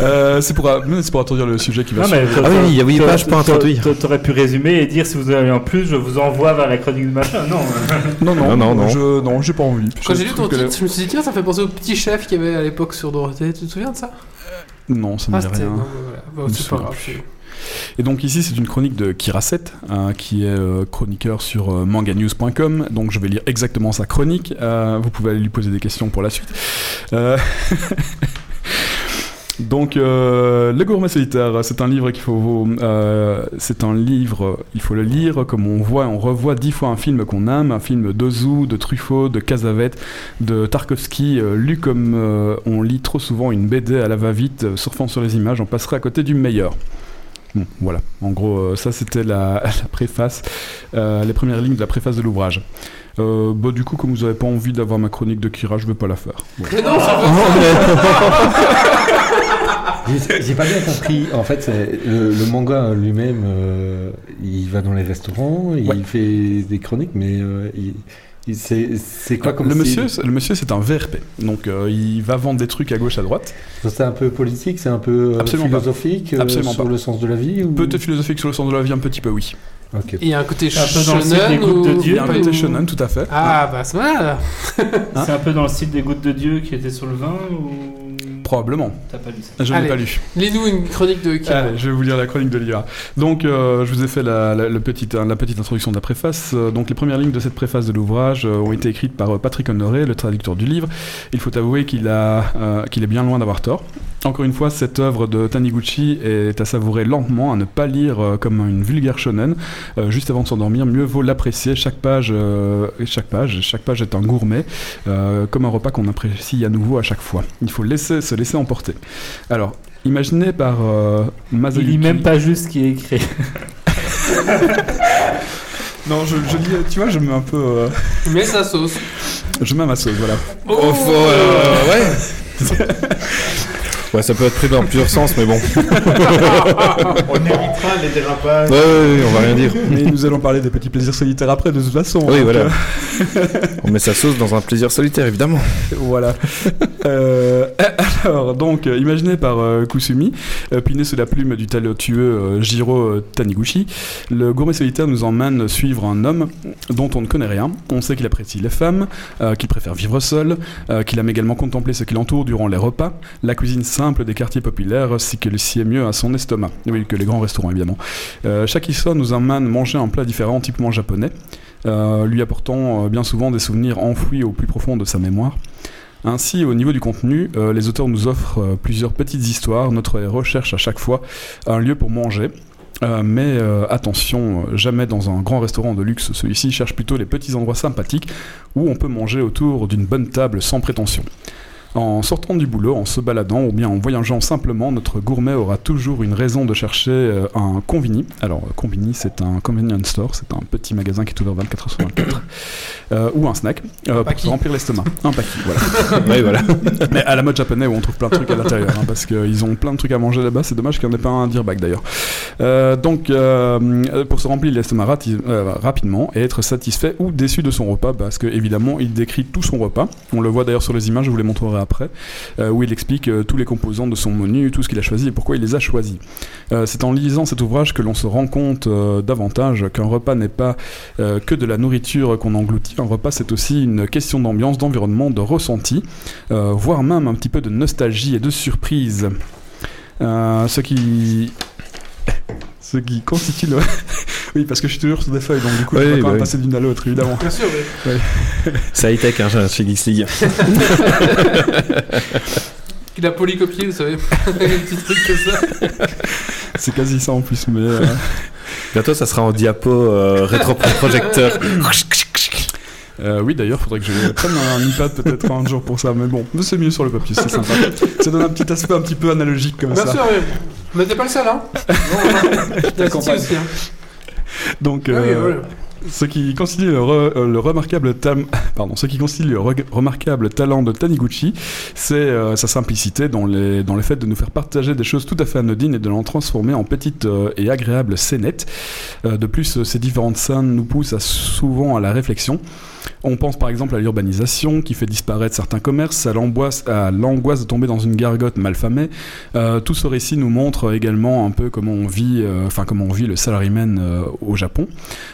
Euh, c'est pour, c'est pour introduire le sujet qui va Non, suivre. mais Ah oui, il y a huit pages pour introduire. T'aurais pu résumer et dire si vous en avez en plus, je vous envoie vers la chronique de machin. Non. euh, Non, Non, non, non, non. Je, non, j'ai pas envie. Quand Je j'ai lu ton trouve que titre, je me suis dit tiens, ça fait penser au petit chef qu'il y avait à l'époque sur Dorothée. Tu te souviens de ça le- Non, ça me Ah, dit Ah, c'était. rien. non, mais voilà. Bon, Je me c'est pas souviens grave. plus. c'est- Et donc ici, c'est une chronique de Kiraset, qui est euh, chroniqueur sur euh, manganews.com. Donc je vais lire exactement sa chronique. Euh, vous pouvez aller lui poser des questions pour la suite. Euh, [laughs] Donc, euh, Le Gourmet Solitaire, c'est un livre qu'il faut. vous- euh, c'est un livre, il faut le lire comme on voit, on revoit dix fois un film qu'on aime, un film d'Ozu, de Truffaut, de Casavette, de Tarkovsky, euh, lu comme euh, on lit trop souvent une BD à la va-vite, euh, surfant sur les images, on passerait à côté du meilleur. Bon, voilà. En gros, euh, ça c'était la, [laughs] la préface, euh, les premières lignes de la préface de l'ouvrage. Euh, bah, du coup, comme vous n'avez pas envie d'avoir ma chronique de Kira, je vais pas la faire. Voilà. Mais non, ça veut- J'ai j'ai pas bien compris. En fait, c'est le, le manga lui-même, euh, il va dans les restaurants, il Ouais. fait des chroniques, mais euh, il- il- c'est c'est quoi comme Ah, le, style monsieur, c'est- le monsieur, c'est un VRP. Donc, euh, il va vendre des trucs à gauche, à droite. C'est un peu politique, c'est un peu euh, Absolument pas. philosophique euh, Absolument sur pas. le sens de la vie ou... Peut-être philosophique sur le sens de la vie, un petit peu, oui. Ok. Il y a un côté Un peu dans le style des shonen groupes de ou Dieu, Il y a un pas côté ou- shonen, tout à fait. Ah bah c'est mal. Hein C'est un peu dans le style des gouttes de Dieu qui étaient sur le vin ou. Probablement. T'as pas lu ça Je Allez. n'ai pas lu. Lis-nous une chronique de Kira. Allez, je vais vous lire la chronique de l'IA. Donc, euh, je vous ai fait la, la- le petite- la petite introduction de la préface. Euh, donc, les premières lignes de cette préface de l'ouvrage euh, ont été écrites par euh, Patrick Honoré, le traducteur du livre. Il faut avouer qu'il a, euh, qu'il est bien loin d'avoir tort. Encore une fois, cette œuvre de Taniguchi est à savourer lentement, à ne pas lire euh, comme une vulgaire shonen. Euh, juste avant de s'endormir, mieux vaut l'apprécier. Chaque page, euh, chaque page, chaque page est un gourmet, euh, comme un repas qu'on apprécie à nouveau à chaque fois. Il faut laisser, se laisser emporter. Alors, imaginez par euh, Il Masayuki. lit même pas juste ce qui est écrit. Non, je, je lis, tu vois, je mets un peu, euh, Mets sa sauce. je mets ma sauce, [laughs] voilà. Oh, faut, euh, ouais. ouais, ça peut être pris dans plusieurs sens, mais bon. On évitera les dérapages. Ouais, ouais, ouais, on va rien dire. Mais nous allons parler des petits plaisirs solitaires après, de toute façon. Oui, Donc, voilà. euh, [laughs] On met sa sauce dans un plaisir solitaire, évidemment. Voilà. Euh, [laughs] alors, donc, euh, imaginé par euh, Kusumi, euh, piné sous la plume du talentueux euh, Jiro euh, Taniguchi, le gourmet solitaire nous emmène suivre un homme dont on ne connaît rien. On sait qu'il apprécie les femmes, euh, qu'il préfère vivre seul, euh, qu'il aime également contempler ce qui l'entoure durant les repas, la cuisine simple des quartiers populaires, si que sied mieux à son estomac. Oui, que les grands restaurants, évidemment. Euh, chaque histoire nous emmène manger un plat différent, typiquement japonais, euh, lui apportant euh, bien souvent des souvenirs enfouis au plus profond de sa mémoire. Ainsi, au niveau du contenu, euh, les auteurs nous offrent euh, plusieurs petites histoires. Notre héros cherche à chaque fois un lieu pour manger. Euh, mais euh, attention, euh, jamais dans un grand restaurant de luxe. Celui-ci cherche plutôt les petits endroits sympathiques où on peut manger autour d'une bonne table sans prétention. En sortant du boulot, en se baladant ou bien en voyageant simplement, notre gourmet aura toujours une raison de chercher euh, un convini. Alors, euh, convini, c'est un convenience store, c'est un petit magasin qui est ouvert 24 h sur 24. Euh, ou un snack euh, pour paquis. se remplir l'estomac. Un paquet, voilà. Ouais, voilà. [laughs] Mais à la mode japonais où on trouve plein de trucs à l'intérieur, hein, parce qu'ils ont plein de trucs à manger là-bas, c'est dommage qu'il n'y en ait pas un à Dirback d'ailleurs. Euh, donc, euh, pour se remplir l'estomac rati- euh, rapidement et être satisfait ou déçu de son repas, parce que évidemment, il décrit tout son repas. On le voit d'ailleurs sur les images, je vous les montrerai après, euh, où il explique euh, tous les composants de son menu, tout ce qu'il a choisi et pourquoi il les a choisis. Euh, c'est en lisant cet ouvrage que l'on se rend compte euh, davantage qu'un repas n'est pas euh, que de la nourriture qu'on engloutit. Un repas, c'est aussi une question d'ambiance, d'environnement, de ressenti euh, voire même un petit peu de nostalgie et de surprise. Euh, ce qui. [laughs] Ce qui constitue le. [laughs] oui, parce que je suis toujours sur des feuilles, donc du coup, Oui, je vais bah quand même oui. passer d'une à [laughs] l'autre, évidemment. Bien sûr, mais... C'est high-tech, hein, chez Geeks League. Il a polycopié, vous savez. [laughs] un petit truc comme ça. C'est quasi ça en plus, mais. euh, Bientôt, ça sera en diapo euh, rétro-projecteur. euh, oui, d'ailleurs, faudrait que [laughs] je prenne un iPad peut-être un jour pour ça, mais bon, c'est mieux sur le papier, c'est sympa. ça donne un petit aspect un petit peu analogique comme Bien ça. sûr, mais... Mais t'es pas le seul, [laughs] hein. T'as campagne. aussi, hein. Donc, Ah oui, euh, voilà. Ce qui constitue le, re- euh, le remarquable tam- [laughs] pardon, ce qui constitue le re- remarquable talent de Taniguchi, c'est euh, sa simplicité dans, les, dans le fait de nous faire partager des choses tout à fait anodines et de l'en transformer en petites euh, et agréables scénettes. Euh, de plus, euh, ces différentes scènes nous poussent à- souvent à la réflexion. On pense par exemple à l'urbanisation qui fait disparaître certains commerces, à l'angoisse, à l'angoisse de tomber dans une gargote malfamée. Euh, tout ce récit nous montre également un peu comment on vit, euh, enfin comment on vit le salaryman euh, au Japon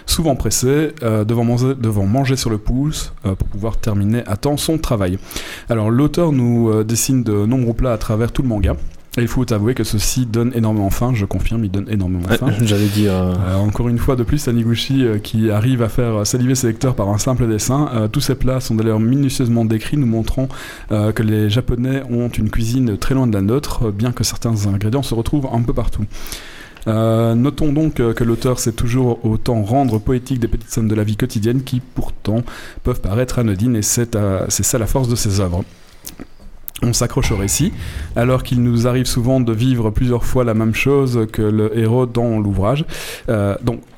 souvent pressé, euh, devant, manger, devant manger sur le pouce euh, pour pouvoir terminer à temps son travail. Alors l'auteur nous euh, dessine de nombreux plats à travers tout le manga. Et il faut avouer que ceci donne énormément faim, je confirme, il donne énormément faim. [laughs] J'allais dire. euh, Euh, encore une fois de plus, Taniguchi euh, qui arrive à faire euh, saliver ses lecteurs par un simple dessin. Euh, tous ces plats sont d'ailleurs minutieusement décrits, nous montrant euh, que les Japonais ont une cuisine très loin de la nôtre, euh, bien que certains ingrédients se retrouvent un peu partout. Euh, notons donc euh, que l'auteur sait toujours autant rendre poétique des petites scènes de la vie quotidienne qui pourtant peuvent paraître anodines et c'est euh, c'est ça la force de ses œuvres. On s'accroche au récit, alors qu'il nous arrive souvent de vivre plusieurs fois la même chose que le héros dans l'ouvrage. Euh, donc, [laughs]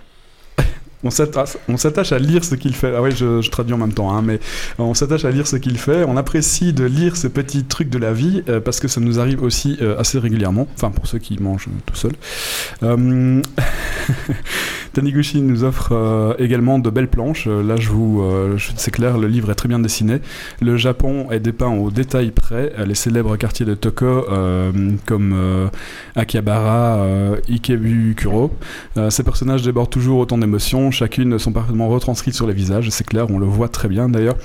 on s'attache, on s'attache à lire ce qu'il fait. Ah ouais, je, je traduis en même temps, hein, mais on s'attache à lire ce qu'il fait. On apprécie de lire ces petits trucs de la vie euh, parce que ça nous arrive aussi euh, assez régulièrement. Enfin, pour ceux qui mangent tout seuls. Euh, [laughs] Taniguchi nous offre euh, également de belles planches. Euh, Là, je vous, euh, je- c'est clair, le livre est très bien dessiné. Le Japon est dépeint au détail près. Euh, Les célèbres quartiers de Toko, euh, comme euh, Akihabara, euh, Ikebukuro, euh, ces personnages débordent toujours autant d'émotions, chacune sont parfaitement retranscrites sur les visages, c'est clair, on le voit très bien d'ailleurs.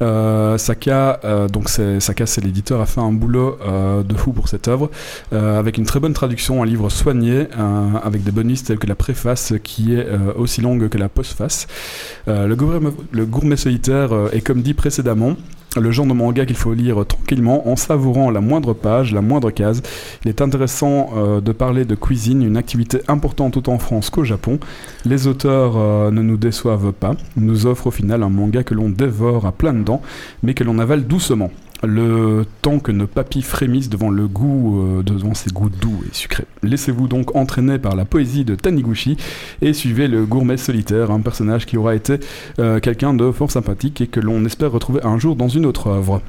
Euh, Saka, euh, donc c'est, Saka c'est l'éditeur, a fait un boulot euh, de fou pour cette œuvre, euh, avec une très bonne traduction, un livre soigné, euh, avec des bonus tels que la préface qui est euh, aussi longue que la postface. Euh, le, gourmet, le gourmet solitaire euh, est comme dit précédemment, le genre de manga qu'il faut lire tranquillement en savourant la moindre page, la moindre case, il est intéressant euh, de parler de cuisine, une activité importante autant en France qu'au Japon. Les auteurs euh, ne nous déçoivent pas, Ils nous offrent au final un manga que l'on dévore à pleines dents, mais que l'on avale doucement. Le temps que nos papilles frémissent devant le goût, euh, devant ces goûts doux et sucrés. Laissez-vous donc entraîner par la poésie de Taniguchi et suivez le gourmet solitaire, un personnage qui aura été euh, quelqu'un de fort sympathique et que l'on espère retrouver un jour dans une autre œuvre.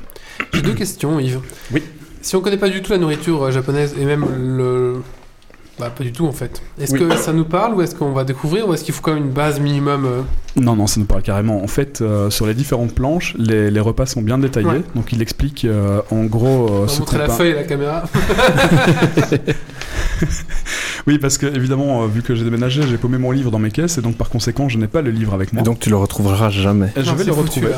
J'ai deux questions, Yves. Oui. Si on connaît pas du tout la nourriture euh, japonaise et même le. Bah, pas du tout en fait. Est-ce Oui. que ça nous parle ou est-ce qu'on va découvrir ou est-ce qu'il faut quand même une base minimum euh, Non, non, ça nous parle carrément. En fait, euh, sur les différentes planches, les, les repas sont bien détaillés. Ouais. Donc, il explique euh, en gros euh, On va ce montrer qu'on la peint. feuille et la caméra. Oui, parce que évidemment, euh, vu que j'ai déménagé, j'ai paumé mon livre dans mes caisses et donc par conséquent, je n'ai pas le livre avec Et moi. donc tu le retrouveras jamais. Et [laughs] je Non, vais c'est le foutu, retrouver. là.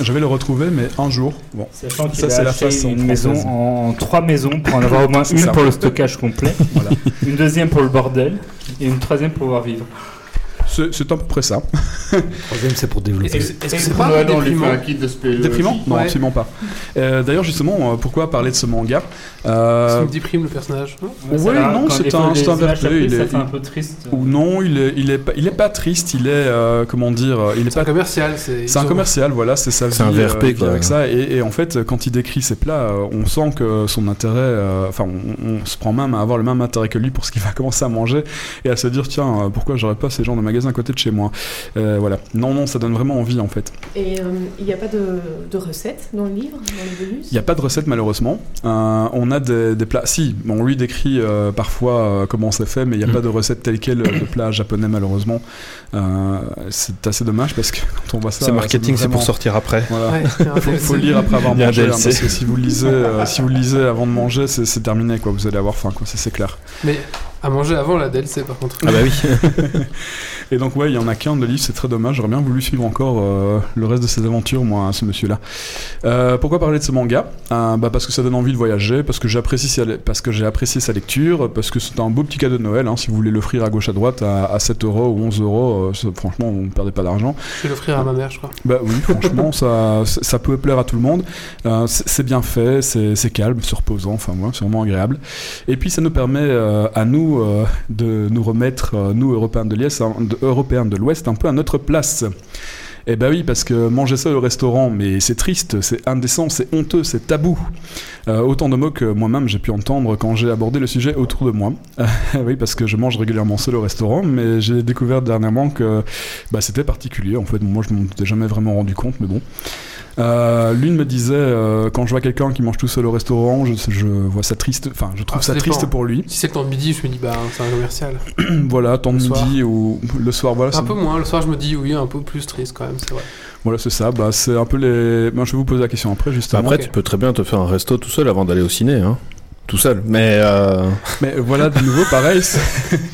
Je vais le retrouver, mais un jour. [laughs] Bon. [laughs] Sachant qu'il Ça, c'est a la acheté façon une française. maison en trois maisons pour en avoir au moins [laughs] C'est une ça. pour le stockage complet, [laughs] Voilà. une deuxième pour le bordel et une troisième pour pouvoir vivre. C'est c'est à peu près ça. Troisième, c'est pour développer. Est-ce est-ce que c'est pas un déprimant kit de spéléologie. Déprimant Non, Ouais. absolument pas. Euh, D'ailleurs, justement, euh, pourquoi parler de ce manga Euh, Ça me déprime le personnage. non Ça Ouais, va, non, quand c'est les- un- les c'est un images vertueux, après, il Ça est- fait un il- peu triste. Ou non, il est, il est, pas, il est pas triste, il est. euh, comment dire euh, Il est C'est un pas commercial. C'est C'est un commercial, voilà, c'est sa vie. C'est un VRP, euh, qui quoi. Avec ça, et, et en fait, quand il décrit ses plats, euh, on sent que son intérêt, euh, enfin, on, on se prend même à avoir le même intérêt que lui pour ce qu'il [laughs] va commencer à manger et à se dire tiens, euh, pourquoi j'aurais pas ces gens de magasin à côté de chez moi Euh, Voilà. Non, non, ça donne vraiment envie en fait. Et euh, il n'y a pas de, de recette dans le livre, dans le bonus Il n'y a pas de recette malheureusement. Euh, on a des, des plats. Si, bon, on lui décrit euh, parfois euh, comment c'est fait, mais il n'y a Mm. pas de recette telle quelle euh, de plat japonais malheureusement. Euh, c'est assez dommage parce que [laughs] quand on voit ça, C'est marketing, ça c'est donne pour vraiment- sortir après. Voilà. Ouais, c'est un faut, DLC. faut lire après avoir Il y a un mangé, hein, DLC. parce que si vous le lisez, euh, si vous le lisez avant de manger, c'est c'est terminé, quoi. Vous allez avoir faim, quoi. ça, C'est clair. Mais à manger avant la DLC par contre. Ah bah oui. [laughs] Et donc, ouais, il y en a qu'un de livre, c'est très dommage. J'aurais bien voulu suivre encore euh, le reste de ses aventures, moi, à ce monsieur-là. Euh, pourquoi parler de ce manga Euh, bah, parce que ça donne envie de voyager, parce que j'apprécie sa- parce que j'ai apprécié sa lecture, parce que c'est un beau petit cadeau de Noël. hein, si vous voulez l'offrir à gauche à droite à, à 7 euros ou 11 euros, euh, ça, franchement, vous ne perdez pas d'argent. Je vais l'offrir à ma mère, je crois. Bah oui, franchement, ça, ça peut plaire à tout le monde. Euh, c'est c'est bien fait, c'est c'est calme, c'est reposant, enfin moi, c'est vraiment agréable. Et puis ça nous permet euh, à nous euh, de nous remettre, euh, nous Européens de l'Est, hein, de- Européens de l'Ouest, un peu à notre place. Eh bah oui, parce que manger ça au restaurant, mais c'est triste, c'est indécent, c'est honteux, c'est tabou. Euh, autant de mots que moi-même j'ai pu entendre quand j'ai abordé le sujet autour de moi. [laughs] Euh, oui, parce que je mange régulièrement seul au restaurant, mais j'ai découvert dernièrement que bah, c'était particulier en fait. Moi je m'en étais jamais vraiment rendu compte, mais bon. Euh, L'une me disait euh, quand je vois quelqu'un qui mange tout seul au restaurant, je, je vois ça triste. Enfin, je trouve Ah, ça ça triste dépend. pour lui. Si c'est le temps de midi, je me dis bah c'est un commercial. voilà, tant de Le soir. midi ou le soir, voilà. Un Ah, c'est- peu moins. Le soir, je me dis oui, un peu plus triste quand même, c'est vrai. Voilà, c'est ça. Bah, c'est un peu les. Moi, je vais vous poser la question après justement. Bah, Après, ok. tu peux très bien te faire un resto tout seul avant d'aller au ciné. Hein. Tout seul. Mais euh, Mais voilà, de nouveau pareil. c'est- [laughs]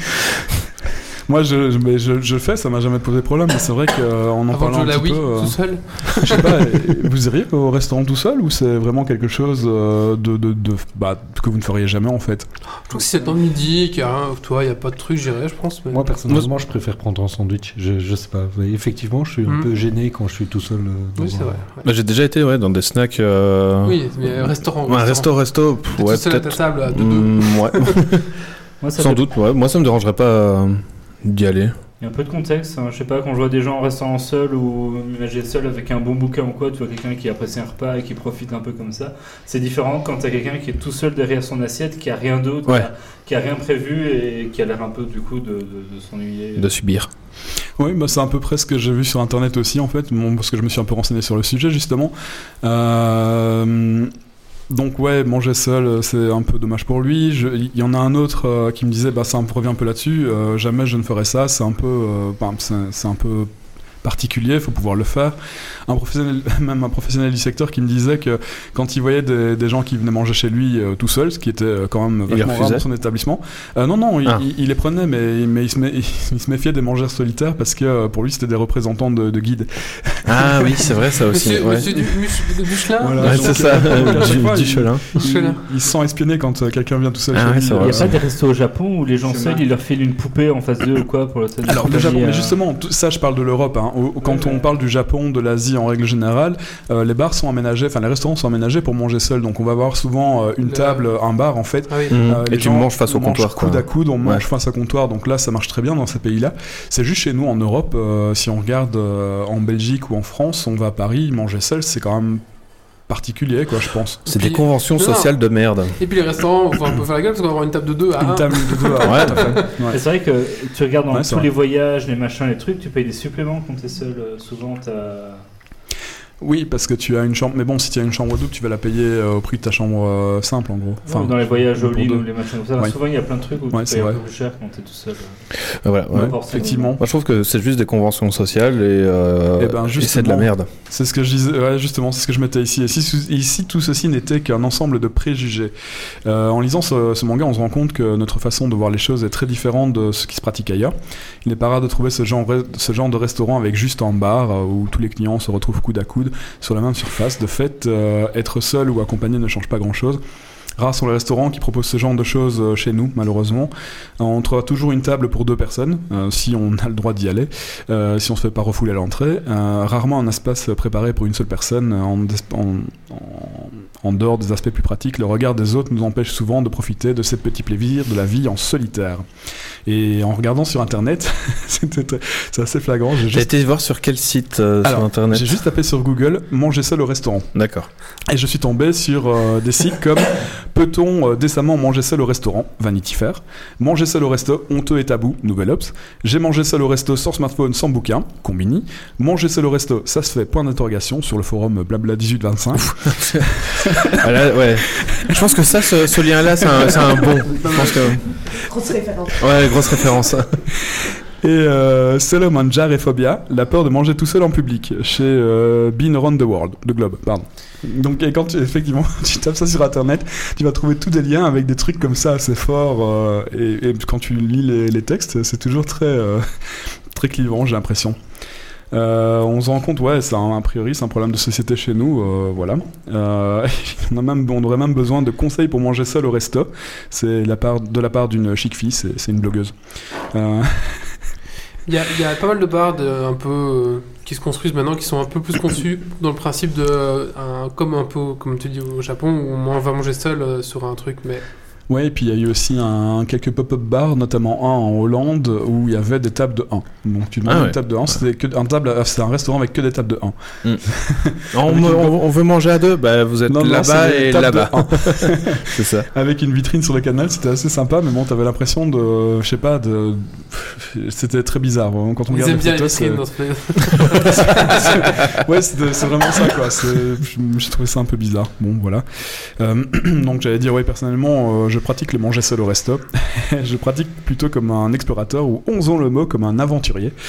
Moi, je, je- mais je, je fais, ça m'a jamais posé problème. mais C'est vrai qu'en en Avant de parlant jouer un à la Wii, petit peu, euh, tout seul. je sais pas, euh, vous iriez au restaurant tout seul ou c'est vraiment quelque chose euh, de, de, de- bah, que vous ne feriez jamais en fait Je trouve que si c'est dans le midi, qu'il y a un- toi, il n'y a pas de truc, j'irai, je pense. Mais... Moi, personnellement, je préfère prendre un sandwich. Je, je sais pas. Mais effectivement, je suis un Mm. peu gêné quand je suis tout seul. euh, dans oui, c'est un- vrai. ouais. Bah, j'ai déjà été ouais, dans des snacks. euh, Oui, mais euh, restaurant. Ouais, resto, resto. pff, T'es ouais, tout seul à ta peut-être. table, à deux, deux. [laughs] Mm, ouais. Moi, ça Sans dépend. doute, ouais. Moi, ça me dérangerait pas euh, d'y aller. Il y a un peu de contexte. hein. Je sais pas, quand je vois des gens en restant seul ou imaginer seul avec un bon bouquin ou quoi, tu vois quelqu'un qui apprécie un repas et qui profite un peu comme ça. C'est différent quand t'as quelqu'un qui est tout seul derrière son assiette, qui a rien d'autre, Ouais. qui a- qui a rien prévu et qui a l'air un peu du coup de, de- de s'ennuyer. De subir. Oui, bah, c'est à peu près ce que j'ai vu sur internet aussi en fait, mon- parce que je me suis un peu renseigné sur le sujet justement. Euh, donc ouais, manger seul, euh, c'est un peu dommage pour lui. Je- Il y en a un autre euh, qui me disait, bah ça me revient un peu là-dessus. euh, jamais je ne ferai ça. C'est un peu, euh, bah, c'est c'est un peu particulier. Faut pouvoir le faire. Un professionnel, [laughs] même un professionnel du secteur qui me disait que quand il voyait des, des gens qui venaient manger chez lui euh, tout seul, ce qui était euh, quand même Il les vachement rare refusait dans son établissement. euh, non non, il, Ah. il- il les prenait, mais, mais il, se mé- [laughs] il se méfiait des mangeurs solitaires parce que euh, pour lui c'était des représentants de, de guides. Ah oui, c'est vrai, ça aussi. Monsieur, ouais. monsieur du, Mich- de Michelin Voilà. Ouais, Michelin. [laughs] c'est ça, donc, à chaque du, fois, du il- chelin. Michelin. Il, il se sent espionné quand euh, quelqu'un vient tout seul. Ah chez ouais, lui, c'est euh, Il n'y vrai. a pas des restos au Japon où les gens seuls, ils leur filent une poupée en face d'eux ou quoi pour le Alors le Japon, euh, euh, mais justement, tout ça je parle de l'Europe. hein. Au- au- Quand on parle du Japon, de l'Asie en règle générale, euh, les bars sont aménagés, enfin les restaurants sont aménagés pour manger seul. Donc on va avoir souvent euh, une Le- table, un bar en fait. Ah oui. Mm. Euh, les Et tu gens manges face au mangent comptoir, quoi. Coude à coude, on mange Ouais. face au comptoir. Donc là, ça marche très bien dans ces pays-là. C'est juste chez nous en Europe, euh, si on regarde euh, en Belgique ou en France, on va à Paris, manger seul, c'est quand même particulier, quoi, je pense. C'est Puis- des conventions Non. sociales de merde. Et puis les restaurants, faut un peu faire la gueule parce qu'on va avoir une table de deux à Une un. table de [laughs] deux, ah, Ouais. tout à fait. Ouais. C'est vrai que tu regardes dans Ouais, c'est tous vrai. les voyages, les machins, les trucs, tu payes des suppléments quand t'es seul. euh, Souvent, t'as. Oui, parce que tu as une chambre. Mais bon, si tu as une chambre double, tu vas la payer euh, au prix de ta chambre euh, simple, en gros. Ou dans les voyages au pour lit deux. ou les machins comme ça. Ouais. Souvent, il y a plein de trucs où Ouais, tu c'est payes un vrai. peu plus cher quand t'es tout seul. Euh, Voilà, ouais. Ouais, forcément. effectivement. Moi, je trouve que c'est juste des conventions sociales et, euh, Eh ben, et c'est de la justement. merde. C'est ce que je disais, ouais, justement, c'est ce que je mettais ici. Et si, sou- ici, tout ceci n'était qu'un ensemble de préjugés. Euh, en lisant ce, ce manga, on se rend compte que notre façon de voir les choses est très différente de ce qui se pratique ailleurs. Il n'est pas rare de trouver ce genre, ce genre de restaurant avec juste un bar euh, où tous les clients se retrouvent coude à coude sur la même surface. De fait, euh, être seul ou accompagné ne change pas grand-chose. Rares sont les restaurants qui proposent ce genre de choses euh, chez nous, malheureusement. Euh, On trouvera toujours une table pour deux personnes, euh, si on a le droit d'y aller. Euh, si on se fait pas refouler à l'entrée. Euh, rarement un espace préparé pour une seule personne. euh, En, des- en- en- en dehors des aspects plus pratiques, le regard des autres nous empêche souvent de profiter de ces petits plaisirs de la vie en solitaire. Et en regardant sur internet, [laughs] c'était très- c'est assez flagrant. J'ai J'ai juste, été voir sur quel site euh, sur Alors, internet. j'ai juste tapé sur Google manger seul au restaurant. D'accord. Et je suis tombé sur euh, des sites comme Peut-on euh, décemment manger seul au restaurant Vanity Fair. Manger seul au resto, honteux et tabou, Nouvel Ops. J'ai mangé seul au resto sans smartphone, sans bouquin, Combini. Manger seul au resto, ça se fait, point d'interrogation, sur le forum euh, Blabla1825. [laughs] Ah là, ouais. Je pense que ça, ce, ce lien-là, c'est un, c'est un bon. Je pense que. Grosse référence. Ouais, grosse référence. Et euh, Solomon Jar et Phobia, la peur de manger tout seul en public, chez euh, Bean Around the World, de Globe, pardon. Donc, et quand tu, [laughs] effectivement, tu tapes ça sur internet, tu vas trouver tous des liens avec des trucs comme ça assez forts. euh, et, et quand tu lis les, les textes, c'est toujours très, euh, [laughs] très clivant, j'ai l'impression. Euh, on se rend compte, ouais, c'est un, a priori, c'est un problème de société chez nous, euh, voilà. Euh, [laughs] on, a même, on aurait même besoin de conseils pour manger seul au resto. C'est la part, de la part d'une chic fille, c'est c'est une blogueuse. Euh, Il y, a, il y a pas mal de bars de- un peu euh, qui se construisent maintenant, qui sont un peu plus conçus dans le principe de euh, un- comme un peu comme tu dis au Japon où on va manger seul euh, sur un truc, mais Ouais, et puis il y a eu aussi un, quelques pop-up bars, notamment un en Hollande, où il y avait des tables de 1. Donc tu demandes Ah ouais. une table de 1, c'était que un, table, euh, c'était un restaurant avec que des tables de 1. On, Avec me- une on- on veut manger à deux Bah, vous êtes Non, non, là-bas c'est des et tables là-bas. de un. [laughs] C'est ça. Avec une vitrine sur le canal, c'était assez sympa, mais bon, t'avais l'impression de. Je sais pas, de. C'était très bizarre. vraiment, Quand on ils regarde aiment les bien les photos, euh, c'est- vitrines dans ce pays. [laughs] [laughs] ouais, c'est c'est vraiment ça, quoi. C'est- J'ai trouvé ça un peu bizarre. Bon, voilà. Euh, [clears throat] donc, j'allais dire, ouais, personnellement, euh, je pratique le manger seul au resto. [laughs] je pratique plutôt comme un explorateur ou, osons le mot, comme un aventurier. [laughs]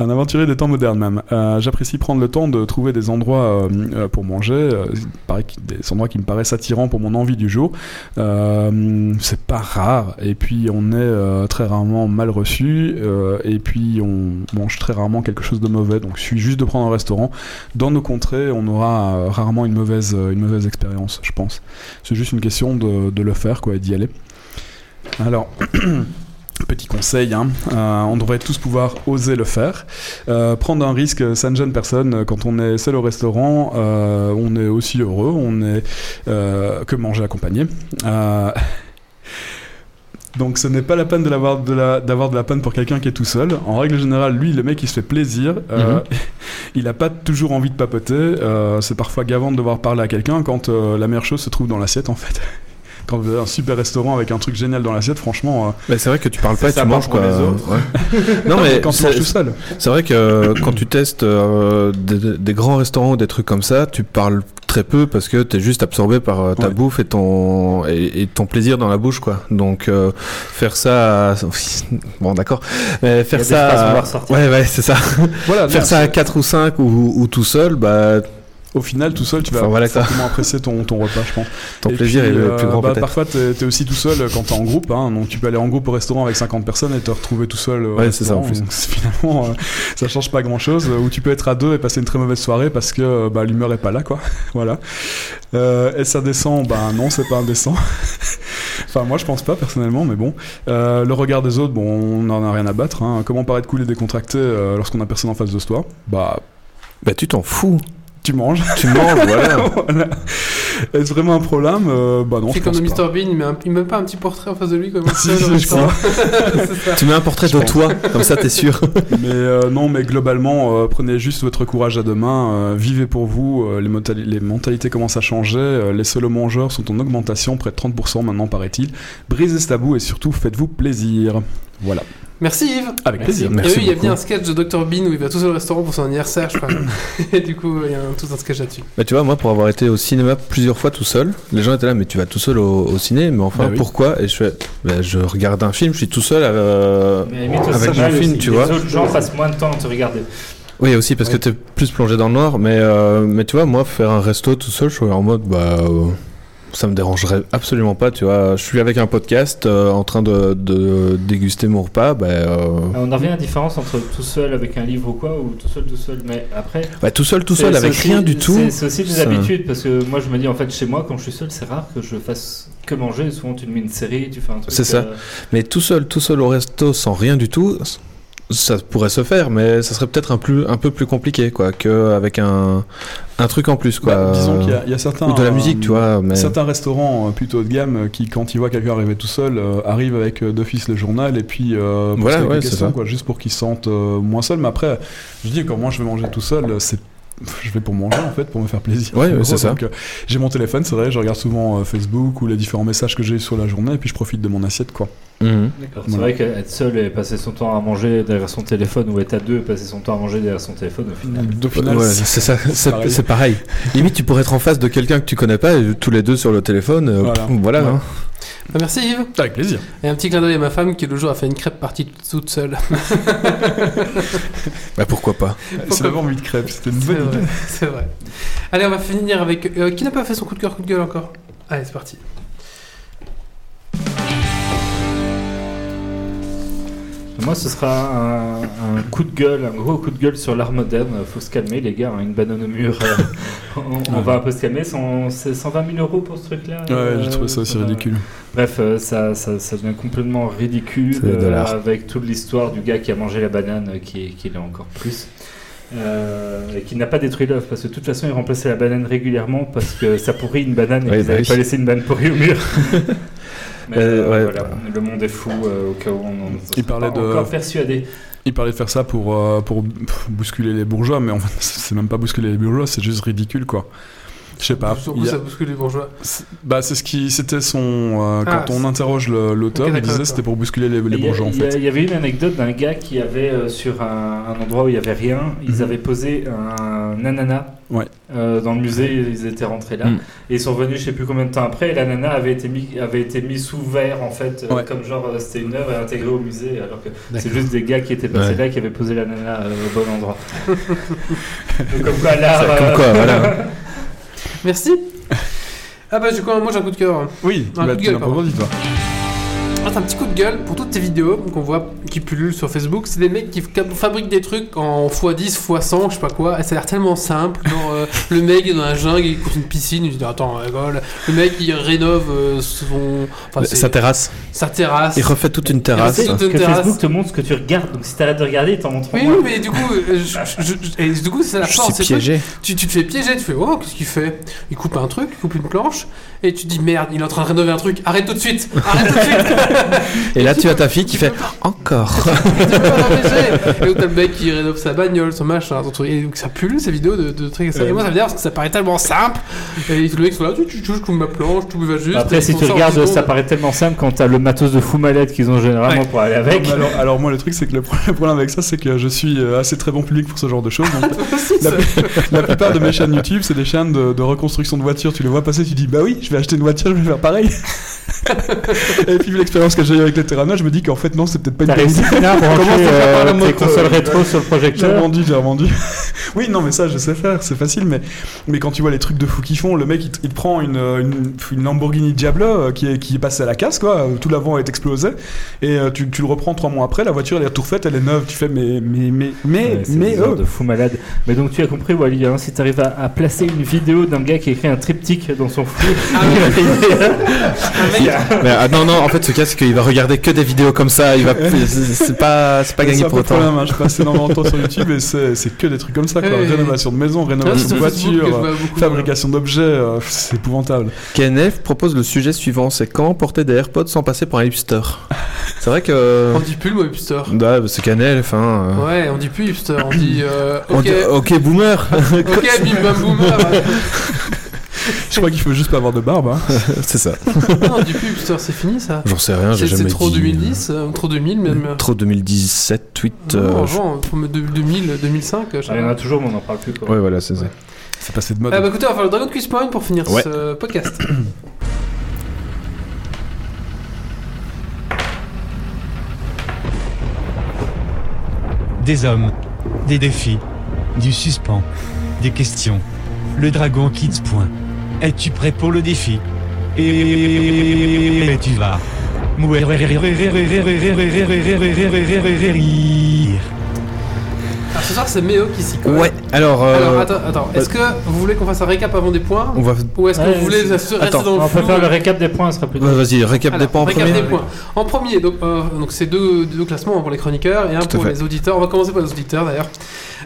Un aventurier des temps modernes même. Euh, J'apprécie prendre le temps de trouver des endroits euh, euh, pour manger, euh, il paraît qu'il- des endroits qui me paraissent attirants pour mon envie du jour. Euh, c'est pas rare. Et puis on est euh, très rarement mal reçu. euh, et puis on mange très rarement quelque chose de mauvais. Donc il suffit juste de prendre un restaurant. Dans nos contrées, on aura euh, rarement une mauvaise, euh, une mauvaise expérience, je pense. C'est juste une question de, de le faire quoi, et d'y aller. Alors. Petit conseil, hein, euh, on devrait tous pouvoir oser le faire. Euh, prendre un risque, ça ne gêne personne. Quand on est seul au restaurant, euh, on est aussi heureux, on est euh, que manger accompagné. Euh, [laughs] donc ce n'est pas la peine de l'avoir- de la- d'avoir de, la peine pour quelqu'un qui est tout seul. En règle générale, lui, le mec, il se fait plaisir. Euh, Mhm. [laughs] Il n'a pas toujours envie de papoter. Euh, c'est parfois gavant de devoir parler à quelqu'un quand euh, la meilleure chose se trouve dans l'assiette, en fait. [laughs] Quand vous avez un super restaurant avec un truc génial dans l'assiette, franchement, euh, Mais Bah, c'est vrai que tu parles pas et Ça tu part manges pour quoi. les autres. Ouais. non mais quand tu c'est- manges tout seul. c'est vrai que euh, quand tu testes euh, des, des grands restaurants ou des trucs comme ça, tu parles très peu parce que t'es juste absorbé par euh, ta Ouais. bouffe et ton et, et ton plaisir dans la bouche quoi. Donc euh, faire ça, à- [laughs] bon d'accord, mais faire Il y ça, a des phrases qu'on va à- ressortir. ouais ouais c'est ça. Voilà, faire non, ça à 4 ou 5 ou, ou tout seul, bah au final, tout seul, tu vas Enfin, voilà, quoi. fortement apprécier ton, ton repas, je pense. ton Bah, Et plaisir puis, est le euh, plus grand bah, peut-être. Parfois, t'es t'es aussi tout seul euh, quand t'es en groupe. hein. donc, tu peux aller en groupe au restaurant avec 50 personnes et te retrouver tout seul. au Ouais, c'est ça, en restaurant. Donc, [laughs] c'est- finalement, euh, ça change pas grand-chose. Ou tu peux être à deux et passer une très mauvaise soirée parce que euh, bah, l'humeur est pas là, quoi. [laughs] voilà. Euh, Est-ce indécent Ben non, c'est pas indécent. [laughs] enfin, moi, je pense pas personnellement, mais bon. Euh, le regard des autres, bon, on n'en a rien à battre. hein. Comment paraître cool et décontracté euh, lorsqu'on a personne en face de toi Bah, Bah tu t'en fous, tu manges. tu [laughs] manges voilà. Voilà. Est-ce vraiment un problème Euh, Bah non, C'est je comme pense dans pas. Mr Bean, il met, un- il met même pas un petit portrait en face de lui comme un Si, seul si, au je restaurant. [laughs] tu mets un portrait de toi, comme ça t'es sûr. Mais euh, non, mais globalement, euh, prenez juste votre courage à deux mains, euh, vivez pour vous, euh, les, motali- les mentalités commencent à changer, euh, les solo mangeurs sont en augmentation, près de 30% maintenant paraît-il. Brisez ce tabou et surtout faites-vous plaisir. Voilà. Merci Yves. Avec plaisir. Il y a eu- il y a beaucoup. bien un sketch de Dr Bean où il va tout seul au restaurant pour son anniversaire, [laughs] je crois. Et du coup, il y a un- tout un sketch là-dessus. Bah tu vois, moi pour avoir été au cinéma plusieurs fois tout seul, les gens étaient là, mais tu vas tout seul au, au ciné, mais enfin Bah oui. pourquoi Et je fais, bah, je regarde un film, je suis tout seul. euh, Mais limite, Avec ça, le mal film, aussi. tu les vois. autres gens passent moins de temps à te regarder. Oui, aussi parce que t'es plus plongé dans le noir, mais, euh, mais tu vois, moi faire un resto tout seul, je suis en mode, bah euh, ça me dérangerait absolument pas, tu vois. Je suis avec un podcast euh, en train de, de déguster mon repas, bah, euh, Ah, On en revient à la différence entre tout seul avec un livre ou quoi, ou tout seul, tout seul. Mais après, bah, tout seul, tout C'est- seul, c'est avec aussi- rien du c'est- tout. C'est aussi des ça- habitudes, parce que moi je me dis en fait chez moi quand je suis seul, c'est rare que je fasse que manger. Souvent tu te mets une série, tu fais un truc. C'est ça. euh, Mais tout seul, tout seul au resto, sans rien du tout, ça pourrait se faire, mais ça serait peut-être un, plus, un peu plus compliqué, quoi, qu'avec un, un truc en plus, quoi. Bah, disons qu'il y a- il y, a certains. Ou de la euh, musique, tu vois, mais... Certains restaurants euh, plutôt haut de gamme euh, qui, quand ils voient quelqu'un arriver tout seul, euh, arrivent avec euh, d'office le journal et puis euh, posent Voilà, quelques ouais, c'est questions, ça. quoi, juste pour qu'ils se sentent euh, moins seuls. Mais après, je dis, quand moi je vais manger tout seul, euh, c'est [laughs] je vais pour manger en fait, pour me faire plaisir. Ouais, En ouais, gros, c'est ça. donc, euh, J'ai mon téléphone, c'est vrai, je regarde souvent euh, Facebook ou les différents messages que j'ai sur la journée et puis je profite de mon assiette quoi. Mhm. alors, C'est Voilà. vrai qu'être seul et passer son temps à manger derrière son téléphone, ou être à deux et passer son temps à manger derrière son téléphone, au final. Au final, Ouais, c'est- c'est ça, c'est pareil. c'est pareil. Limite, tu pourrais être en face de quelqu'un que tu connais pas, et tous les deux sur le téléphone, euh, Voilà. pff, voilà. Ouais. hein. Bah, merci Yves. Avec plaisir. Et un petit clin d'œil à ma femme qui le jour a fait une crêpe partie toute seule. Bah, pourquoi pas C'est d'abord envie de crêpes, c'était une C'est bonne idée. vrai, c'est vrai. Allez, on va finir avec. euh, qui n'a pas fait son coup de cœur, coup de gueule encore Allez, c'est parti. Moi, ce sera un, un coup de gueule, un gros coup de gueule sur l'art moderne. Faut se calmer, les gars. hein, Une banane au mur, [laughs] euh, on, Ah. on va un peu se calmer. Cent- C'est 120 000 euros pour ce truc-là. Ouais, euh, j'ai trouvé ça aussi va. ridicule. Bref, euh, ça, ça, ça devient complètement ridicule C'est des euh, dollars. avec toute l'histoire du gars qui a mangé la banane, euh, qui, est- qui l'est encore plus. Euh, et qui n'a pas détruit l'œuf parce que de toute façon il remplaçait la banane régulièrement parce que ça pourrit une banane et Oui, qu'ils bah n'avaient oui. pas laissé une banane pourrie au mur. [laughs] [laughs] Mais, euh, Euh, ouais. voilà, le monde est fou euh, au cas où on en Il parlait pas de- encore persuadé. Il parlait de faire ça pour, [laughs] euh, pour pff, bousculer les bourgeois, mais en fait, c'est même pas bousculer les bourgeois, c'est juste ridicule quoi. Je sais pas. Surtout il y a- ça bouscule les bourgeois. c'est- Bah, c'est ce qui, c'était son. euh, Ah, quand on c'est- interroge le- l'auteur, Ok, il d'accord, disait d'accord. c'était pour bousculer les, les Il y a- bourgeois en il y a- fait. Il y avait une anecdote d'un gars qui avait euh, sur un, un endroit où il n'y avait rien, ils Mhm. avaient posé un ananas Ouais. euh, dans le musée, ils étaient rentrés là. Mhm. Et ils sont venus je sais plus combien de temps après, et l'ananas avait été mis, avait été mis sous verre en fait, euh, Ouais. comme genre euh, c'était une œuvre intégrée au musée, alors que c'est D'accord. juste des gars qui étaient passés Ouais. là qui avaient posé l'ananas euh, au bon [laughs] endroit. Donc, comme quoi là... Ah, euh, C'est Comme quoi, voilà. [laughs] Merci. Ah bah du coup, moi j'ai un coup de cœur. Oui, Un coup bah, de tu gueule, l'as pas pardon. [laughs] dit, toi. Ah, c'est un petit coup de gueule pour toutes tes vidéos qu'on voit qui pullulent sur Facebook. C'est des mecs qui fa- fabriquent des trucs en x10, x100, je sais pas quoi. Et ça a l'air tellement simple. Genre, euh, [laughs] le mec est dans la jungle, il court une piscine, il se dit Attends, rigole. Le mec il rénove euh, son. Ah, Enfin, c'est- Bah, Sa terrasse. sa terrasse. Il refait toute une Il refait terrasse. hein. toute une Que terrasse. Facebook te montre ce que tu regardes, donc si t'arrêtes de regarder, ils t'en montrent Oui, moins. oui, mais du coup, euh, je- je- je- et du coup, c'est la Je force. suis c'est que piégé. Tu, tu te fais piéger, tu fais oh qu'est-ce qu'il fait Il coupe un truc, il coupe une planche, et tu te dis merde, il est en train de rénover un truc. Arrête tout de suite, arrête tout de suite. Et là, tu tu as ta fille tu qui fait peux encore. tu peux pas l'empêcher. Et donc t'as le mec qui rénove sa bagnole, son machin, son truc. Et donc ça pullule ces vidéos de, de trucs. Et, ça. et moi ça me dit parce que ça paraît tellement simple. Et le mec sont là, tu tu touches, je coupe ma planche, tout va juste. Après, Et ils si font tu ça en regardes, 10 ça secondes. paraît tellement simple quand t'as le matos de fou malade qu'ils ont généralement pour aller avec. Non, mais alors, alors moi le truc c'est que le pro- le problème avec ça c'est que je suis euh, assez très bon public pour ce genre de choses. donc la, la plupart de mes chaînes YouTube c'est des chaînes de, de reconstruction de voitures. Tu les vois passer, tu dis bah oui je vais acheter une voiture, je vais faire pareil. [laughs] Et puis vu l'expérience que j'ai eue avec les Terrana, je me dis qu'en fait non c'est peut-être pas une T'as bonne réussi idée. à Comment brancher ça fait par la euh, moto tes consoles rétro sur le J'ai projecteur. revendu, j'ai revendu. [laughs] oui, non, mais ça, je sais faire, c'est facile, mais, mais quand tu vois les trucs de fou qu'ils font, le mec, il, te- il te prend une, euh, une, une Lamborghini Diablo euh, qui est, qui est passée à la casse, quoi. euh, Tout l'avant est explosé, et euh, tu, tu le reprends trois mois après, la voiture, elle est tout refaite, elle est neuve. Tu fais, mais, mais, mais, mais, Ouais, c'est mais oh. bizarre eux. de fou malade. Mais donc tu as compris Wally, hein, si t'arrives à, à placer une vidéo d'un gars qui écrit un triptyque dans son flou, Un mec, [laughs] Mais, ah, non, non, en fait, ce cas, c'est qu'il va regarder que des vidéos comme ça. Il va, c'est- c'est pas, c'est pas C'est gagné un pour peu le autant. problème, hein, je passe énormément de temps sur YouTube et c'est c'est que des trucs comme ça, quoi. Ouais, ouais, rénovation de maison, Ah, c'est rénovation de sur Facebook que je voiture, euh, vois beaucoup. fabrication d'objets, euh, c'est épouvantable. KNF propose le sujet suivant c'est comment porter des AirPods sans passer pour un hipster C'est vrai que. On dit pull, moi hipster. Bah, c'est KNF, hein. euh. Ouais, on dit plus hipster, on dit euh, On ok, dit- ok, boomer [laughs] ok, bim bam boomer. Je crois qu'il faut juste pas avoir de barbe. [laughs] hein. C'est ça. Non, on dit plus hipster, c'est fini ça. J'en sais rien, j'ai C'est jamais c'est trop dit. 2010, euh, trop 2000 même. Trop 2017, 8. Non, euh, je- avant, faut mettre de- 2000, 2005, je sais il y en pas. a toujours, mais on n'en parle plus. Quoi. Ouais, voilà, c'est ça. C'est passé de mode. Ah bah écoutez, on va faire le Dragon Quiz Point pour finir Ouais. ce podcast. Des hommes, des défis, du suspens, des questions. Le dragon quitte point. Es-tu prêt pour le défi Et tu vas. Alors Ah, ce soir, c'est Méo qui s'y colle. Ouais, alors. euh, Alors attends, attends. est-ce que vous voulez qu'on fasse un récap avant des points on va. Ou est-ce que Ouais, vous voulez c'est- rester Attends, dans le On flou peut faire le récap des points, ce sera plus Bah, tard. Vas-y, récap Alors, des points en récap premier. des points. En premier, donc euh, donc c'est deux, deux classements, un pour les chroniqueurs et un Tout à pour fait. les auditeurs. On va commencer par les auditeurs d'ailleurs.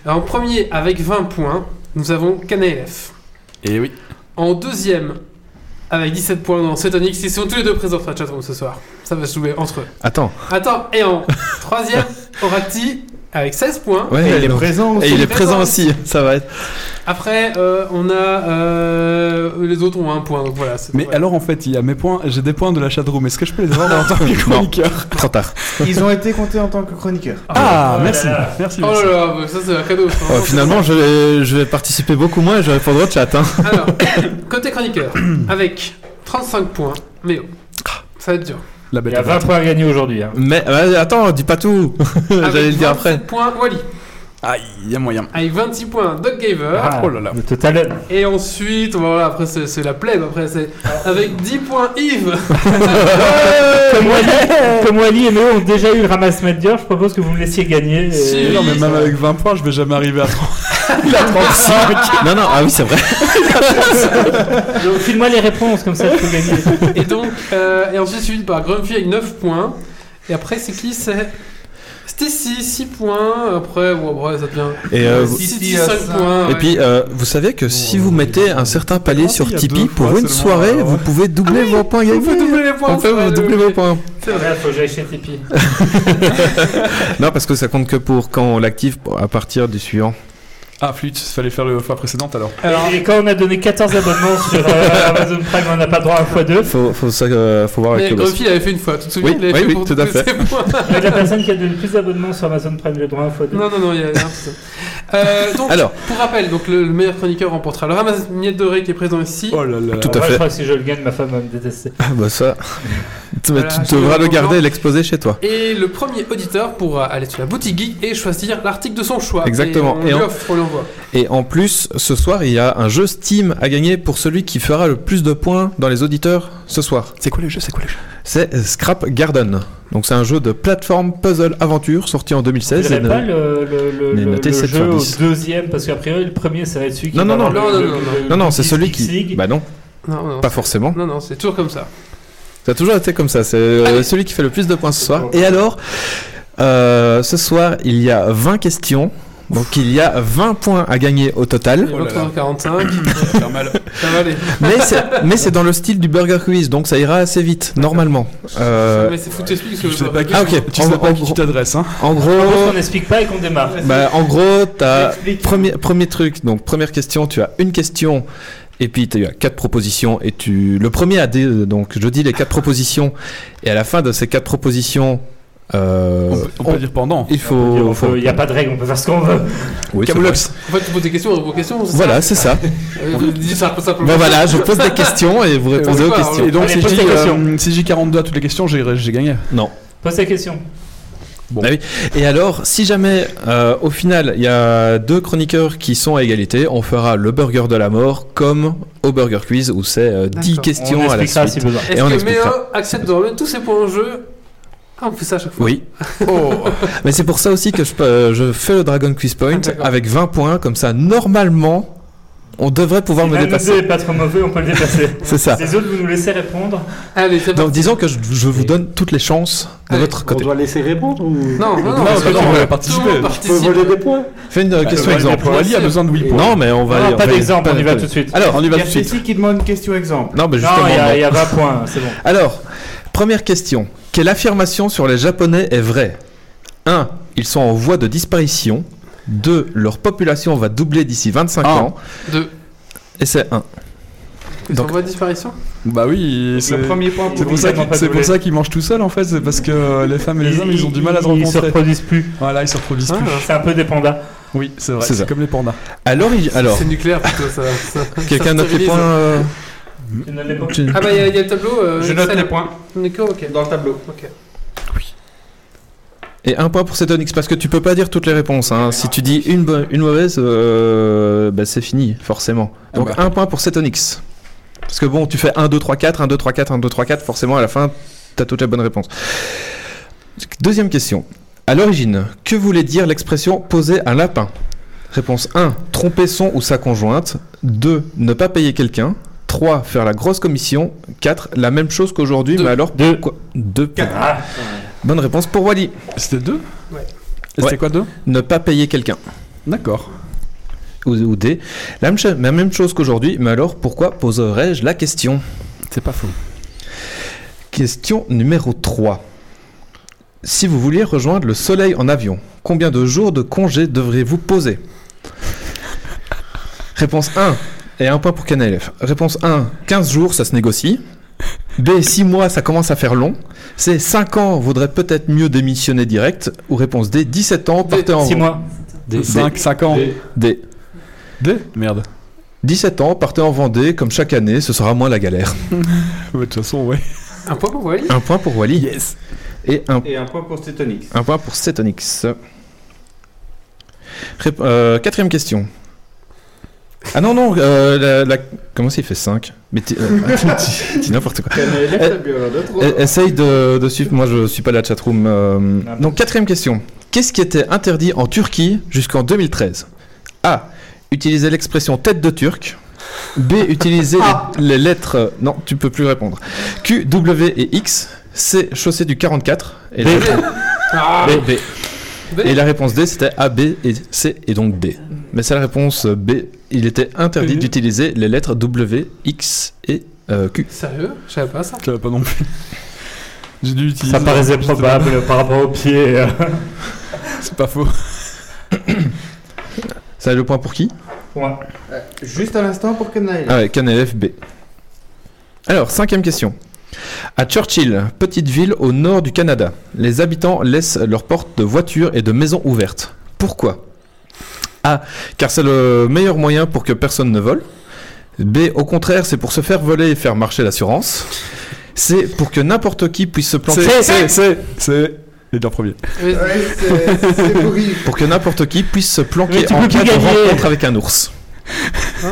Alors, en premier, avec 20 points, nous avons KNLF. Et oui. En deuxième, avec 17 points, dans Cetonix, ils sont tous les deux présents sur la chatroom ce soir. Ça va se jouer entre eux. Attends, Attends, et [laughs] en troisième, Oracti avec 16 points. ouais, Et il est donc- présent. Et il est présent présent. aussi, ça va être. Après, euh, on a euh, les autres ont un point. Donc voilà. c'est- Mais voilà. alors en fait, il y a mes points, j'ai des points de la chatroom. Est-ce que je peux les avoir dans [laughs] un tant que chroniqueur Trop tard. Ils ont été comptés en tant que chroniqueurs. Ah, ouais. merci, Oh là là. merci. Oh merci. là là, bah, ça c'est un cadeau. ça. Euh, [laughs] finalement, je vais, je vais participer beaucoup moins et je vais répondre au chat. Hein. Alors, côté [coughs] chroniqueur, avec 35 points, mais oh, Ah. ça va être dur. La Il bête y a à 20 points à gagner aujourd'hui. hein. Mais ouais, attends, dis pas tout. [laughs] [laughs] Ah J'allais le dire après. points, Wally. Aïe, il y [laughs] a moyen. Avec 26 points, Doc Gaver. Ah, oh là là. Le total. Et ensuite, voilà, après c'est c'est la plèbe, après c'est. Avec 10 points, Yves. Comme Wally- Comme Wally et Méo ont déjà eu le ramasse médior, je propose que vous me laissiez gagner. et- Si. Non, mais Oui, même ça avec 20 points, je vais jamais arriver à 30. [laughs] Non, non, ah oui, c'est vrai. Donc, File-moi les réponses, comme ça je peux gagner. et donc, euh, et ensuite suivi par Grumpy avec 9 points. Et après, c'est qui C'est Stacy, 6 points. Après, bon, après, ça devient. Et, euh, Stacy, Stacy, 5 euh, points. Et ouais. puis, euh, vous savez que si vous mettez un certain palier Ah, sur il y a Tipeee deux fois pour une seulement, soirée, alors. vous pouvez doubler vos points on gagnés. peut doubler les points. On peut c'est vrai, doubler le- vos points. C'est vrai. Regarde, faut que j'aille chez Tipeee. Non, parce que ça compte que pour quand on l'active pour- à partir du suivant. Ah, flûte, fallait faire le fois précédente alors. et, et quand on a donné 14 abonnements sur [laughs] euh, Amazon Prime, on n'a pas droit à x2. Faut, faut, ça, euh, faut voir avec Mais le boss. Grumpy l'avait fait une fois, tu te souviens Oui, il l'avait oui, fait oui, pour tout à tous fait. ses [laughs] points. Avec la personne qui a donné le plus d'abonnements sur Amazon Prime, le droit à x2. Non, non, non, il y a rien de ça. Euh, donc, Alors. pour rappel, donc, le, le meilleur chroniqueur remportera le ramasse-miettes doré qui est présent ici. Oh là là. Tout Alors à moi, fait. Je crois que si je le gagne, ma femme va me détester. Ah, bah ça. Tu, Voilà, tu c'est devras le le garder moment. et l'exposer chez toi. Et le premier auditeur pourra aller sur la boutique geek et choisir l'article de son choix. Exactement. Et on Et lui on- offre, on l'envoie. Et en plus, ce soir, il y a un jeu Steam à gagner pour celui qui fera le plus de points dans les auditeurs ce soir. C'est quoi les jeux C'est quoi les jeux C'est euh, Scrap Garden. Donc c'est un jeu de plateforme puzzle aventure sorti en Je 2016. dirais Et pas ne- le, le, le, Mais le- notez le 7 jeu sur au 10. deuxième, parce qu'a priori, le premier, ça va être celui qui Non, va non, avoir non, le- non, le- non, le- Non, non, le c'est Geeks celui qui... League. Bah non, Non, non. pas forcément. Non, non, c'est toujours comme ça. Ça a toujours été comme ça. C'est euh, Ah celui qui fait le plus de points ce soir. Et alors, euh, ce soir, il y a 20 questions. Donc il y a 20 points à gagner au Il y total. a Oh là là. 45, Ça va faire mal. ça va aller. Mais c'est- mais c'est dans le style du Burger Quiz, donc ça ira assez vite, normalement. Euh, Mais c'est fou, tu expliques ce que Tu sais je pas qui, Ah, ok. tu sais En- pas à en qui tu gros- t'adresses, hein en gros... Je propose qu'on n'explique pas et qu'on démarre. Bah, en gros, t'as Explique. premier, premier truc, donc première question, tu as une question et puis tu as quatre propositions et tu le premier à dé- donc je dis les quatre propositions et à la fin de ces quatre propositions euh, on, peut, on on- peut dire pendant. il On peut dire, faut, on peut- Il n'y a pas de règle, on peut faire ce qu'on veut. Oui, c'est Camoulox. vrai. En fait, tu poses des questions, on répond aux questions. c'est Voilà, c'est ça. ça Euh, je dis ça simplement. bon voilà, je pose des questions et vous répondez Euh, aux quoi, questions. alors, Et donc, Allez, si je pose dis ta question. euh, si je dis 42 à toutes les questions, j'ai j'ai gagné. Non. Pose ta question. Et alors, si jamais euh, au final il y a deux chroniqueurs qui sont à égalité, on fera le burger de la mort comme au Burger Quiz où c'est euh, 10 D'accord. questions on à la expliquera si suite. besoin. Est-ce Et on que expliquera. Méo accepte de remettre tous ses points en jeu Ah, on fait ça à chaque fois. Oui. [laughs] Mais c'est pour ça aussi que je, peux- je fais le Dragon Quiz Point Ah, d'accord. avec 20 points, comme ça normalement on devrait pouvoir me Même le deux dépasser. est pas trop mauvais, on peut le dépasser. C'est [laughs] ça. Les autres, vous nous laissez répondre. Allez, c'est bon. Donc disons que je, je vous donne toutes les chances de Allez, votre On côté. doit laisser répondre ou Non, non, non, parce c'est que bon, tu on veux va- participer. tout le monde Tu peux On peut participe. voler des points Fais une euh, question ouais, exemple. mais Ali a besoin de Will Power. Non mais on va Non, on Ah, pas va- d'exemple, pas- on y va tout de suite. Alors on y Il va y tout a de suite. Cécile qui demande une question exemple. Non mais non, justement. il y, a- non. il y a 20 points, c'est bon. Alors première question. Quelle affirmation sur les Japonais est vraie 1. Ils sont en voie de disparition. 2. Leur population va doubler d'ici 25 Ah. Un. ans. Deux. Et c'est 1. Ils sont Donc- en voie de disparition Bah oui, c'est Le premier point c'est pour pour ça Ils ont qu'il- pas c'est pour doublé. ça qu'ils mangent tout seuls en fait, c'est parce que euh, les femmes et les hommes ils ont du mal à Ils se se Hein rencontrer. reproduisent plus. Voilà, ils se reproduisent Ah. plus. C'est un peu des pandas. Oui, c'est vrai, C'est ça. c'est comme les pandas. Alors il- alors ah. C'est nucléaire plutôt, ça. ça- ça quelqu'un note les stérilise. points. euh, Tu ne l'es pas. tu- Ah, bah, il y, a- il y a le tableau. euh, Je note Excel. les points Nico, ok. dans le tableau. Ok. Et un point pour Cetonix, parce que tu peux pas dire toutes les réponses. hein. Si tu dis une, bo- une mauvaise, euh, bah, c'est fini, forcément. Donc un point pour Cetonix. Parce que bon, tu fais 1, 2, 3, 4, 1, 2, 3, 4, 1, 2, 3, 4, forcément à la fin, t'as toutes les bonnes réponses. Deuxième question. À l'origine, que voulait dire l'expression poser un lapin Réponse 1, tromper son ou sa conjointe. 2, ne pas payer quelqu'un. 3, faire la grosse commission. 4, la même chose qu'aujourd'hui, Deux. mais alors Deux. quoi 2 points. Ah, Bonne réponse pour Wally. C'était deux Ouais. Et Ouais. C'était quoi deux Ne pas payer quelqu'un. D'accord. ou, ou des. La même, cha- la même chose qu'aujourd'hui, mais alors pourquoi poserais-je la question C'est pas faux. Question numéro 3. Si vous vouliez rejoindre le soleil en avion, combien de jours de congé devriez-vous poser Réponse 1. Et un point pour Canalef. Réponse 1. 15 jours, ça se négocie. B. 6 mois, ça commence à faire long. C. 5 ans, vaudrait peut-être mieux démissionner direct. Ou réponse D. 17 ans, partez en... six mois. Des- 5, 5 ans. des- D. Deux Merde. 17 ans, partez en Vendée, comme chaque année, ce sera moins la galère. Ouais, De toute façon, ouais. [laughs] Un point pour Wally Un point pour Wally. Yes. Et un, Et un point pour Stétonix. un point pour Cetonix. Rép- euh, quatrième question. Ah non, non, euh, la, la- comment ça il fait 5 Mais t'es- euh, [laughs] tu dis n'importe quoi. Euh, hein. Eh, Essaye de, de suivre, moi je suis pas la chatroom. euh, Ah bon. Donc quatrième question. Qu'est-ce qui était interdit en Turquie jusqu'en 2013 A. Utiliser l'expression tête de turc. B. Utiliser les- les, lettres... euh, Non, tu peux plus répondre. Q, W et X. C. Chaussée du 44. Et la B. réponse- Ah, B, B. B. Et la réponse D, c'était A, B et C, et donc D. Mais c'est la réponse B. Il était interdit Oui. d'utiliser les lettres W, X et euh, Q. Sérieux Je savais pas ça. Je l'avais pas non plus. J'ai dû utiliser. Ça paraissait probable par rapport aux pieds. euh. C'est pas faux. Ça a le point pour qui Ouais. euh, Juste un instant pour Kanaï. Ah ouais, Canal FB. Alors, cinquième question. À Churchill, petite ville au nord du Canada, les habitants laissent leurs portes de voitures et de maisons ouvertes. Pourquoi A. Car c'est le meilleur moyen pour que personne ne vole. B. Au contraire, c'est pour se faire voler et faire marcher l'assurance. C. Pour que n'importe qui puisse se planter. C'est, c'est, c'est, c'est. Il est dans le premier. [laughs] Pour que n'importe qui puisse se Mais planquer tu en peux cas plus de gagner. rencontre avec un ours. Ah.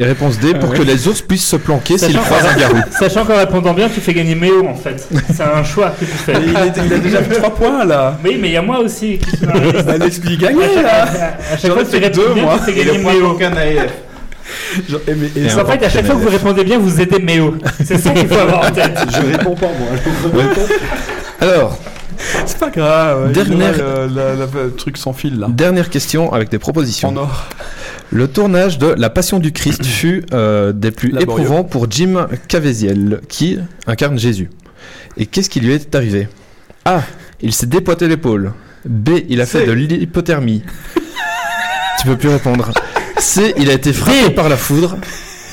Et réponse D, pour Ah ouais. que les ours puissent se planquer s'ils Sachant croisent qu'en- un garou. [laughs] Sachant qu'en répondant bien, tu fais gagner Méo en fait. C'est un choix que tu fais. [laughs] Mais il est- il a déjà fait 3 points [laughs] là. Oui, mais il y a moi aussi qui suis dans [laughs] la liste. Alex lui gagne là À chaque fois que tu réponds bien, tu fais gagner Méo. Genre, et mais- eh, et Et ça- en fait, à chaque fois que vous répondez bien, vous aidez Méo. C'est ça qu'il faut avoir en tête. Je réponds pas, moi. je réponds. Alors, C'est pas grave. Dernière- Dernière. Le truc sans fil là. dernière question avec des propositions. En or. Le tournage de La Passion du Christ fut euh, des plus Laborieux. éprouvants pour Jim Caviezel, qui incarne Jésus. Et qu'est-ce qui lui est arrivé A. Il s'est dépoté l'épaule. B. Il a fait de l'hypothermie. tu peux plus répondre. C. Il a été frappé par la foudre.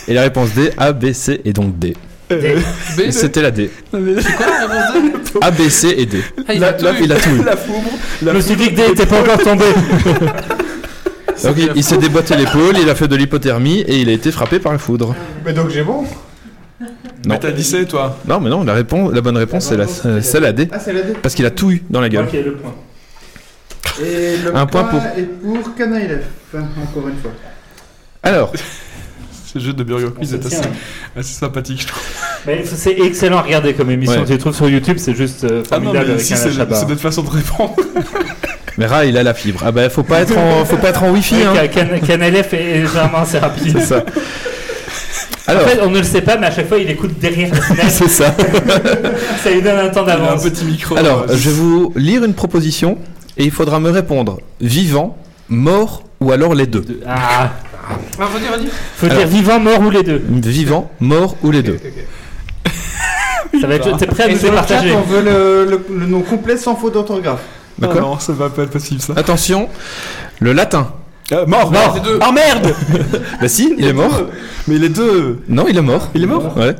Et la réponse D, A, B, C et donc D. B, c'est C'était la D. quoi la réponse D A, B, C et D. Ah, il Là- a tout là, eu. [laughs] il a tout eu. La foudre. Je me suis dit que Dave n'était pas encore tombé. Donc, il- il s'est déboîté l'épaule, il a fait de l'hypothermie et il a été frappé par la foudre. Mais donc j'ai bon Non. Mais t'as dit c'est toi. Non, mais non, la, réponse, la bonne réponse, c'est la, euh, c'est la D. Ah, c'est la D. Parce qu'il a tout eu dans la gueule. Ok, le point. Et le Un point pour- est pour Kanaï, encore une fois. Alors, Ce jeu de Burger On Quiz se est tient. assez, assez sympathique, je trouve. Mais c'est excellent à regarder comme émission. Ouais. Tu le trouves sur YouTube, c'est juste euh, Ah non, formidable mais avec si, un c'est Chabat. c'est notre façon de répondre. mais Ra, il a la fibre. Ah bah, faut pas être en, faut pas être en wifi, hein. [laughs] Ouais, Can, Can- Canal F est légèrement assez rapide. C'est ça. En Alors, fait, on ne le sait pas, mais à chaque fois, il écoute derrière la fenêtre. [laughs] c'est ça. ça lui donne un temps Il a un d'avance. petit micro. Alors, euh, je vais vous lire une proposition et il faudra me répondre vivant, mort ou alors les deux. Ah, Ah, redis, redis. faut Alors. dire vivant, mort ou les deux. Vivant, mort ou les deux. Ça va être. T'es prêt à Et nous sur le chat, départager on veut le, le- le nom complet sans faute d'orthographe. Ah D'accord non, ça va pas être possible ça. Attention, le latin. Euh, mort, Les mort deux. Oh merde Bah si, il est mort. Mais les deux Non, il est mort. Il est mort Ouais.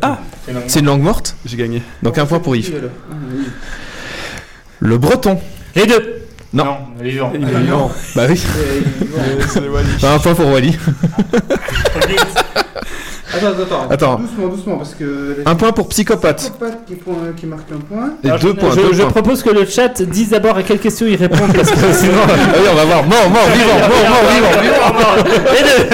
C'est une langue morte. J'ai gagné. Donc un point pour Yves. Ah, Le breton. Les deux Non. vivant. Il est mort. Bah oui. [laughs] Euh, C'est les Wally. Un point pour Wally. Attends, attends, attends. Attends. Doucement, doucement, parce que. Un point pour psychopathe. Psychopathe qui, prend- qui marque un point. Et Alors, deux je, points. je- deux je points. propose que le chat dise d'abord à quelle question il répond. parce que sinon, Ah oui, on va voir. Mort, mort, vivant, mort, mort, vivant, vivant.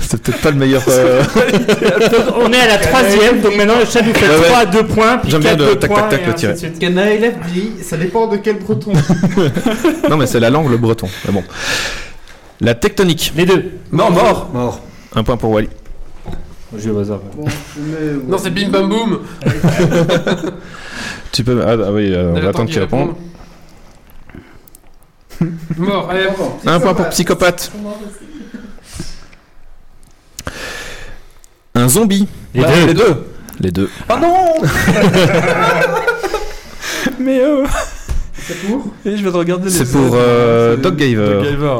C'est peut-être pas le meilleur. euh, Donc, on est à la troisième, donc maintenant le chat nous fait Ouais, ouais. 3 à 2 points. puis J'aime bien quatre, le deux tac, points, tac, tac, et le ainsi tirer. de suite. Kanaï dit ça dépend de quel breton. Non, mais c'est la langue, le breton. Mais bon. La tectonique. Les deux. Non, mort Mort. Un point pour Wally. Je vais au hasard. Bon, je mets- ouais. Non, c'est bim bam boum. Tu peux. Ah, ah oui, euh, on Attends va attendre qu'il qu'il réponde. réponde. Mort, allez. Un point pour psychopathe. Un zombie. Les Bah, deux. Les deux. Les deux. Ah non [laughs] Mais euh... C'est pour Et je vais regarder les C'est pour euh, Doc Gaver. Gaver.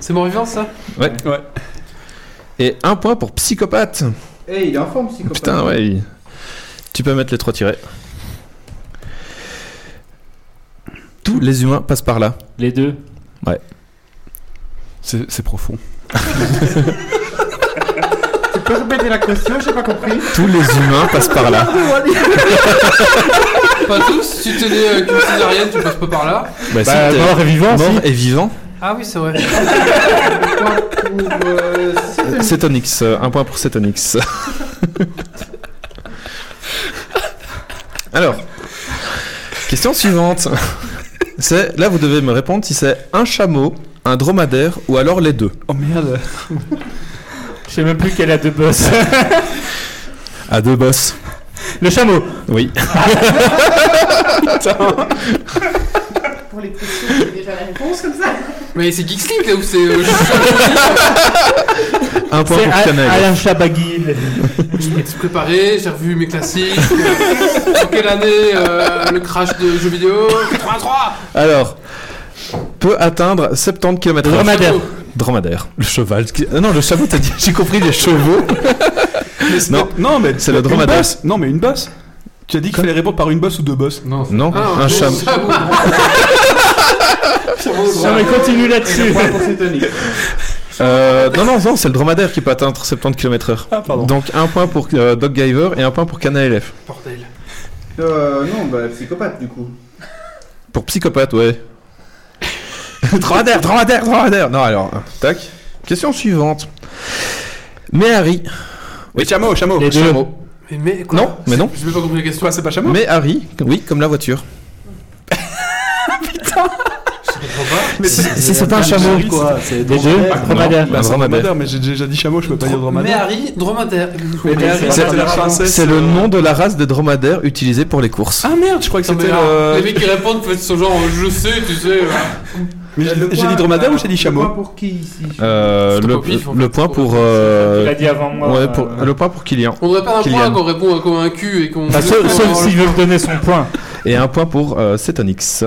C'est mort vivant ça Ouais. Et un point pour psychopathe. Eh, il est en forme, psychopathe. Putain, ouais. il- Tu peux mettre les trois tirés. Tous les humains passent par là. Les deux. C'est c'est profond. Tu peux répéter la question, j'ai pas compris. Tous les humains passent par là. Pas tous, si t'es né avec une césarienne, tu passes pas par là. Bah, si, Bah, t'es- mort et vivant, si. mort et vivant. Ah oui, c'est vrai. Point pour. euh, Cétonix. Cetonix, euh, un point pour [laughs] Cetonix. Alors, question suivante. C'est là vous devez me répondre si c'est un chameau, un dromadaire ou alors les deux. Oh merde Je sais même plus qu'elle a deux boss. À deux bosses. le chameau. [laughs] Oui. Pour les questions, j'ai déjà la réponse comme ça. Mais c'est Geeks League là où c'est. euh, Un point C'est pour Al- Canaille. Alain Chabaguil. Je me suis préparé, j'ai revu mes classiques. euh, en quelle année euh, le crash de jeux vidéo 83 Alors, peut atteindre 70 km/h. Le dromadaire. Dromadaire. Le cheval. ce qui- euh, Non, le chameau, t'as dit. [laughs] J'ai compris les [laughs] chevaux. non, Non, mais c'est le une dromadaire. bosse. Non, mais une bosse. Tu as dit qu'il fallait répondre par une bosse ou deux [laughs] bosses. Ah, Non, Ah, Non, un chameau. Non, mais continue là-dessus. [laughs] Euh, non, non, non, c'est le dromadaire qui peut atteindre 70 km/h. Donc un point pour euh, Doc Giver et un point pour Cana LF. Bordel. Euh, non, bah, psychopathe du coup. Pour psychopathe, [laughs] ouais. dromadaire, dromadaire, dromadaire. Non, alors, tac. Question suivante. Mais Harry. Oui, chameau, chameau. Les deux. Chameau. Mais, mais quoi Non, mais non. Je vais pas compris la question. Quoi, c'est pas chameau Mais Harry, oui, comme la voiture. Mais Si- si c'est pas un chameau. Quoi C'est Les deux, dromadaire. Bah, dromadaire. c'est dromadaire, Ah, mais j'ai déjà dit chameau, je peux pas dire Mais dromadaire. Harry, dromadaire. Mais Harry, c'est- c'était la princesse. C'est le nom de la race de dromadaire utilisée pour les courses. Ah merde, je croyais que Non, mais c'était alors, le- Les mecs qui répondent, faites ce genre, je sais, tu sais. euh. Mais j'ai j'ai dit dromadaire ou j'ai dit Le point chameau pour qui ici Euh, C'est le, au pif, en le fait. point pour. euh, Il a dit avant moi. ouais, pour- euh, le point pour Kylian. On devrait perdre un Kylian. point qu'on répond à convaincu et qu'on. bah, sauf sauf s'il veut me donner son point. Et un point pour euh, Cetonix.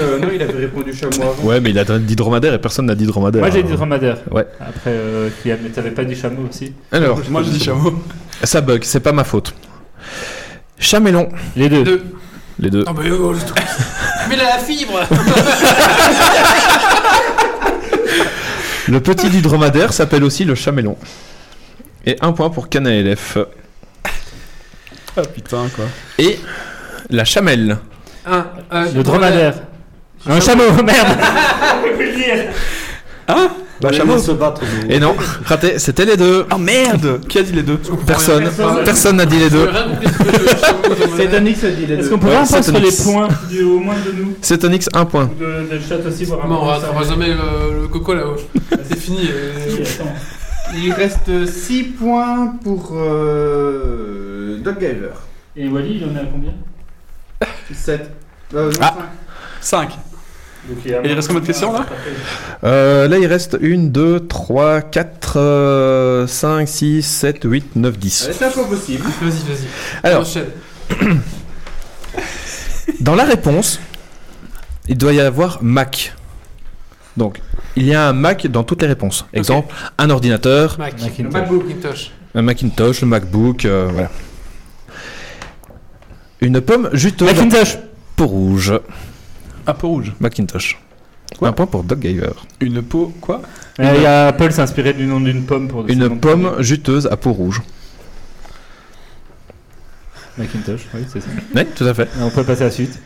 Euh, Non, il avait répondu chameau avant. Ouais, mais il a dit dromadaire et personne n'a dit dromadaire. Moi j'ai dit dromadaire. Ouais. Après, euh, Kylian, mais t'avais pas dit chameau aussi Alors, [laughs] Moi j'ai dit chameau. ça bug, c'est pas ma faute. Chamélon, Les deux. Deux. les deux. Non, mais oh, je trouve- [laughs] Mais la fibre Le petit du dromadaire s'appelle aussi le chamélon. Et un point pour Cana LF. [laughs] Ah putain, quoi. Et la chamelle. Un, euh, Le dromadaire. Un chameau, [laughs] merde Bah, Bah, chameau. chameau se battre. mais- Et non, raté, c'était les deux. [laughs] Ah merde Qui a dit les deux Personne, Personne. personne n'a dit les J'ai deux. rien compris de ce que le chameau C'est dromadaire- Danix a dit les Est-ce deux. qu'on pourrait Ouais, en ça, passer sur les Tonix. points du, Au moins de nous Cetonix, un point. Ou de, de chat aussi, voir un Non, on point. va, on va jamais euh, le coco là-haut. C'est fini. Si, euh. attends. Il reste 6 points pour euh, Doc Giver. Et Wally, il en est à combien 7. Euh, non, Ah. 5. cinq. Donc, il, y a Et il reste combien de questions, là Euh, là, il reste 1, 2, 3, 4, 5, 6, 7, 8, 9, 10. Euh, C'est impossible. Vas-y, vas-y. Alors, Enchaîne. Dans la réponse, il doit y avoir Mac. Donc, il y a un Mac dans toutes les réponses. Exemple, un ordinateur, Mac. Macintosh. Macintosh. un Macintosh, le MacBook, euh, voilà. Une pomme juteuse. Macintosh. Peau rouge. Un peu rouge. Macintosh. Quoi un point pour Doc Giver. Une peau, quoi Euh, il y a Apple s'inspirait du nom d'une pomme pour. son nom Une de pomme juteuse à peau rouge. produit. Macintosh, oui, c'est ça. Oui, tout à fait. Ah Et on peut passer à la suite.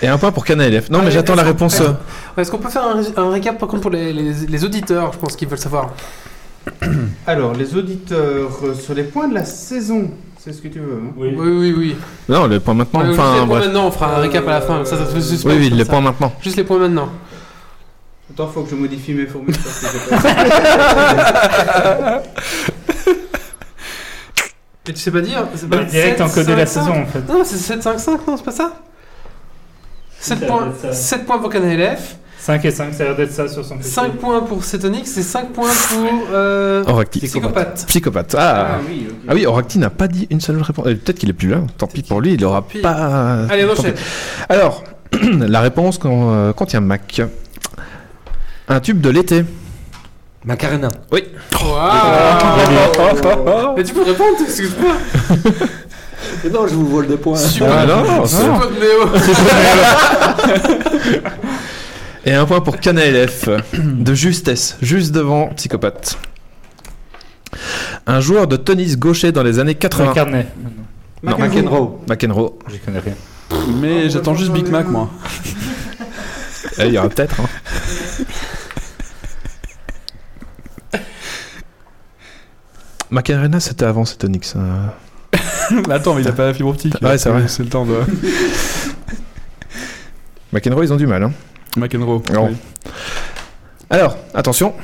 Et un point pour Cana LF. Non, mais Allez, j'attends la est-ce- réponse. est-ce- euh, Est-ce qu'on peut faire un, ré- un récap par contre pour les, les- les auditeurs, je pense qu'ils veulent savoir Alors, les auditeurs euh, sur les points de la saison, c'est ce que tu veux. hein Oui, oui, oui. Non, le point maintenant. Ouais, juste les Enfin, points bref. maintenant, on fera un récap à la fin. Ça, ça se fait suspense, Oui, oui, comme les ça. points maintenant. Juste les points maintenant. Attends, faut que je modifie mes formules. parce que [laughs] j'ai pas- Et tu sais pas dire c'est Bah, pas direct 7, en code de la 5, saison en fait. Non, c'est 7-5-5, non, c'est pas ça 7 Ça points, doit être ça. 7 points pour Canalef, 5 et 5, ça a l'air d'être ça sur son PC. 5 points pour Cetonix et 5 points pour euh, Oracti. Psychopathe. Psychopathe. Ah Ah. oui, ok. Ah oui, Oracti n'a pas dit une seule réponse. Euh, Peut-être qu'il est plus là. Tant pis pour lui, il aura Tant pis. pas. Allez, on Tant pis. enchaîne. Alors, [clears throat] la réponse con- euh, contient Mac. Un tube de l'été. Macarena. Waouh Mais tu peux répondre, excuse-moi Et non, Eh ben, je vous vole des points. Ah, Super non, c'est- Super Néo [laughs] Et un point pour Cana LF. De justesse, juste devant Psychopathe. Un joueur de tennis gaucher dans les années 80. Un carnet. maintenant. Non, McEnroe. McEnroe. Ah, J'y connais rien. Mais j'attends juste Big Mac, moi. Eh, Il y aura peut-être. hein. [laughs] Macarena, c'était avant Cetonix. hein. Mais [laughs] attends, mais il a pas la fibre optique. Ouais, c'est vrai. C'est le temps de. [laughs] McEnroe, ils ont du mal. hein. McEnroe. Non. Oui. Alors, attention.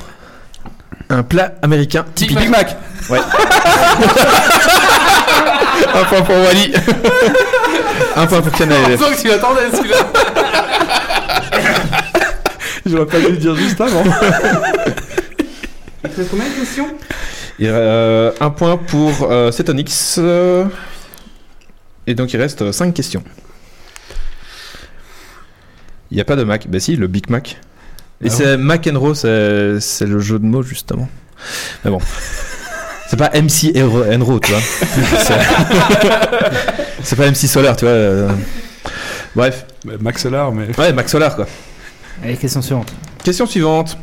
Un plat américain typique. Big Mac Ouais. Un point pour Wally. Un point pour Cana Je LF. sens que tu l'attendais celui-là J'aurais pas dû le dire juste avant. Il te reste combien de questions Il, euh, un point pour euh, Cetonix. euh, et donc il reste 5 questions. Il n'y a pas de Mac. Bah si, le Big Mac. Et Ah c'est Mac and Roll, c'est c'est le jeu de mots justement. Mais bon. [laughs] C'est pas MC Hero- and Roll, tu [laughs] vois. C'est- c'est pas MC Solar, tu vois. euh. Bref. Max Solar, [laughs] mais. Ouais, Max Solar, quoi. Allez, question suivante. Question suivante.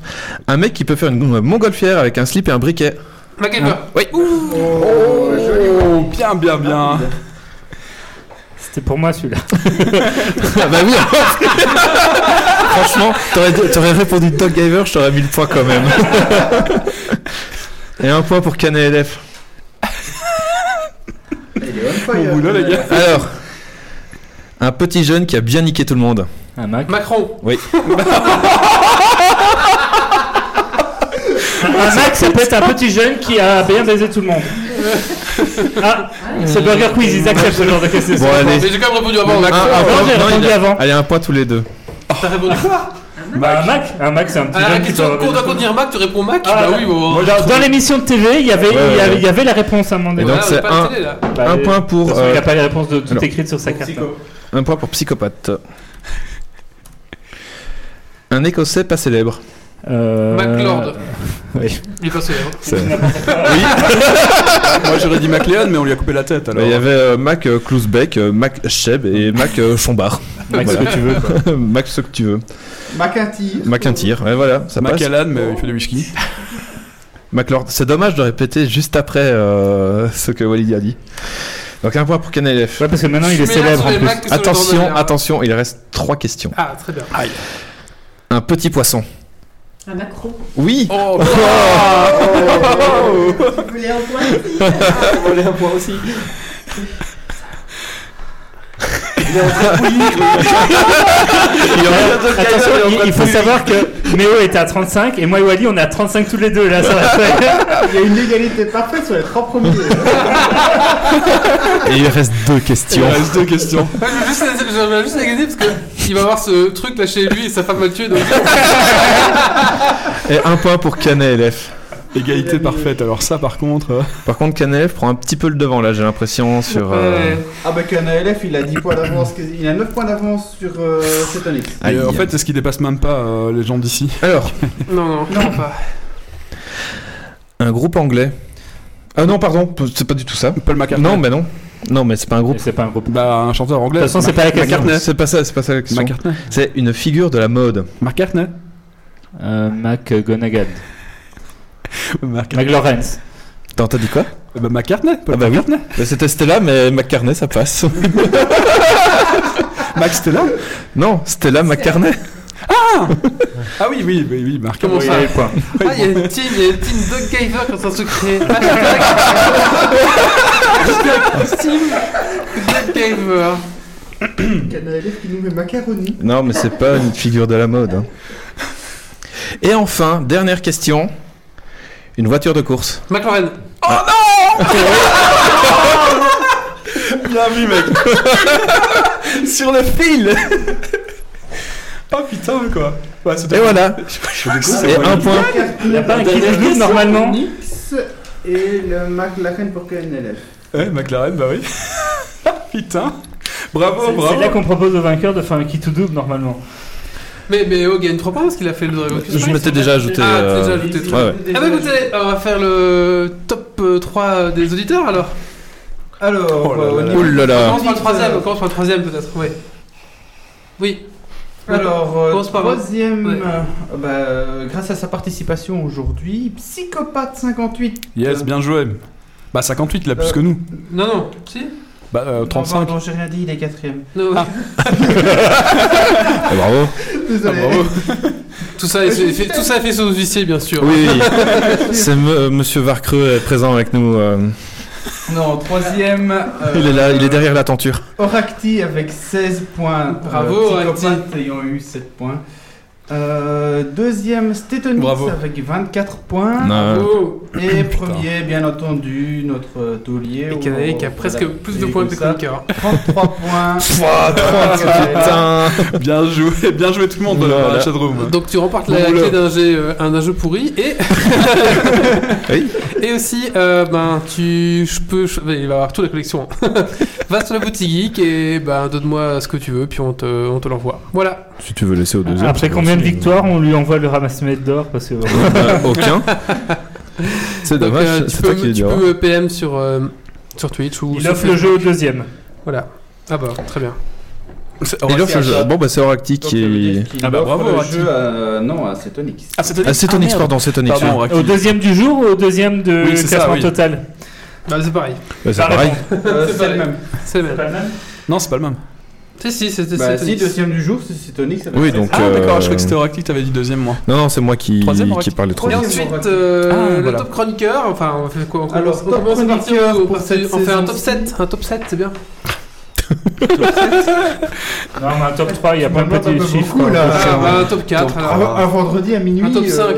Un mec qui peut faire une montgolfière avec un slip et un briquet. MacGyver. Oui. Oh, bien, bien, bien. C'était pour moi celui-là. Ah bah oui. Franchement, t'aurais, t'aurais répondu Doggiver, je t'aurais mis le point quand même. Et un point pour Canet LF. Au boulot, les gars. Alors, un petit jeune qui a bien niqué tout le monde. Un Mac. Macron. Oui. Un Mac, ça peut être un petit jeune qui a bien baisé tout le [laughs] monde. Ah, c'est Burger Quiz, ils acceptent ce genre de questions. Bon, Mais allez. euh, j'ai quand même répondu avant Macron. Un- un point. Non, j'ai Non, il répondu a- avant. Allez, un point tous les deux. T'as répondu quoi Bah, un Mac, un Mac, c'est un petit À la jeune qui question doit qu'on doit avoir contenir Mac, tu réponds Mac Ah, Bah oui, bon. Bon, dans, dans l'émission de TV, il y avait, Ouais, il y avait, ouais. il y avait la réponse à un moment donné. Et donc, Ah, on c'est est pas à la un- télé, là. Bah, un et- point pour, de toute façon, Il euh, n'a pas les réponses de tout alors. écrites sur sa carte. Un point pour psychopathe. Un écossais pas célèbre. Euh... MacLord. Oui. Il est pas célèbre. Moi, j'aurais dit McLean, mais on lui a coupé la tête Bah, alors. Il y avait euh, Mac euh, Klousbeck, euh, Mac Sheb et Mac euh, Chombard. Mac, ce que tu veux. quoi. [laughs] Mac ce que tu veux. McIntyre. McIntyre, ouais, voilà, ça passe. McAllan, mais il fait du whisky. McLord, c'est dommage de répéter juste après euh, ce que Walid a dit. Donc un point pour Canelef. Ouais, parce que maintenant, il Je est suis meilleur célèbre sur les en plus. Macs que sur les ordinateurs, Attention, hein. attention, il reste trois questions. Ah, très bien. Un petit poisson. Un Macron. Oui Oh, Vous voulez un point ici Voler un point aussi. Il est en train de bouillir. Il y en a- Attention, il, il faut savoir que Méo était à 35 et moi et Wally, on est à 35 tous les deux. Là, ça va faire. Il y a une égalité parfaite sur les trois premiers. Et [laughs] il reste deux [laughs] questions. reste deux questions. Ouais, je vais juste la- je vais juste la gagner parce que il va avoir ce truc là chez lui et sa femme va le tuer. Donc... Ah. Et un point pour Canelef. [laughs] Égalité parfaite. Alors, ça, par contre. euh, Par contre, Canelef prend un petit peu le devant là, j'ai l'impression, sur... euh, Ouais. Ah bah qu'un ALF il a 10 points d'avance, il a 9 points d'avance sur euh, cette année. et, Aïe. euh, en fait, est-ce qu'il dépasse même pas euh, les gens d'ici Alors, Non, non, non, pas. un groupe anglais. Ah non, pardon, c'est pas du tout ça. Paul McCartney. Non, mais non. Non, mais c'est pas un groupe. C'est pas un groupe. De Bah, un chanteur anglais. toute façon, c'est pas la question. C'est pas ça, c'est pas ça la question. McCartney. C'est une figure de la mode. [laughs] McCartney. Euh, Mac Gonagan. McCartney. Mac Lawrence. T'as entendu quoi Bah, McCartney. Paul Ah bah oui. McCartney. Bah, C'était Stella, mais McCartney, ça passe. Max, t'es là non, Stella McCartney. Ah oui, oui, oui, oui, Marc. Comment Oui, ça oui, quoi. Ah, il y a une team, il y a une team Doug Giver qui est en train de se [laughs] créer. Team Doug Giver. Qu'un ALF qui nous met macaroni. Non, mais c'est pas une figure de la mode. hein. Et enfin, dernière question. Une voiture de course. McLaren. Bien vu, [laughs] mec. Sur le fil [laughs] Oh putain, quoi. Ouais, c'est Et voilà Et un point Il n'y a pas un qui Dernière nous question, normalement. Nix et le McLaren pour qu'un ALF. Ouais, McLaren, bah oui. [laughs] putain. Bravo, C'est c'est là Oh, bravo. qu'on propose au vainqueur de faire un qui tout double normalement. Mais, mais oh, gagne 3 points parce qu'il a fait le Dragon Quest. Je m'étais déjà ajouté. Ah, t'as euh, déjà ajouté trois. ouais, ouais. Ah bah écoutez, on va faire le top euh, 3 des auditeurs alors. Alors, Oh là euh, là au là. niveau- Ouh là On là commence par le troisième, on commence par le troisième peut-être, ouais. Oui. Alors, euh, Commence par- troisième, Ouais. euh, bah, euh, grâce à sa participation aujourd'hui, Psychopathe 58. Yes, bien joué. Bah, 58, il a plus Euh, que nous. Non, non, si Bah, euh, Non, 35. pardon, j'ai rien dit, il est quatrième. Non. Ah, Bravo Désolé. Tout ça, est fait, tout ça est fait sous officier, bien sûr. Oui, c'est me- Monsieur Varcreux est présent avec nous. euh, Non, troisième. euh, il est là, il est derrière la tenture. Oracti avec 16 points. Bravo, Euh, Oracti. Psychopathe ayant eu 7 points. Euh, deuxième, Stetonix Bravo. avec 24 points. Non. Oh. Et premier, bien entendu, notre euh, taulier. Et on- Canaï qui a voilà. presque plus de Et points que comme les ça, chroniqueurs. [laughs] 33 points. Pouah, 30, putain Bien joué, bien joué tout le monde dans Voilà. la chatroom. Donc tu remportes Bon la boulot. clé d'un jeu, euh, un- d'un jeu pourri et Oui. [laughs] et aussi euh, ben tu je peux je- il va y avoir toute la collection. hein. [laughs] Va sur la boutique geek et ben donne-moi ce que tu veux puis on te on te l'envoie. Voilà. Si tu veux laisser au deuxième. Après c'est combien de aussi- victoires on lui envoie le ramasse-mètre d'or parce que Euh, [laughs] aucun. C'est Donc, dommage, euh, tu c'est toi peux, qui es tu dur. peux PM sur, euh, sur Twitch ou. Il sur offre le jeu au Facebook. deuxième. Voilà. Ah bah, très bien. Il offre le jeu. Bon, bah, c'est Horactic qui. Ah bah, bravo, bravo, le Rati. jeu à- non, à Cetonix. Ah, Ah, c'est Tonix, pardon, c'est Tonix. Pardon, Rati. Au deuxième du jour ou au deuxième de Oui, c'est ça, classement oui. total Bah, c'est pareil. Bah, c'est pareil. Euh, c'est pareil. le même. C'est le même. Pas le même Non, c'est pas le même. Si, si, c'était Bah, c'était- si, deuxième du jour, c'est Cetonix. ça va Oui, être- donc, Ah, euh, d'accord, je crois que c'était Horactic, t'avais dit deuxième, moi. Non, non, c'est moi qui, Troisième, qui Horactic. parlais trop Et vite. ensuite, euh, Ah, le voilà. top chroniqueur, enfin on fait quoi on Alors, commence- on top commence par- chroniqueur on pour part- cette on fait un saison. top 7, un top 7 c'est bien. Non, mais un top 3, il y a plein de Bah, bah, bah, petits bah, chiffres. hein. beaucoup, quoi. là. Ah, bah, un top 4, Un, alors. un vendredi à minuit. un top 5.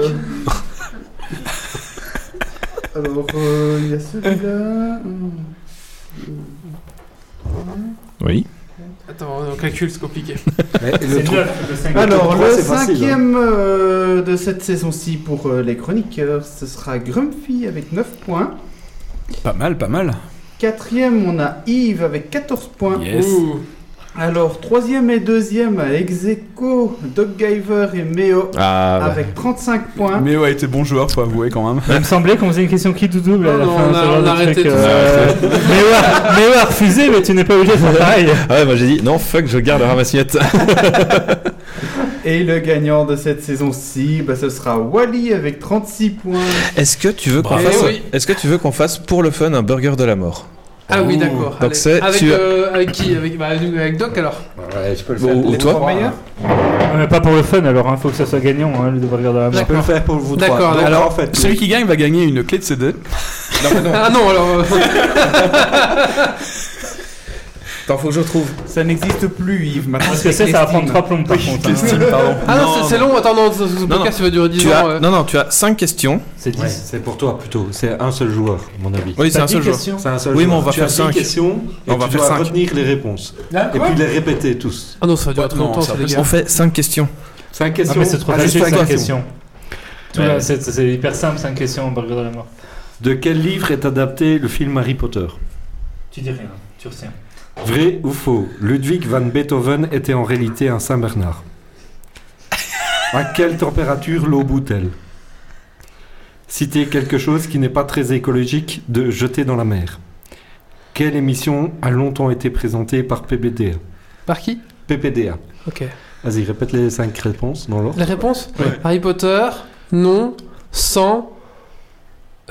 euh, [laughs] alors, euh, il y [laughs] a celui-là. hum, Oui. Attends, on calcule, c'est compliqué. C'est neuf, le cinq. Alors, trois, le c'est facile, hein. cinquième euh, de cette saison-ci pour euh, les chroniqueurs, ce sera Grumpy avec 9 points. Pas mal, pas mal. Quatrième, on a Yves avec 14 points. Yes. Ouh. Alors, troisième et deuxième, Execo, Doggiver et Meo Ah, bah. avec 35 points. Mais ouais, était bon joueur, faut avouer quand même. Il me semblait qu'on faisait une question qui tout double à Non, la non, fin. on a- ce genre on de a arrêté truc, tout euh, [laughs] Mais ouais, mais ouais, refusé, mais tu n'es pas obligé de faire pareil. Ah ouais, moi j'ai dit non, fuck, je garde la ramassiette. Et le gagnant de cette saison-ci, bah, ce sera Wally avec 36 points. [laughs] Est-ce que tu veux qu'on Bravo. fasse, Eh oui. est-ce que tu veux qu'on fasse pour le fun un burger de la mort Ah oui, d'accord. Donc allez. c'est- avec, tu- euh, avec qui avec, bah, avec Doc alors Ah, Ouais, je peux le Bon, faire. ou Les toi trois, meilleurs Ouais, mais pas pour le fun, alors, il faut que ça soit gagnant, hein, le devoir de la mort. D'accord. Je peux le faire pour vous trois. D'accord, Donc, d'accord. en fait, Celui qui gagne va gagner une clé de CD. Ah non, alors. euh, Attends, faut que je [laughs] retrouve. Ça n'existe plus, Yves. Maintenant, Parce que c'est, ça va prendre Steam. 3 plombes par contre. hein. Steam, pardon. Ah non, c'est- c'est long, attends, non, ce ce non. podcast ça va durer 10 Tu ans. as, euh. non, non, tu as 5 questions. C'est 10. ouais, c'est pour toi plutôt. C'est un seul joueur, à mon avis. Oui, c'est T'as un dix seul joueur. questions C'est un seul Oui, joueur. mais on va tu faire as dix cinq. questions et On va tu faire dois cinq. retenir les réponses. et puis les répéter tous. Ah non, ça va durer trop Non, longtemps, ça ça, les gars. On fait 5 questions. Cinq Ah, questions. mais c'est trop Ah, facile, juste 5 cinq questions. Tout Ouais. là, C'est c'est hyper simple, 5 questions, burger de la mort. De quel livre est adapté le film Harry Potter Tu dis rien, tu retiens. Vrai ou faux Ludwig van Beethoven était en réalité un Saint-Bernard. À quelle température l'eau bout-elle Citer quelque chose qui n'est pas très écologique de jeter dans la mer. Quelle émission a longtemps été présentée par PBDA Par qui PPDA. Ok. Vas-y, répète les cinq réponses dans l'ordre. La réponse Harry Potter, non, sans.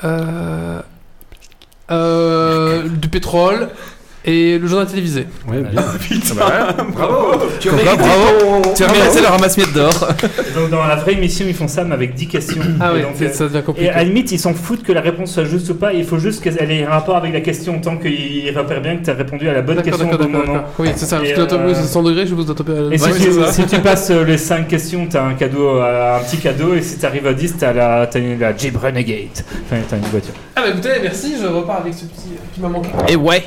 Euh, euh, du pétrole et le journal télévisé. Ouais, bien. Bravo Tu Donc là, bravo. Tu as ramassé la ramassiette d'or. Et Donc dans la vraie émission, ils font ça, mais avec 10 questions. Ah Et oui, donc, c'est- euh, ça devient Et compliqué. à la limite, ils s'en foutent que la réponse soit juste ou pas, il faut juste qu'elle ait un rapport avec la question, tant qu'ils repèrent bien que tu as répondu à la bonne D'accord, question au d'accord, bon d'accord, moment. d'accord. Oui, c'est ça, parce Et, que l'autopie, euh, c'est 100 degrés, je suppose, l'autopie. Et si, Ouais, tu, c'est ça. si tu passes euh, les 5 questions, t'as un cadeau, euh, un petit cadeau, et si t'arrives à 10, t'as la, t'as une- la Jeep Renegade. Enfin, t'as une voiture. Ah bah écoutez, merci, je repars avec ce petit euh, qui m'a manqué. Et ouais.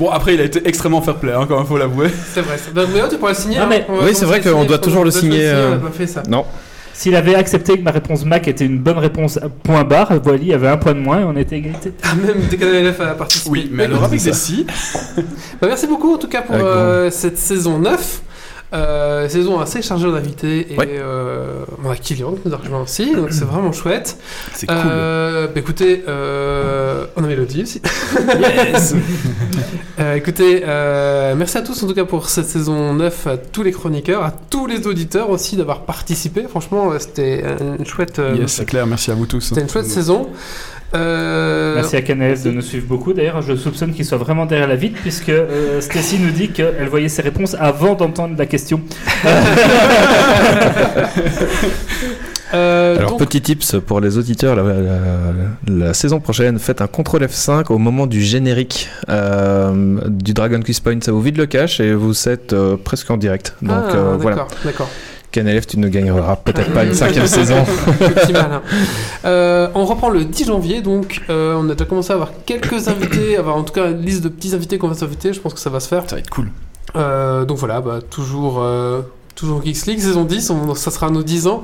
Bon, après, il a été extrêmement fair-play, hein, quand même, faut l'avouer. C'est vrai, c'est- bah, Léo, tu pourras le signer. Non, mais- hein, on va Oui, c'est commencer vrai à le qu'on signer, doit parce toujours qu'on le doit signer, On n'a euh, pas fait ça. Non. S'il avait accepté que ma réponse Mac était une bonne réponse euh, point barre, Wally avait un point de moins et on était égalité. Ah, Même dès qu'un élève a participé. Oui, [laughs] mais alors écoute, avec des si. Bah, merci beaucoup en tout cas pour Avec euh, cette saison 9. Euh, saison assez chargée d'invités et Ouais. euh, on a Kylian qui nous a rejoint aussi, [clears throat] donc c'est vraiment chouette. C'est Euh, bah, écoutez, euh, on a Mélodie [laughs] aussi. [laughs] Euh, écoutez, euh, merci à tous en tout cas pour cette saison 9, à tous les chroniqueurs, à tous les auditeurs aussi d'avoir participé. Franchement, euh, c'était une chouette, euh, Yes, c'est clair, merci à vous tous. c'était une chouette saison. Euh, Merci à Canales de nous suivre beaucoup. D'ailleurs, je soupçonne qu'il soit vraiment derrière la vitre, puisque euh, Stacy nous dit qu'elle voyait ses réponses avant d'entendre la question. [laughs] euh, Alors, donc- petit tips pour les auditeurs, la, la- la saison prochaine, faites un CTRL F5 au moment du générique euh, du Dragon Quest Point. Ça vous vide le cache et vous êtes euh, presque en direct. Donc Ah, euh, d'accord, voilà. d'accord. KNLF, tu ne gagneras peut-être pas une cinquième saison. Petit [laughs] malin. Euh, on reprend le 10 janvier, donc euh, on a déjà commencé à avoir quelques [coughs] invités, à avoir en tout cas une liste de petits invités qu'on va s'inviter, je pense que ça va se faire. Ça va être cool. Euh, donc voilà, bah, toujours, euh, toujours Geeks League, saison 10, on- ça sera nos 10 ans.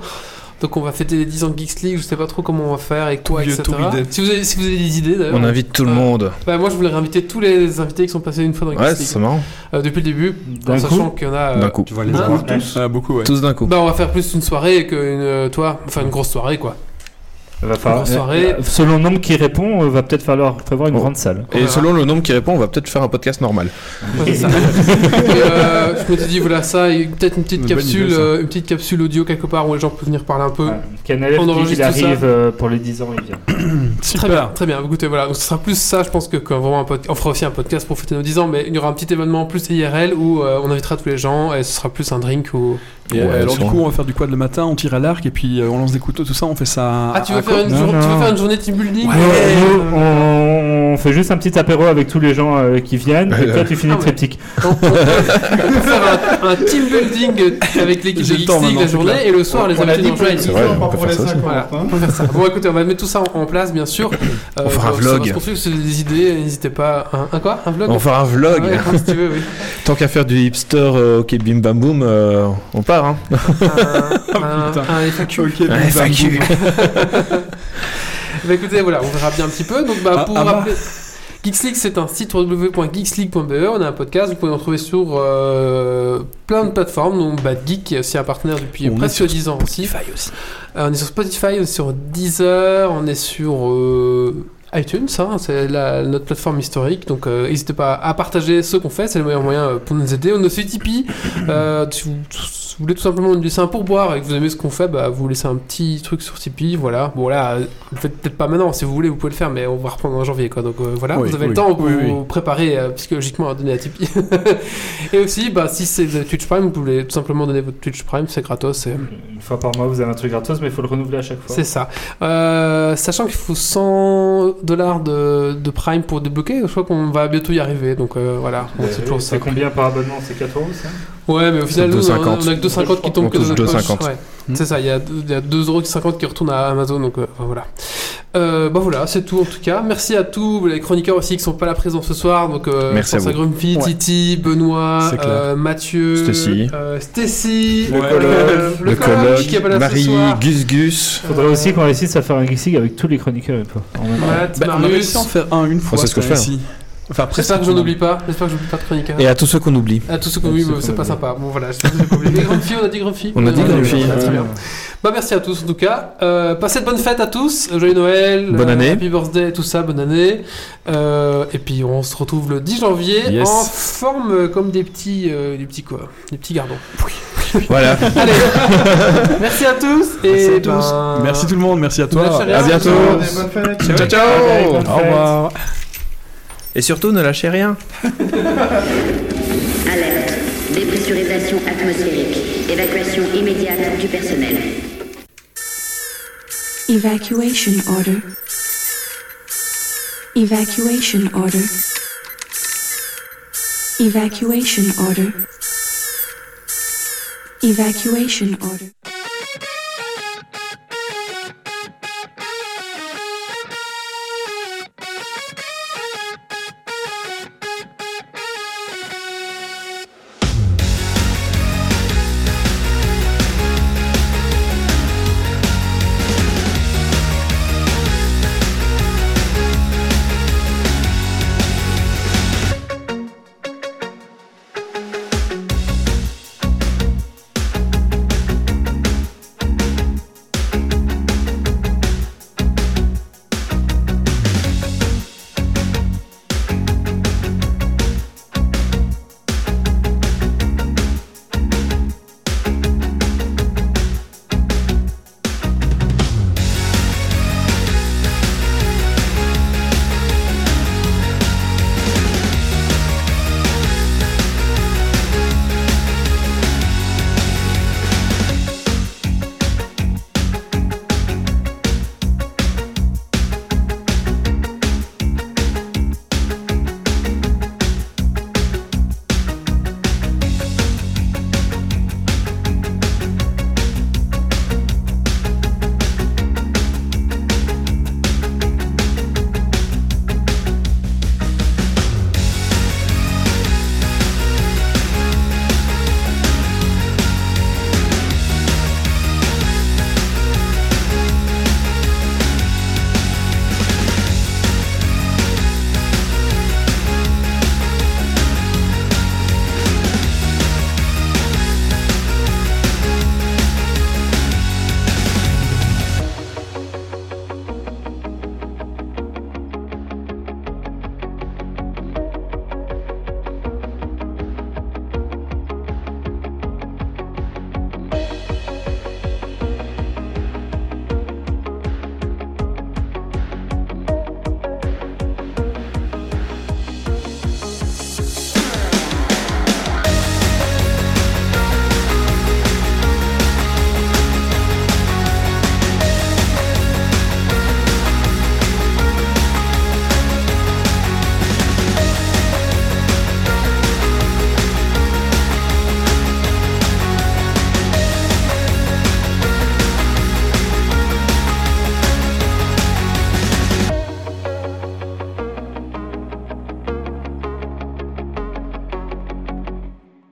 Donc on va fêter les 10 ans de Geeks League, je sais pas trop comment on va faire et quoi, vieux, etc. tout bidé. Si vous, avez, si vous avez des idées d'ailleurs. On invite tout le euh, monde. Bah moi je voulais réinviter tous les invités qui sont passés une fois dans Geeks Ouais, League. c'est marrant. Euh, depuis le début, en D'un sachant coup qu'il y en a. euh, D'un coup. Tu vas les avoir tous Ah, beaucoup, ouais. Tous d'un coup. Bah on va faire plus une soirée que une, euh, toi, enfin une grosse soirée quoi. Va falloir- Bonne soirée. Euh, selon le nombre qui répond, euh, va peut-être falloir prévoir une grande salle. Et selon le nombre qui répond, on va peut-être faire un podcast normal. Ouais, [laughs] c'est ça. Et, euh, je me suis dit voilà ça, et peut-être une petite Une bonne capsule, idée, ça. euh, une petite capsule audio quelque part où les gens peuvent venir parler un peu. Canal Euh, On FT, il enregistre tout ça. arrive euh, pour les 10 ans, il vient. Très bien, très bien. Écoutez, voilà, donc ce sera plus ça, je pense que quand vraiment un pod- on fera aussi un podcast pour fêter nos 10 ans, mais il y aura un petit événement plus IRL où euh, on invitera tous les gens et ce sera plus un drink ou. Et euh, alors du coup, on va faire du quad le matin, on tire à l'arc et puis euh, on lance des couteaux, tout ça, on fait ça. ah, tu veux, à faire quoi une, Non, jour- tu veux non. faire une journée team building Nous, nous, on, on fait juste un petit apéro avec tous les gens euh, qui viennent, et toi tu Ah finis le triptyque. On peut faire un, un team [laughs] building avec l'équipe de J'ai le temps Geeks League maintenant, la c'est journée clair. et le soir On- les on a invités dit dans pour les le C'est vrai, on peut faire ça aussi. Voilà, hein. on peut faire ça. Bon, écoutez, on va mettre tout ça en, en place, bien sûr. On fera un vlog. Si vous avez des idées, n'hésitez pas. Un, un quoi Un vlog Ah On va faire un vlog. Ouais, si tu veux, [laughs] oui. Tant qu'à faire du hipster, euh, ok, bim bam boum, euh, on part. Hein. Oh, un, un FAQ. bim, Un bam, FAQ. boum. bah écoutez, voilà, on verra bien un petit peu. Donc, bah, Ah, pour ah bah. rappeler. Geeks League, c'est un site www.geeksleague.be. On a un podcast, vous pouvez en trouver sur euh, plein de plateformes, dont Bad Geek, qui est aussi un partenaire depuis On est presque sur 10 ans aussi. Euh, on est sur Spotify, on est sur Deezer, on est sur euh, iTunes, hein, c'est la- notre plateforme historique. Donc euh, n'hésitez pas à partager ce qu'on fait, c'est le meilleur moyen euh, pour nous aider. On a aussi Tipeee. euh, si, vous, si vous voulez tout simplement nous laisser un pourboire et que vous aimez ce qu'on fait, bah, vous laissez un petit truc sur Tipeee. Voilà. Bon, là, euh, le faites peut-être pas maintenant, si vous voulez, vous pouvez le faire, mais on va reprendre en janvier. Quoi. Donc euh, voilà, Oui, vous avez le oui, temps pour oui, oui. vous préparer euh, psychologiquement à donner à Tipeee. [laughs] et aussi, bah, si c'est de Twitch Prime, vous pouvez tout simplement donner votre Twitch Prime, c'est gratos. et- Une fois par mois, vous avez un truc gratos, mais il faut le renouveler à chaque fois. c'est ça. Euh, sachant qu'il faut 100 dollars de, de Prime pour débloquer, je crois qu'on va bientôt y arriver. Donc euh, voilà, Bon, Euh, c'est toujours ça. C'est combien par abonnement C'est 4 euros ça Ouais, mais au final, nous, on a- on a que 2,50 qui tombent On que dans touche notre Hmm. poche. 2,50. Ouais. C'est ça, il y a, deux- il y a 2,50€ qui retournent à Amazon, donc euh, enfin, voilà. Euh, bah voilà, c'est tout en tout cas. Merci à tous les chroniqueurs aussi qui sont pas là présents ce soir. Donc, euh, Merci je à pense à, vous. Grumpy, Ouais. Titi, Benoît, C'est clair. euh, Mathieu, Stacy. euh, Stacy, Le euh, colloque, le le colloque colloque, qui est pas là Marie, ce soir. Gus Gus. Faudrait aussi qu'on réussisse à faire un Geeks League avec tous les chroniqueurs et pas. en même temps. Matt, Bah, on a Marius. réussi à en faire un une fois. c'est ce que je fais, hein. ici. Enfin, après, J'espère que je n'oublie pas. J'espère que j'oublie pas de chroniqueur. Et à tous ceux qu'on oublie. À tous ceux qu'on oublie, mais c'est pas sympa. Bon voilà, j'espère que j'ai pas [laughs] oublié. Grumpy, on a dit Grumpy. On a dit Grumpy. voilà, Très Ouais. bien. Bah merci à tous en tout cas. Euh, passez de bonnes fêtes à tous. Joyeux Noël. Bonne euh, année. Happy birthday, tout ça. Bonne année. Euh, et puis on se retrouve le 10 janvier Yes. en forme euh, comme des petits, euh, des petits quoi, des petits [laughs] gardons. Voilà. Allez, merci à tous et Merci à tous. ben, Merci tout le monde, merci à toi. lâchez rien. À bientôt. Bonne fête. Ciao, ciao. Allez, Au bonne fête. revoir. Et surtout, ne lâchez rien. Alerte. Dépressurisation atmosphérique. Évacuation immédiate du personnel. Evacuation order. Evacuation order. Evacuation order. Evacuation order.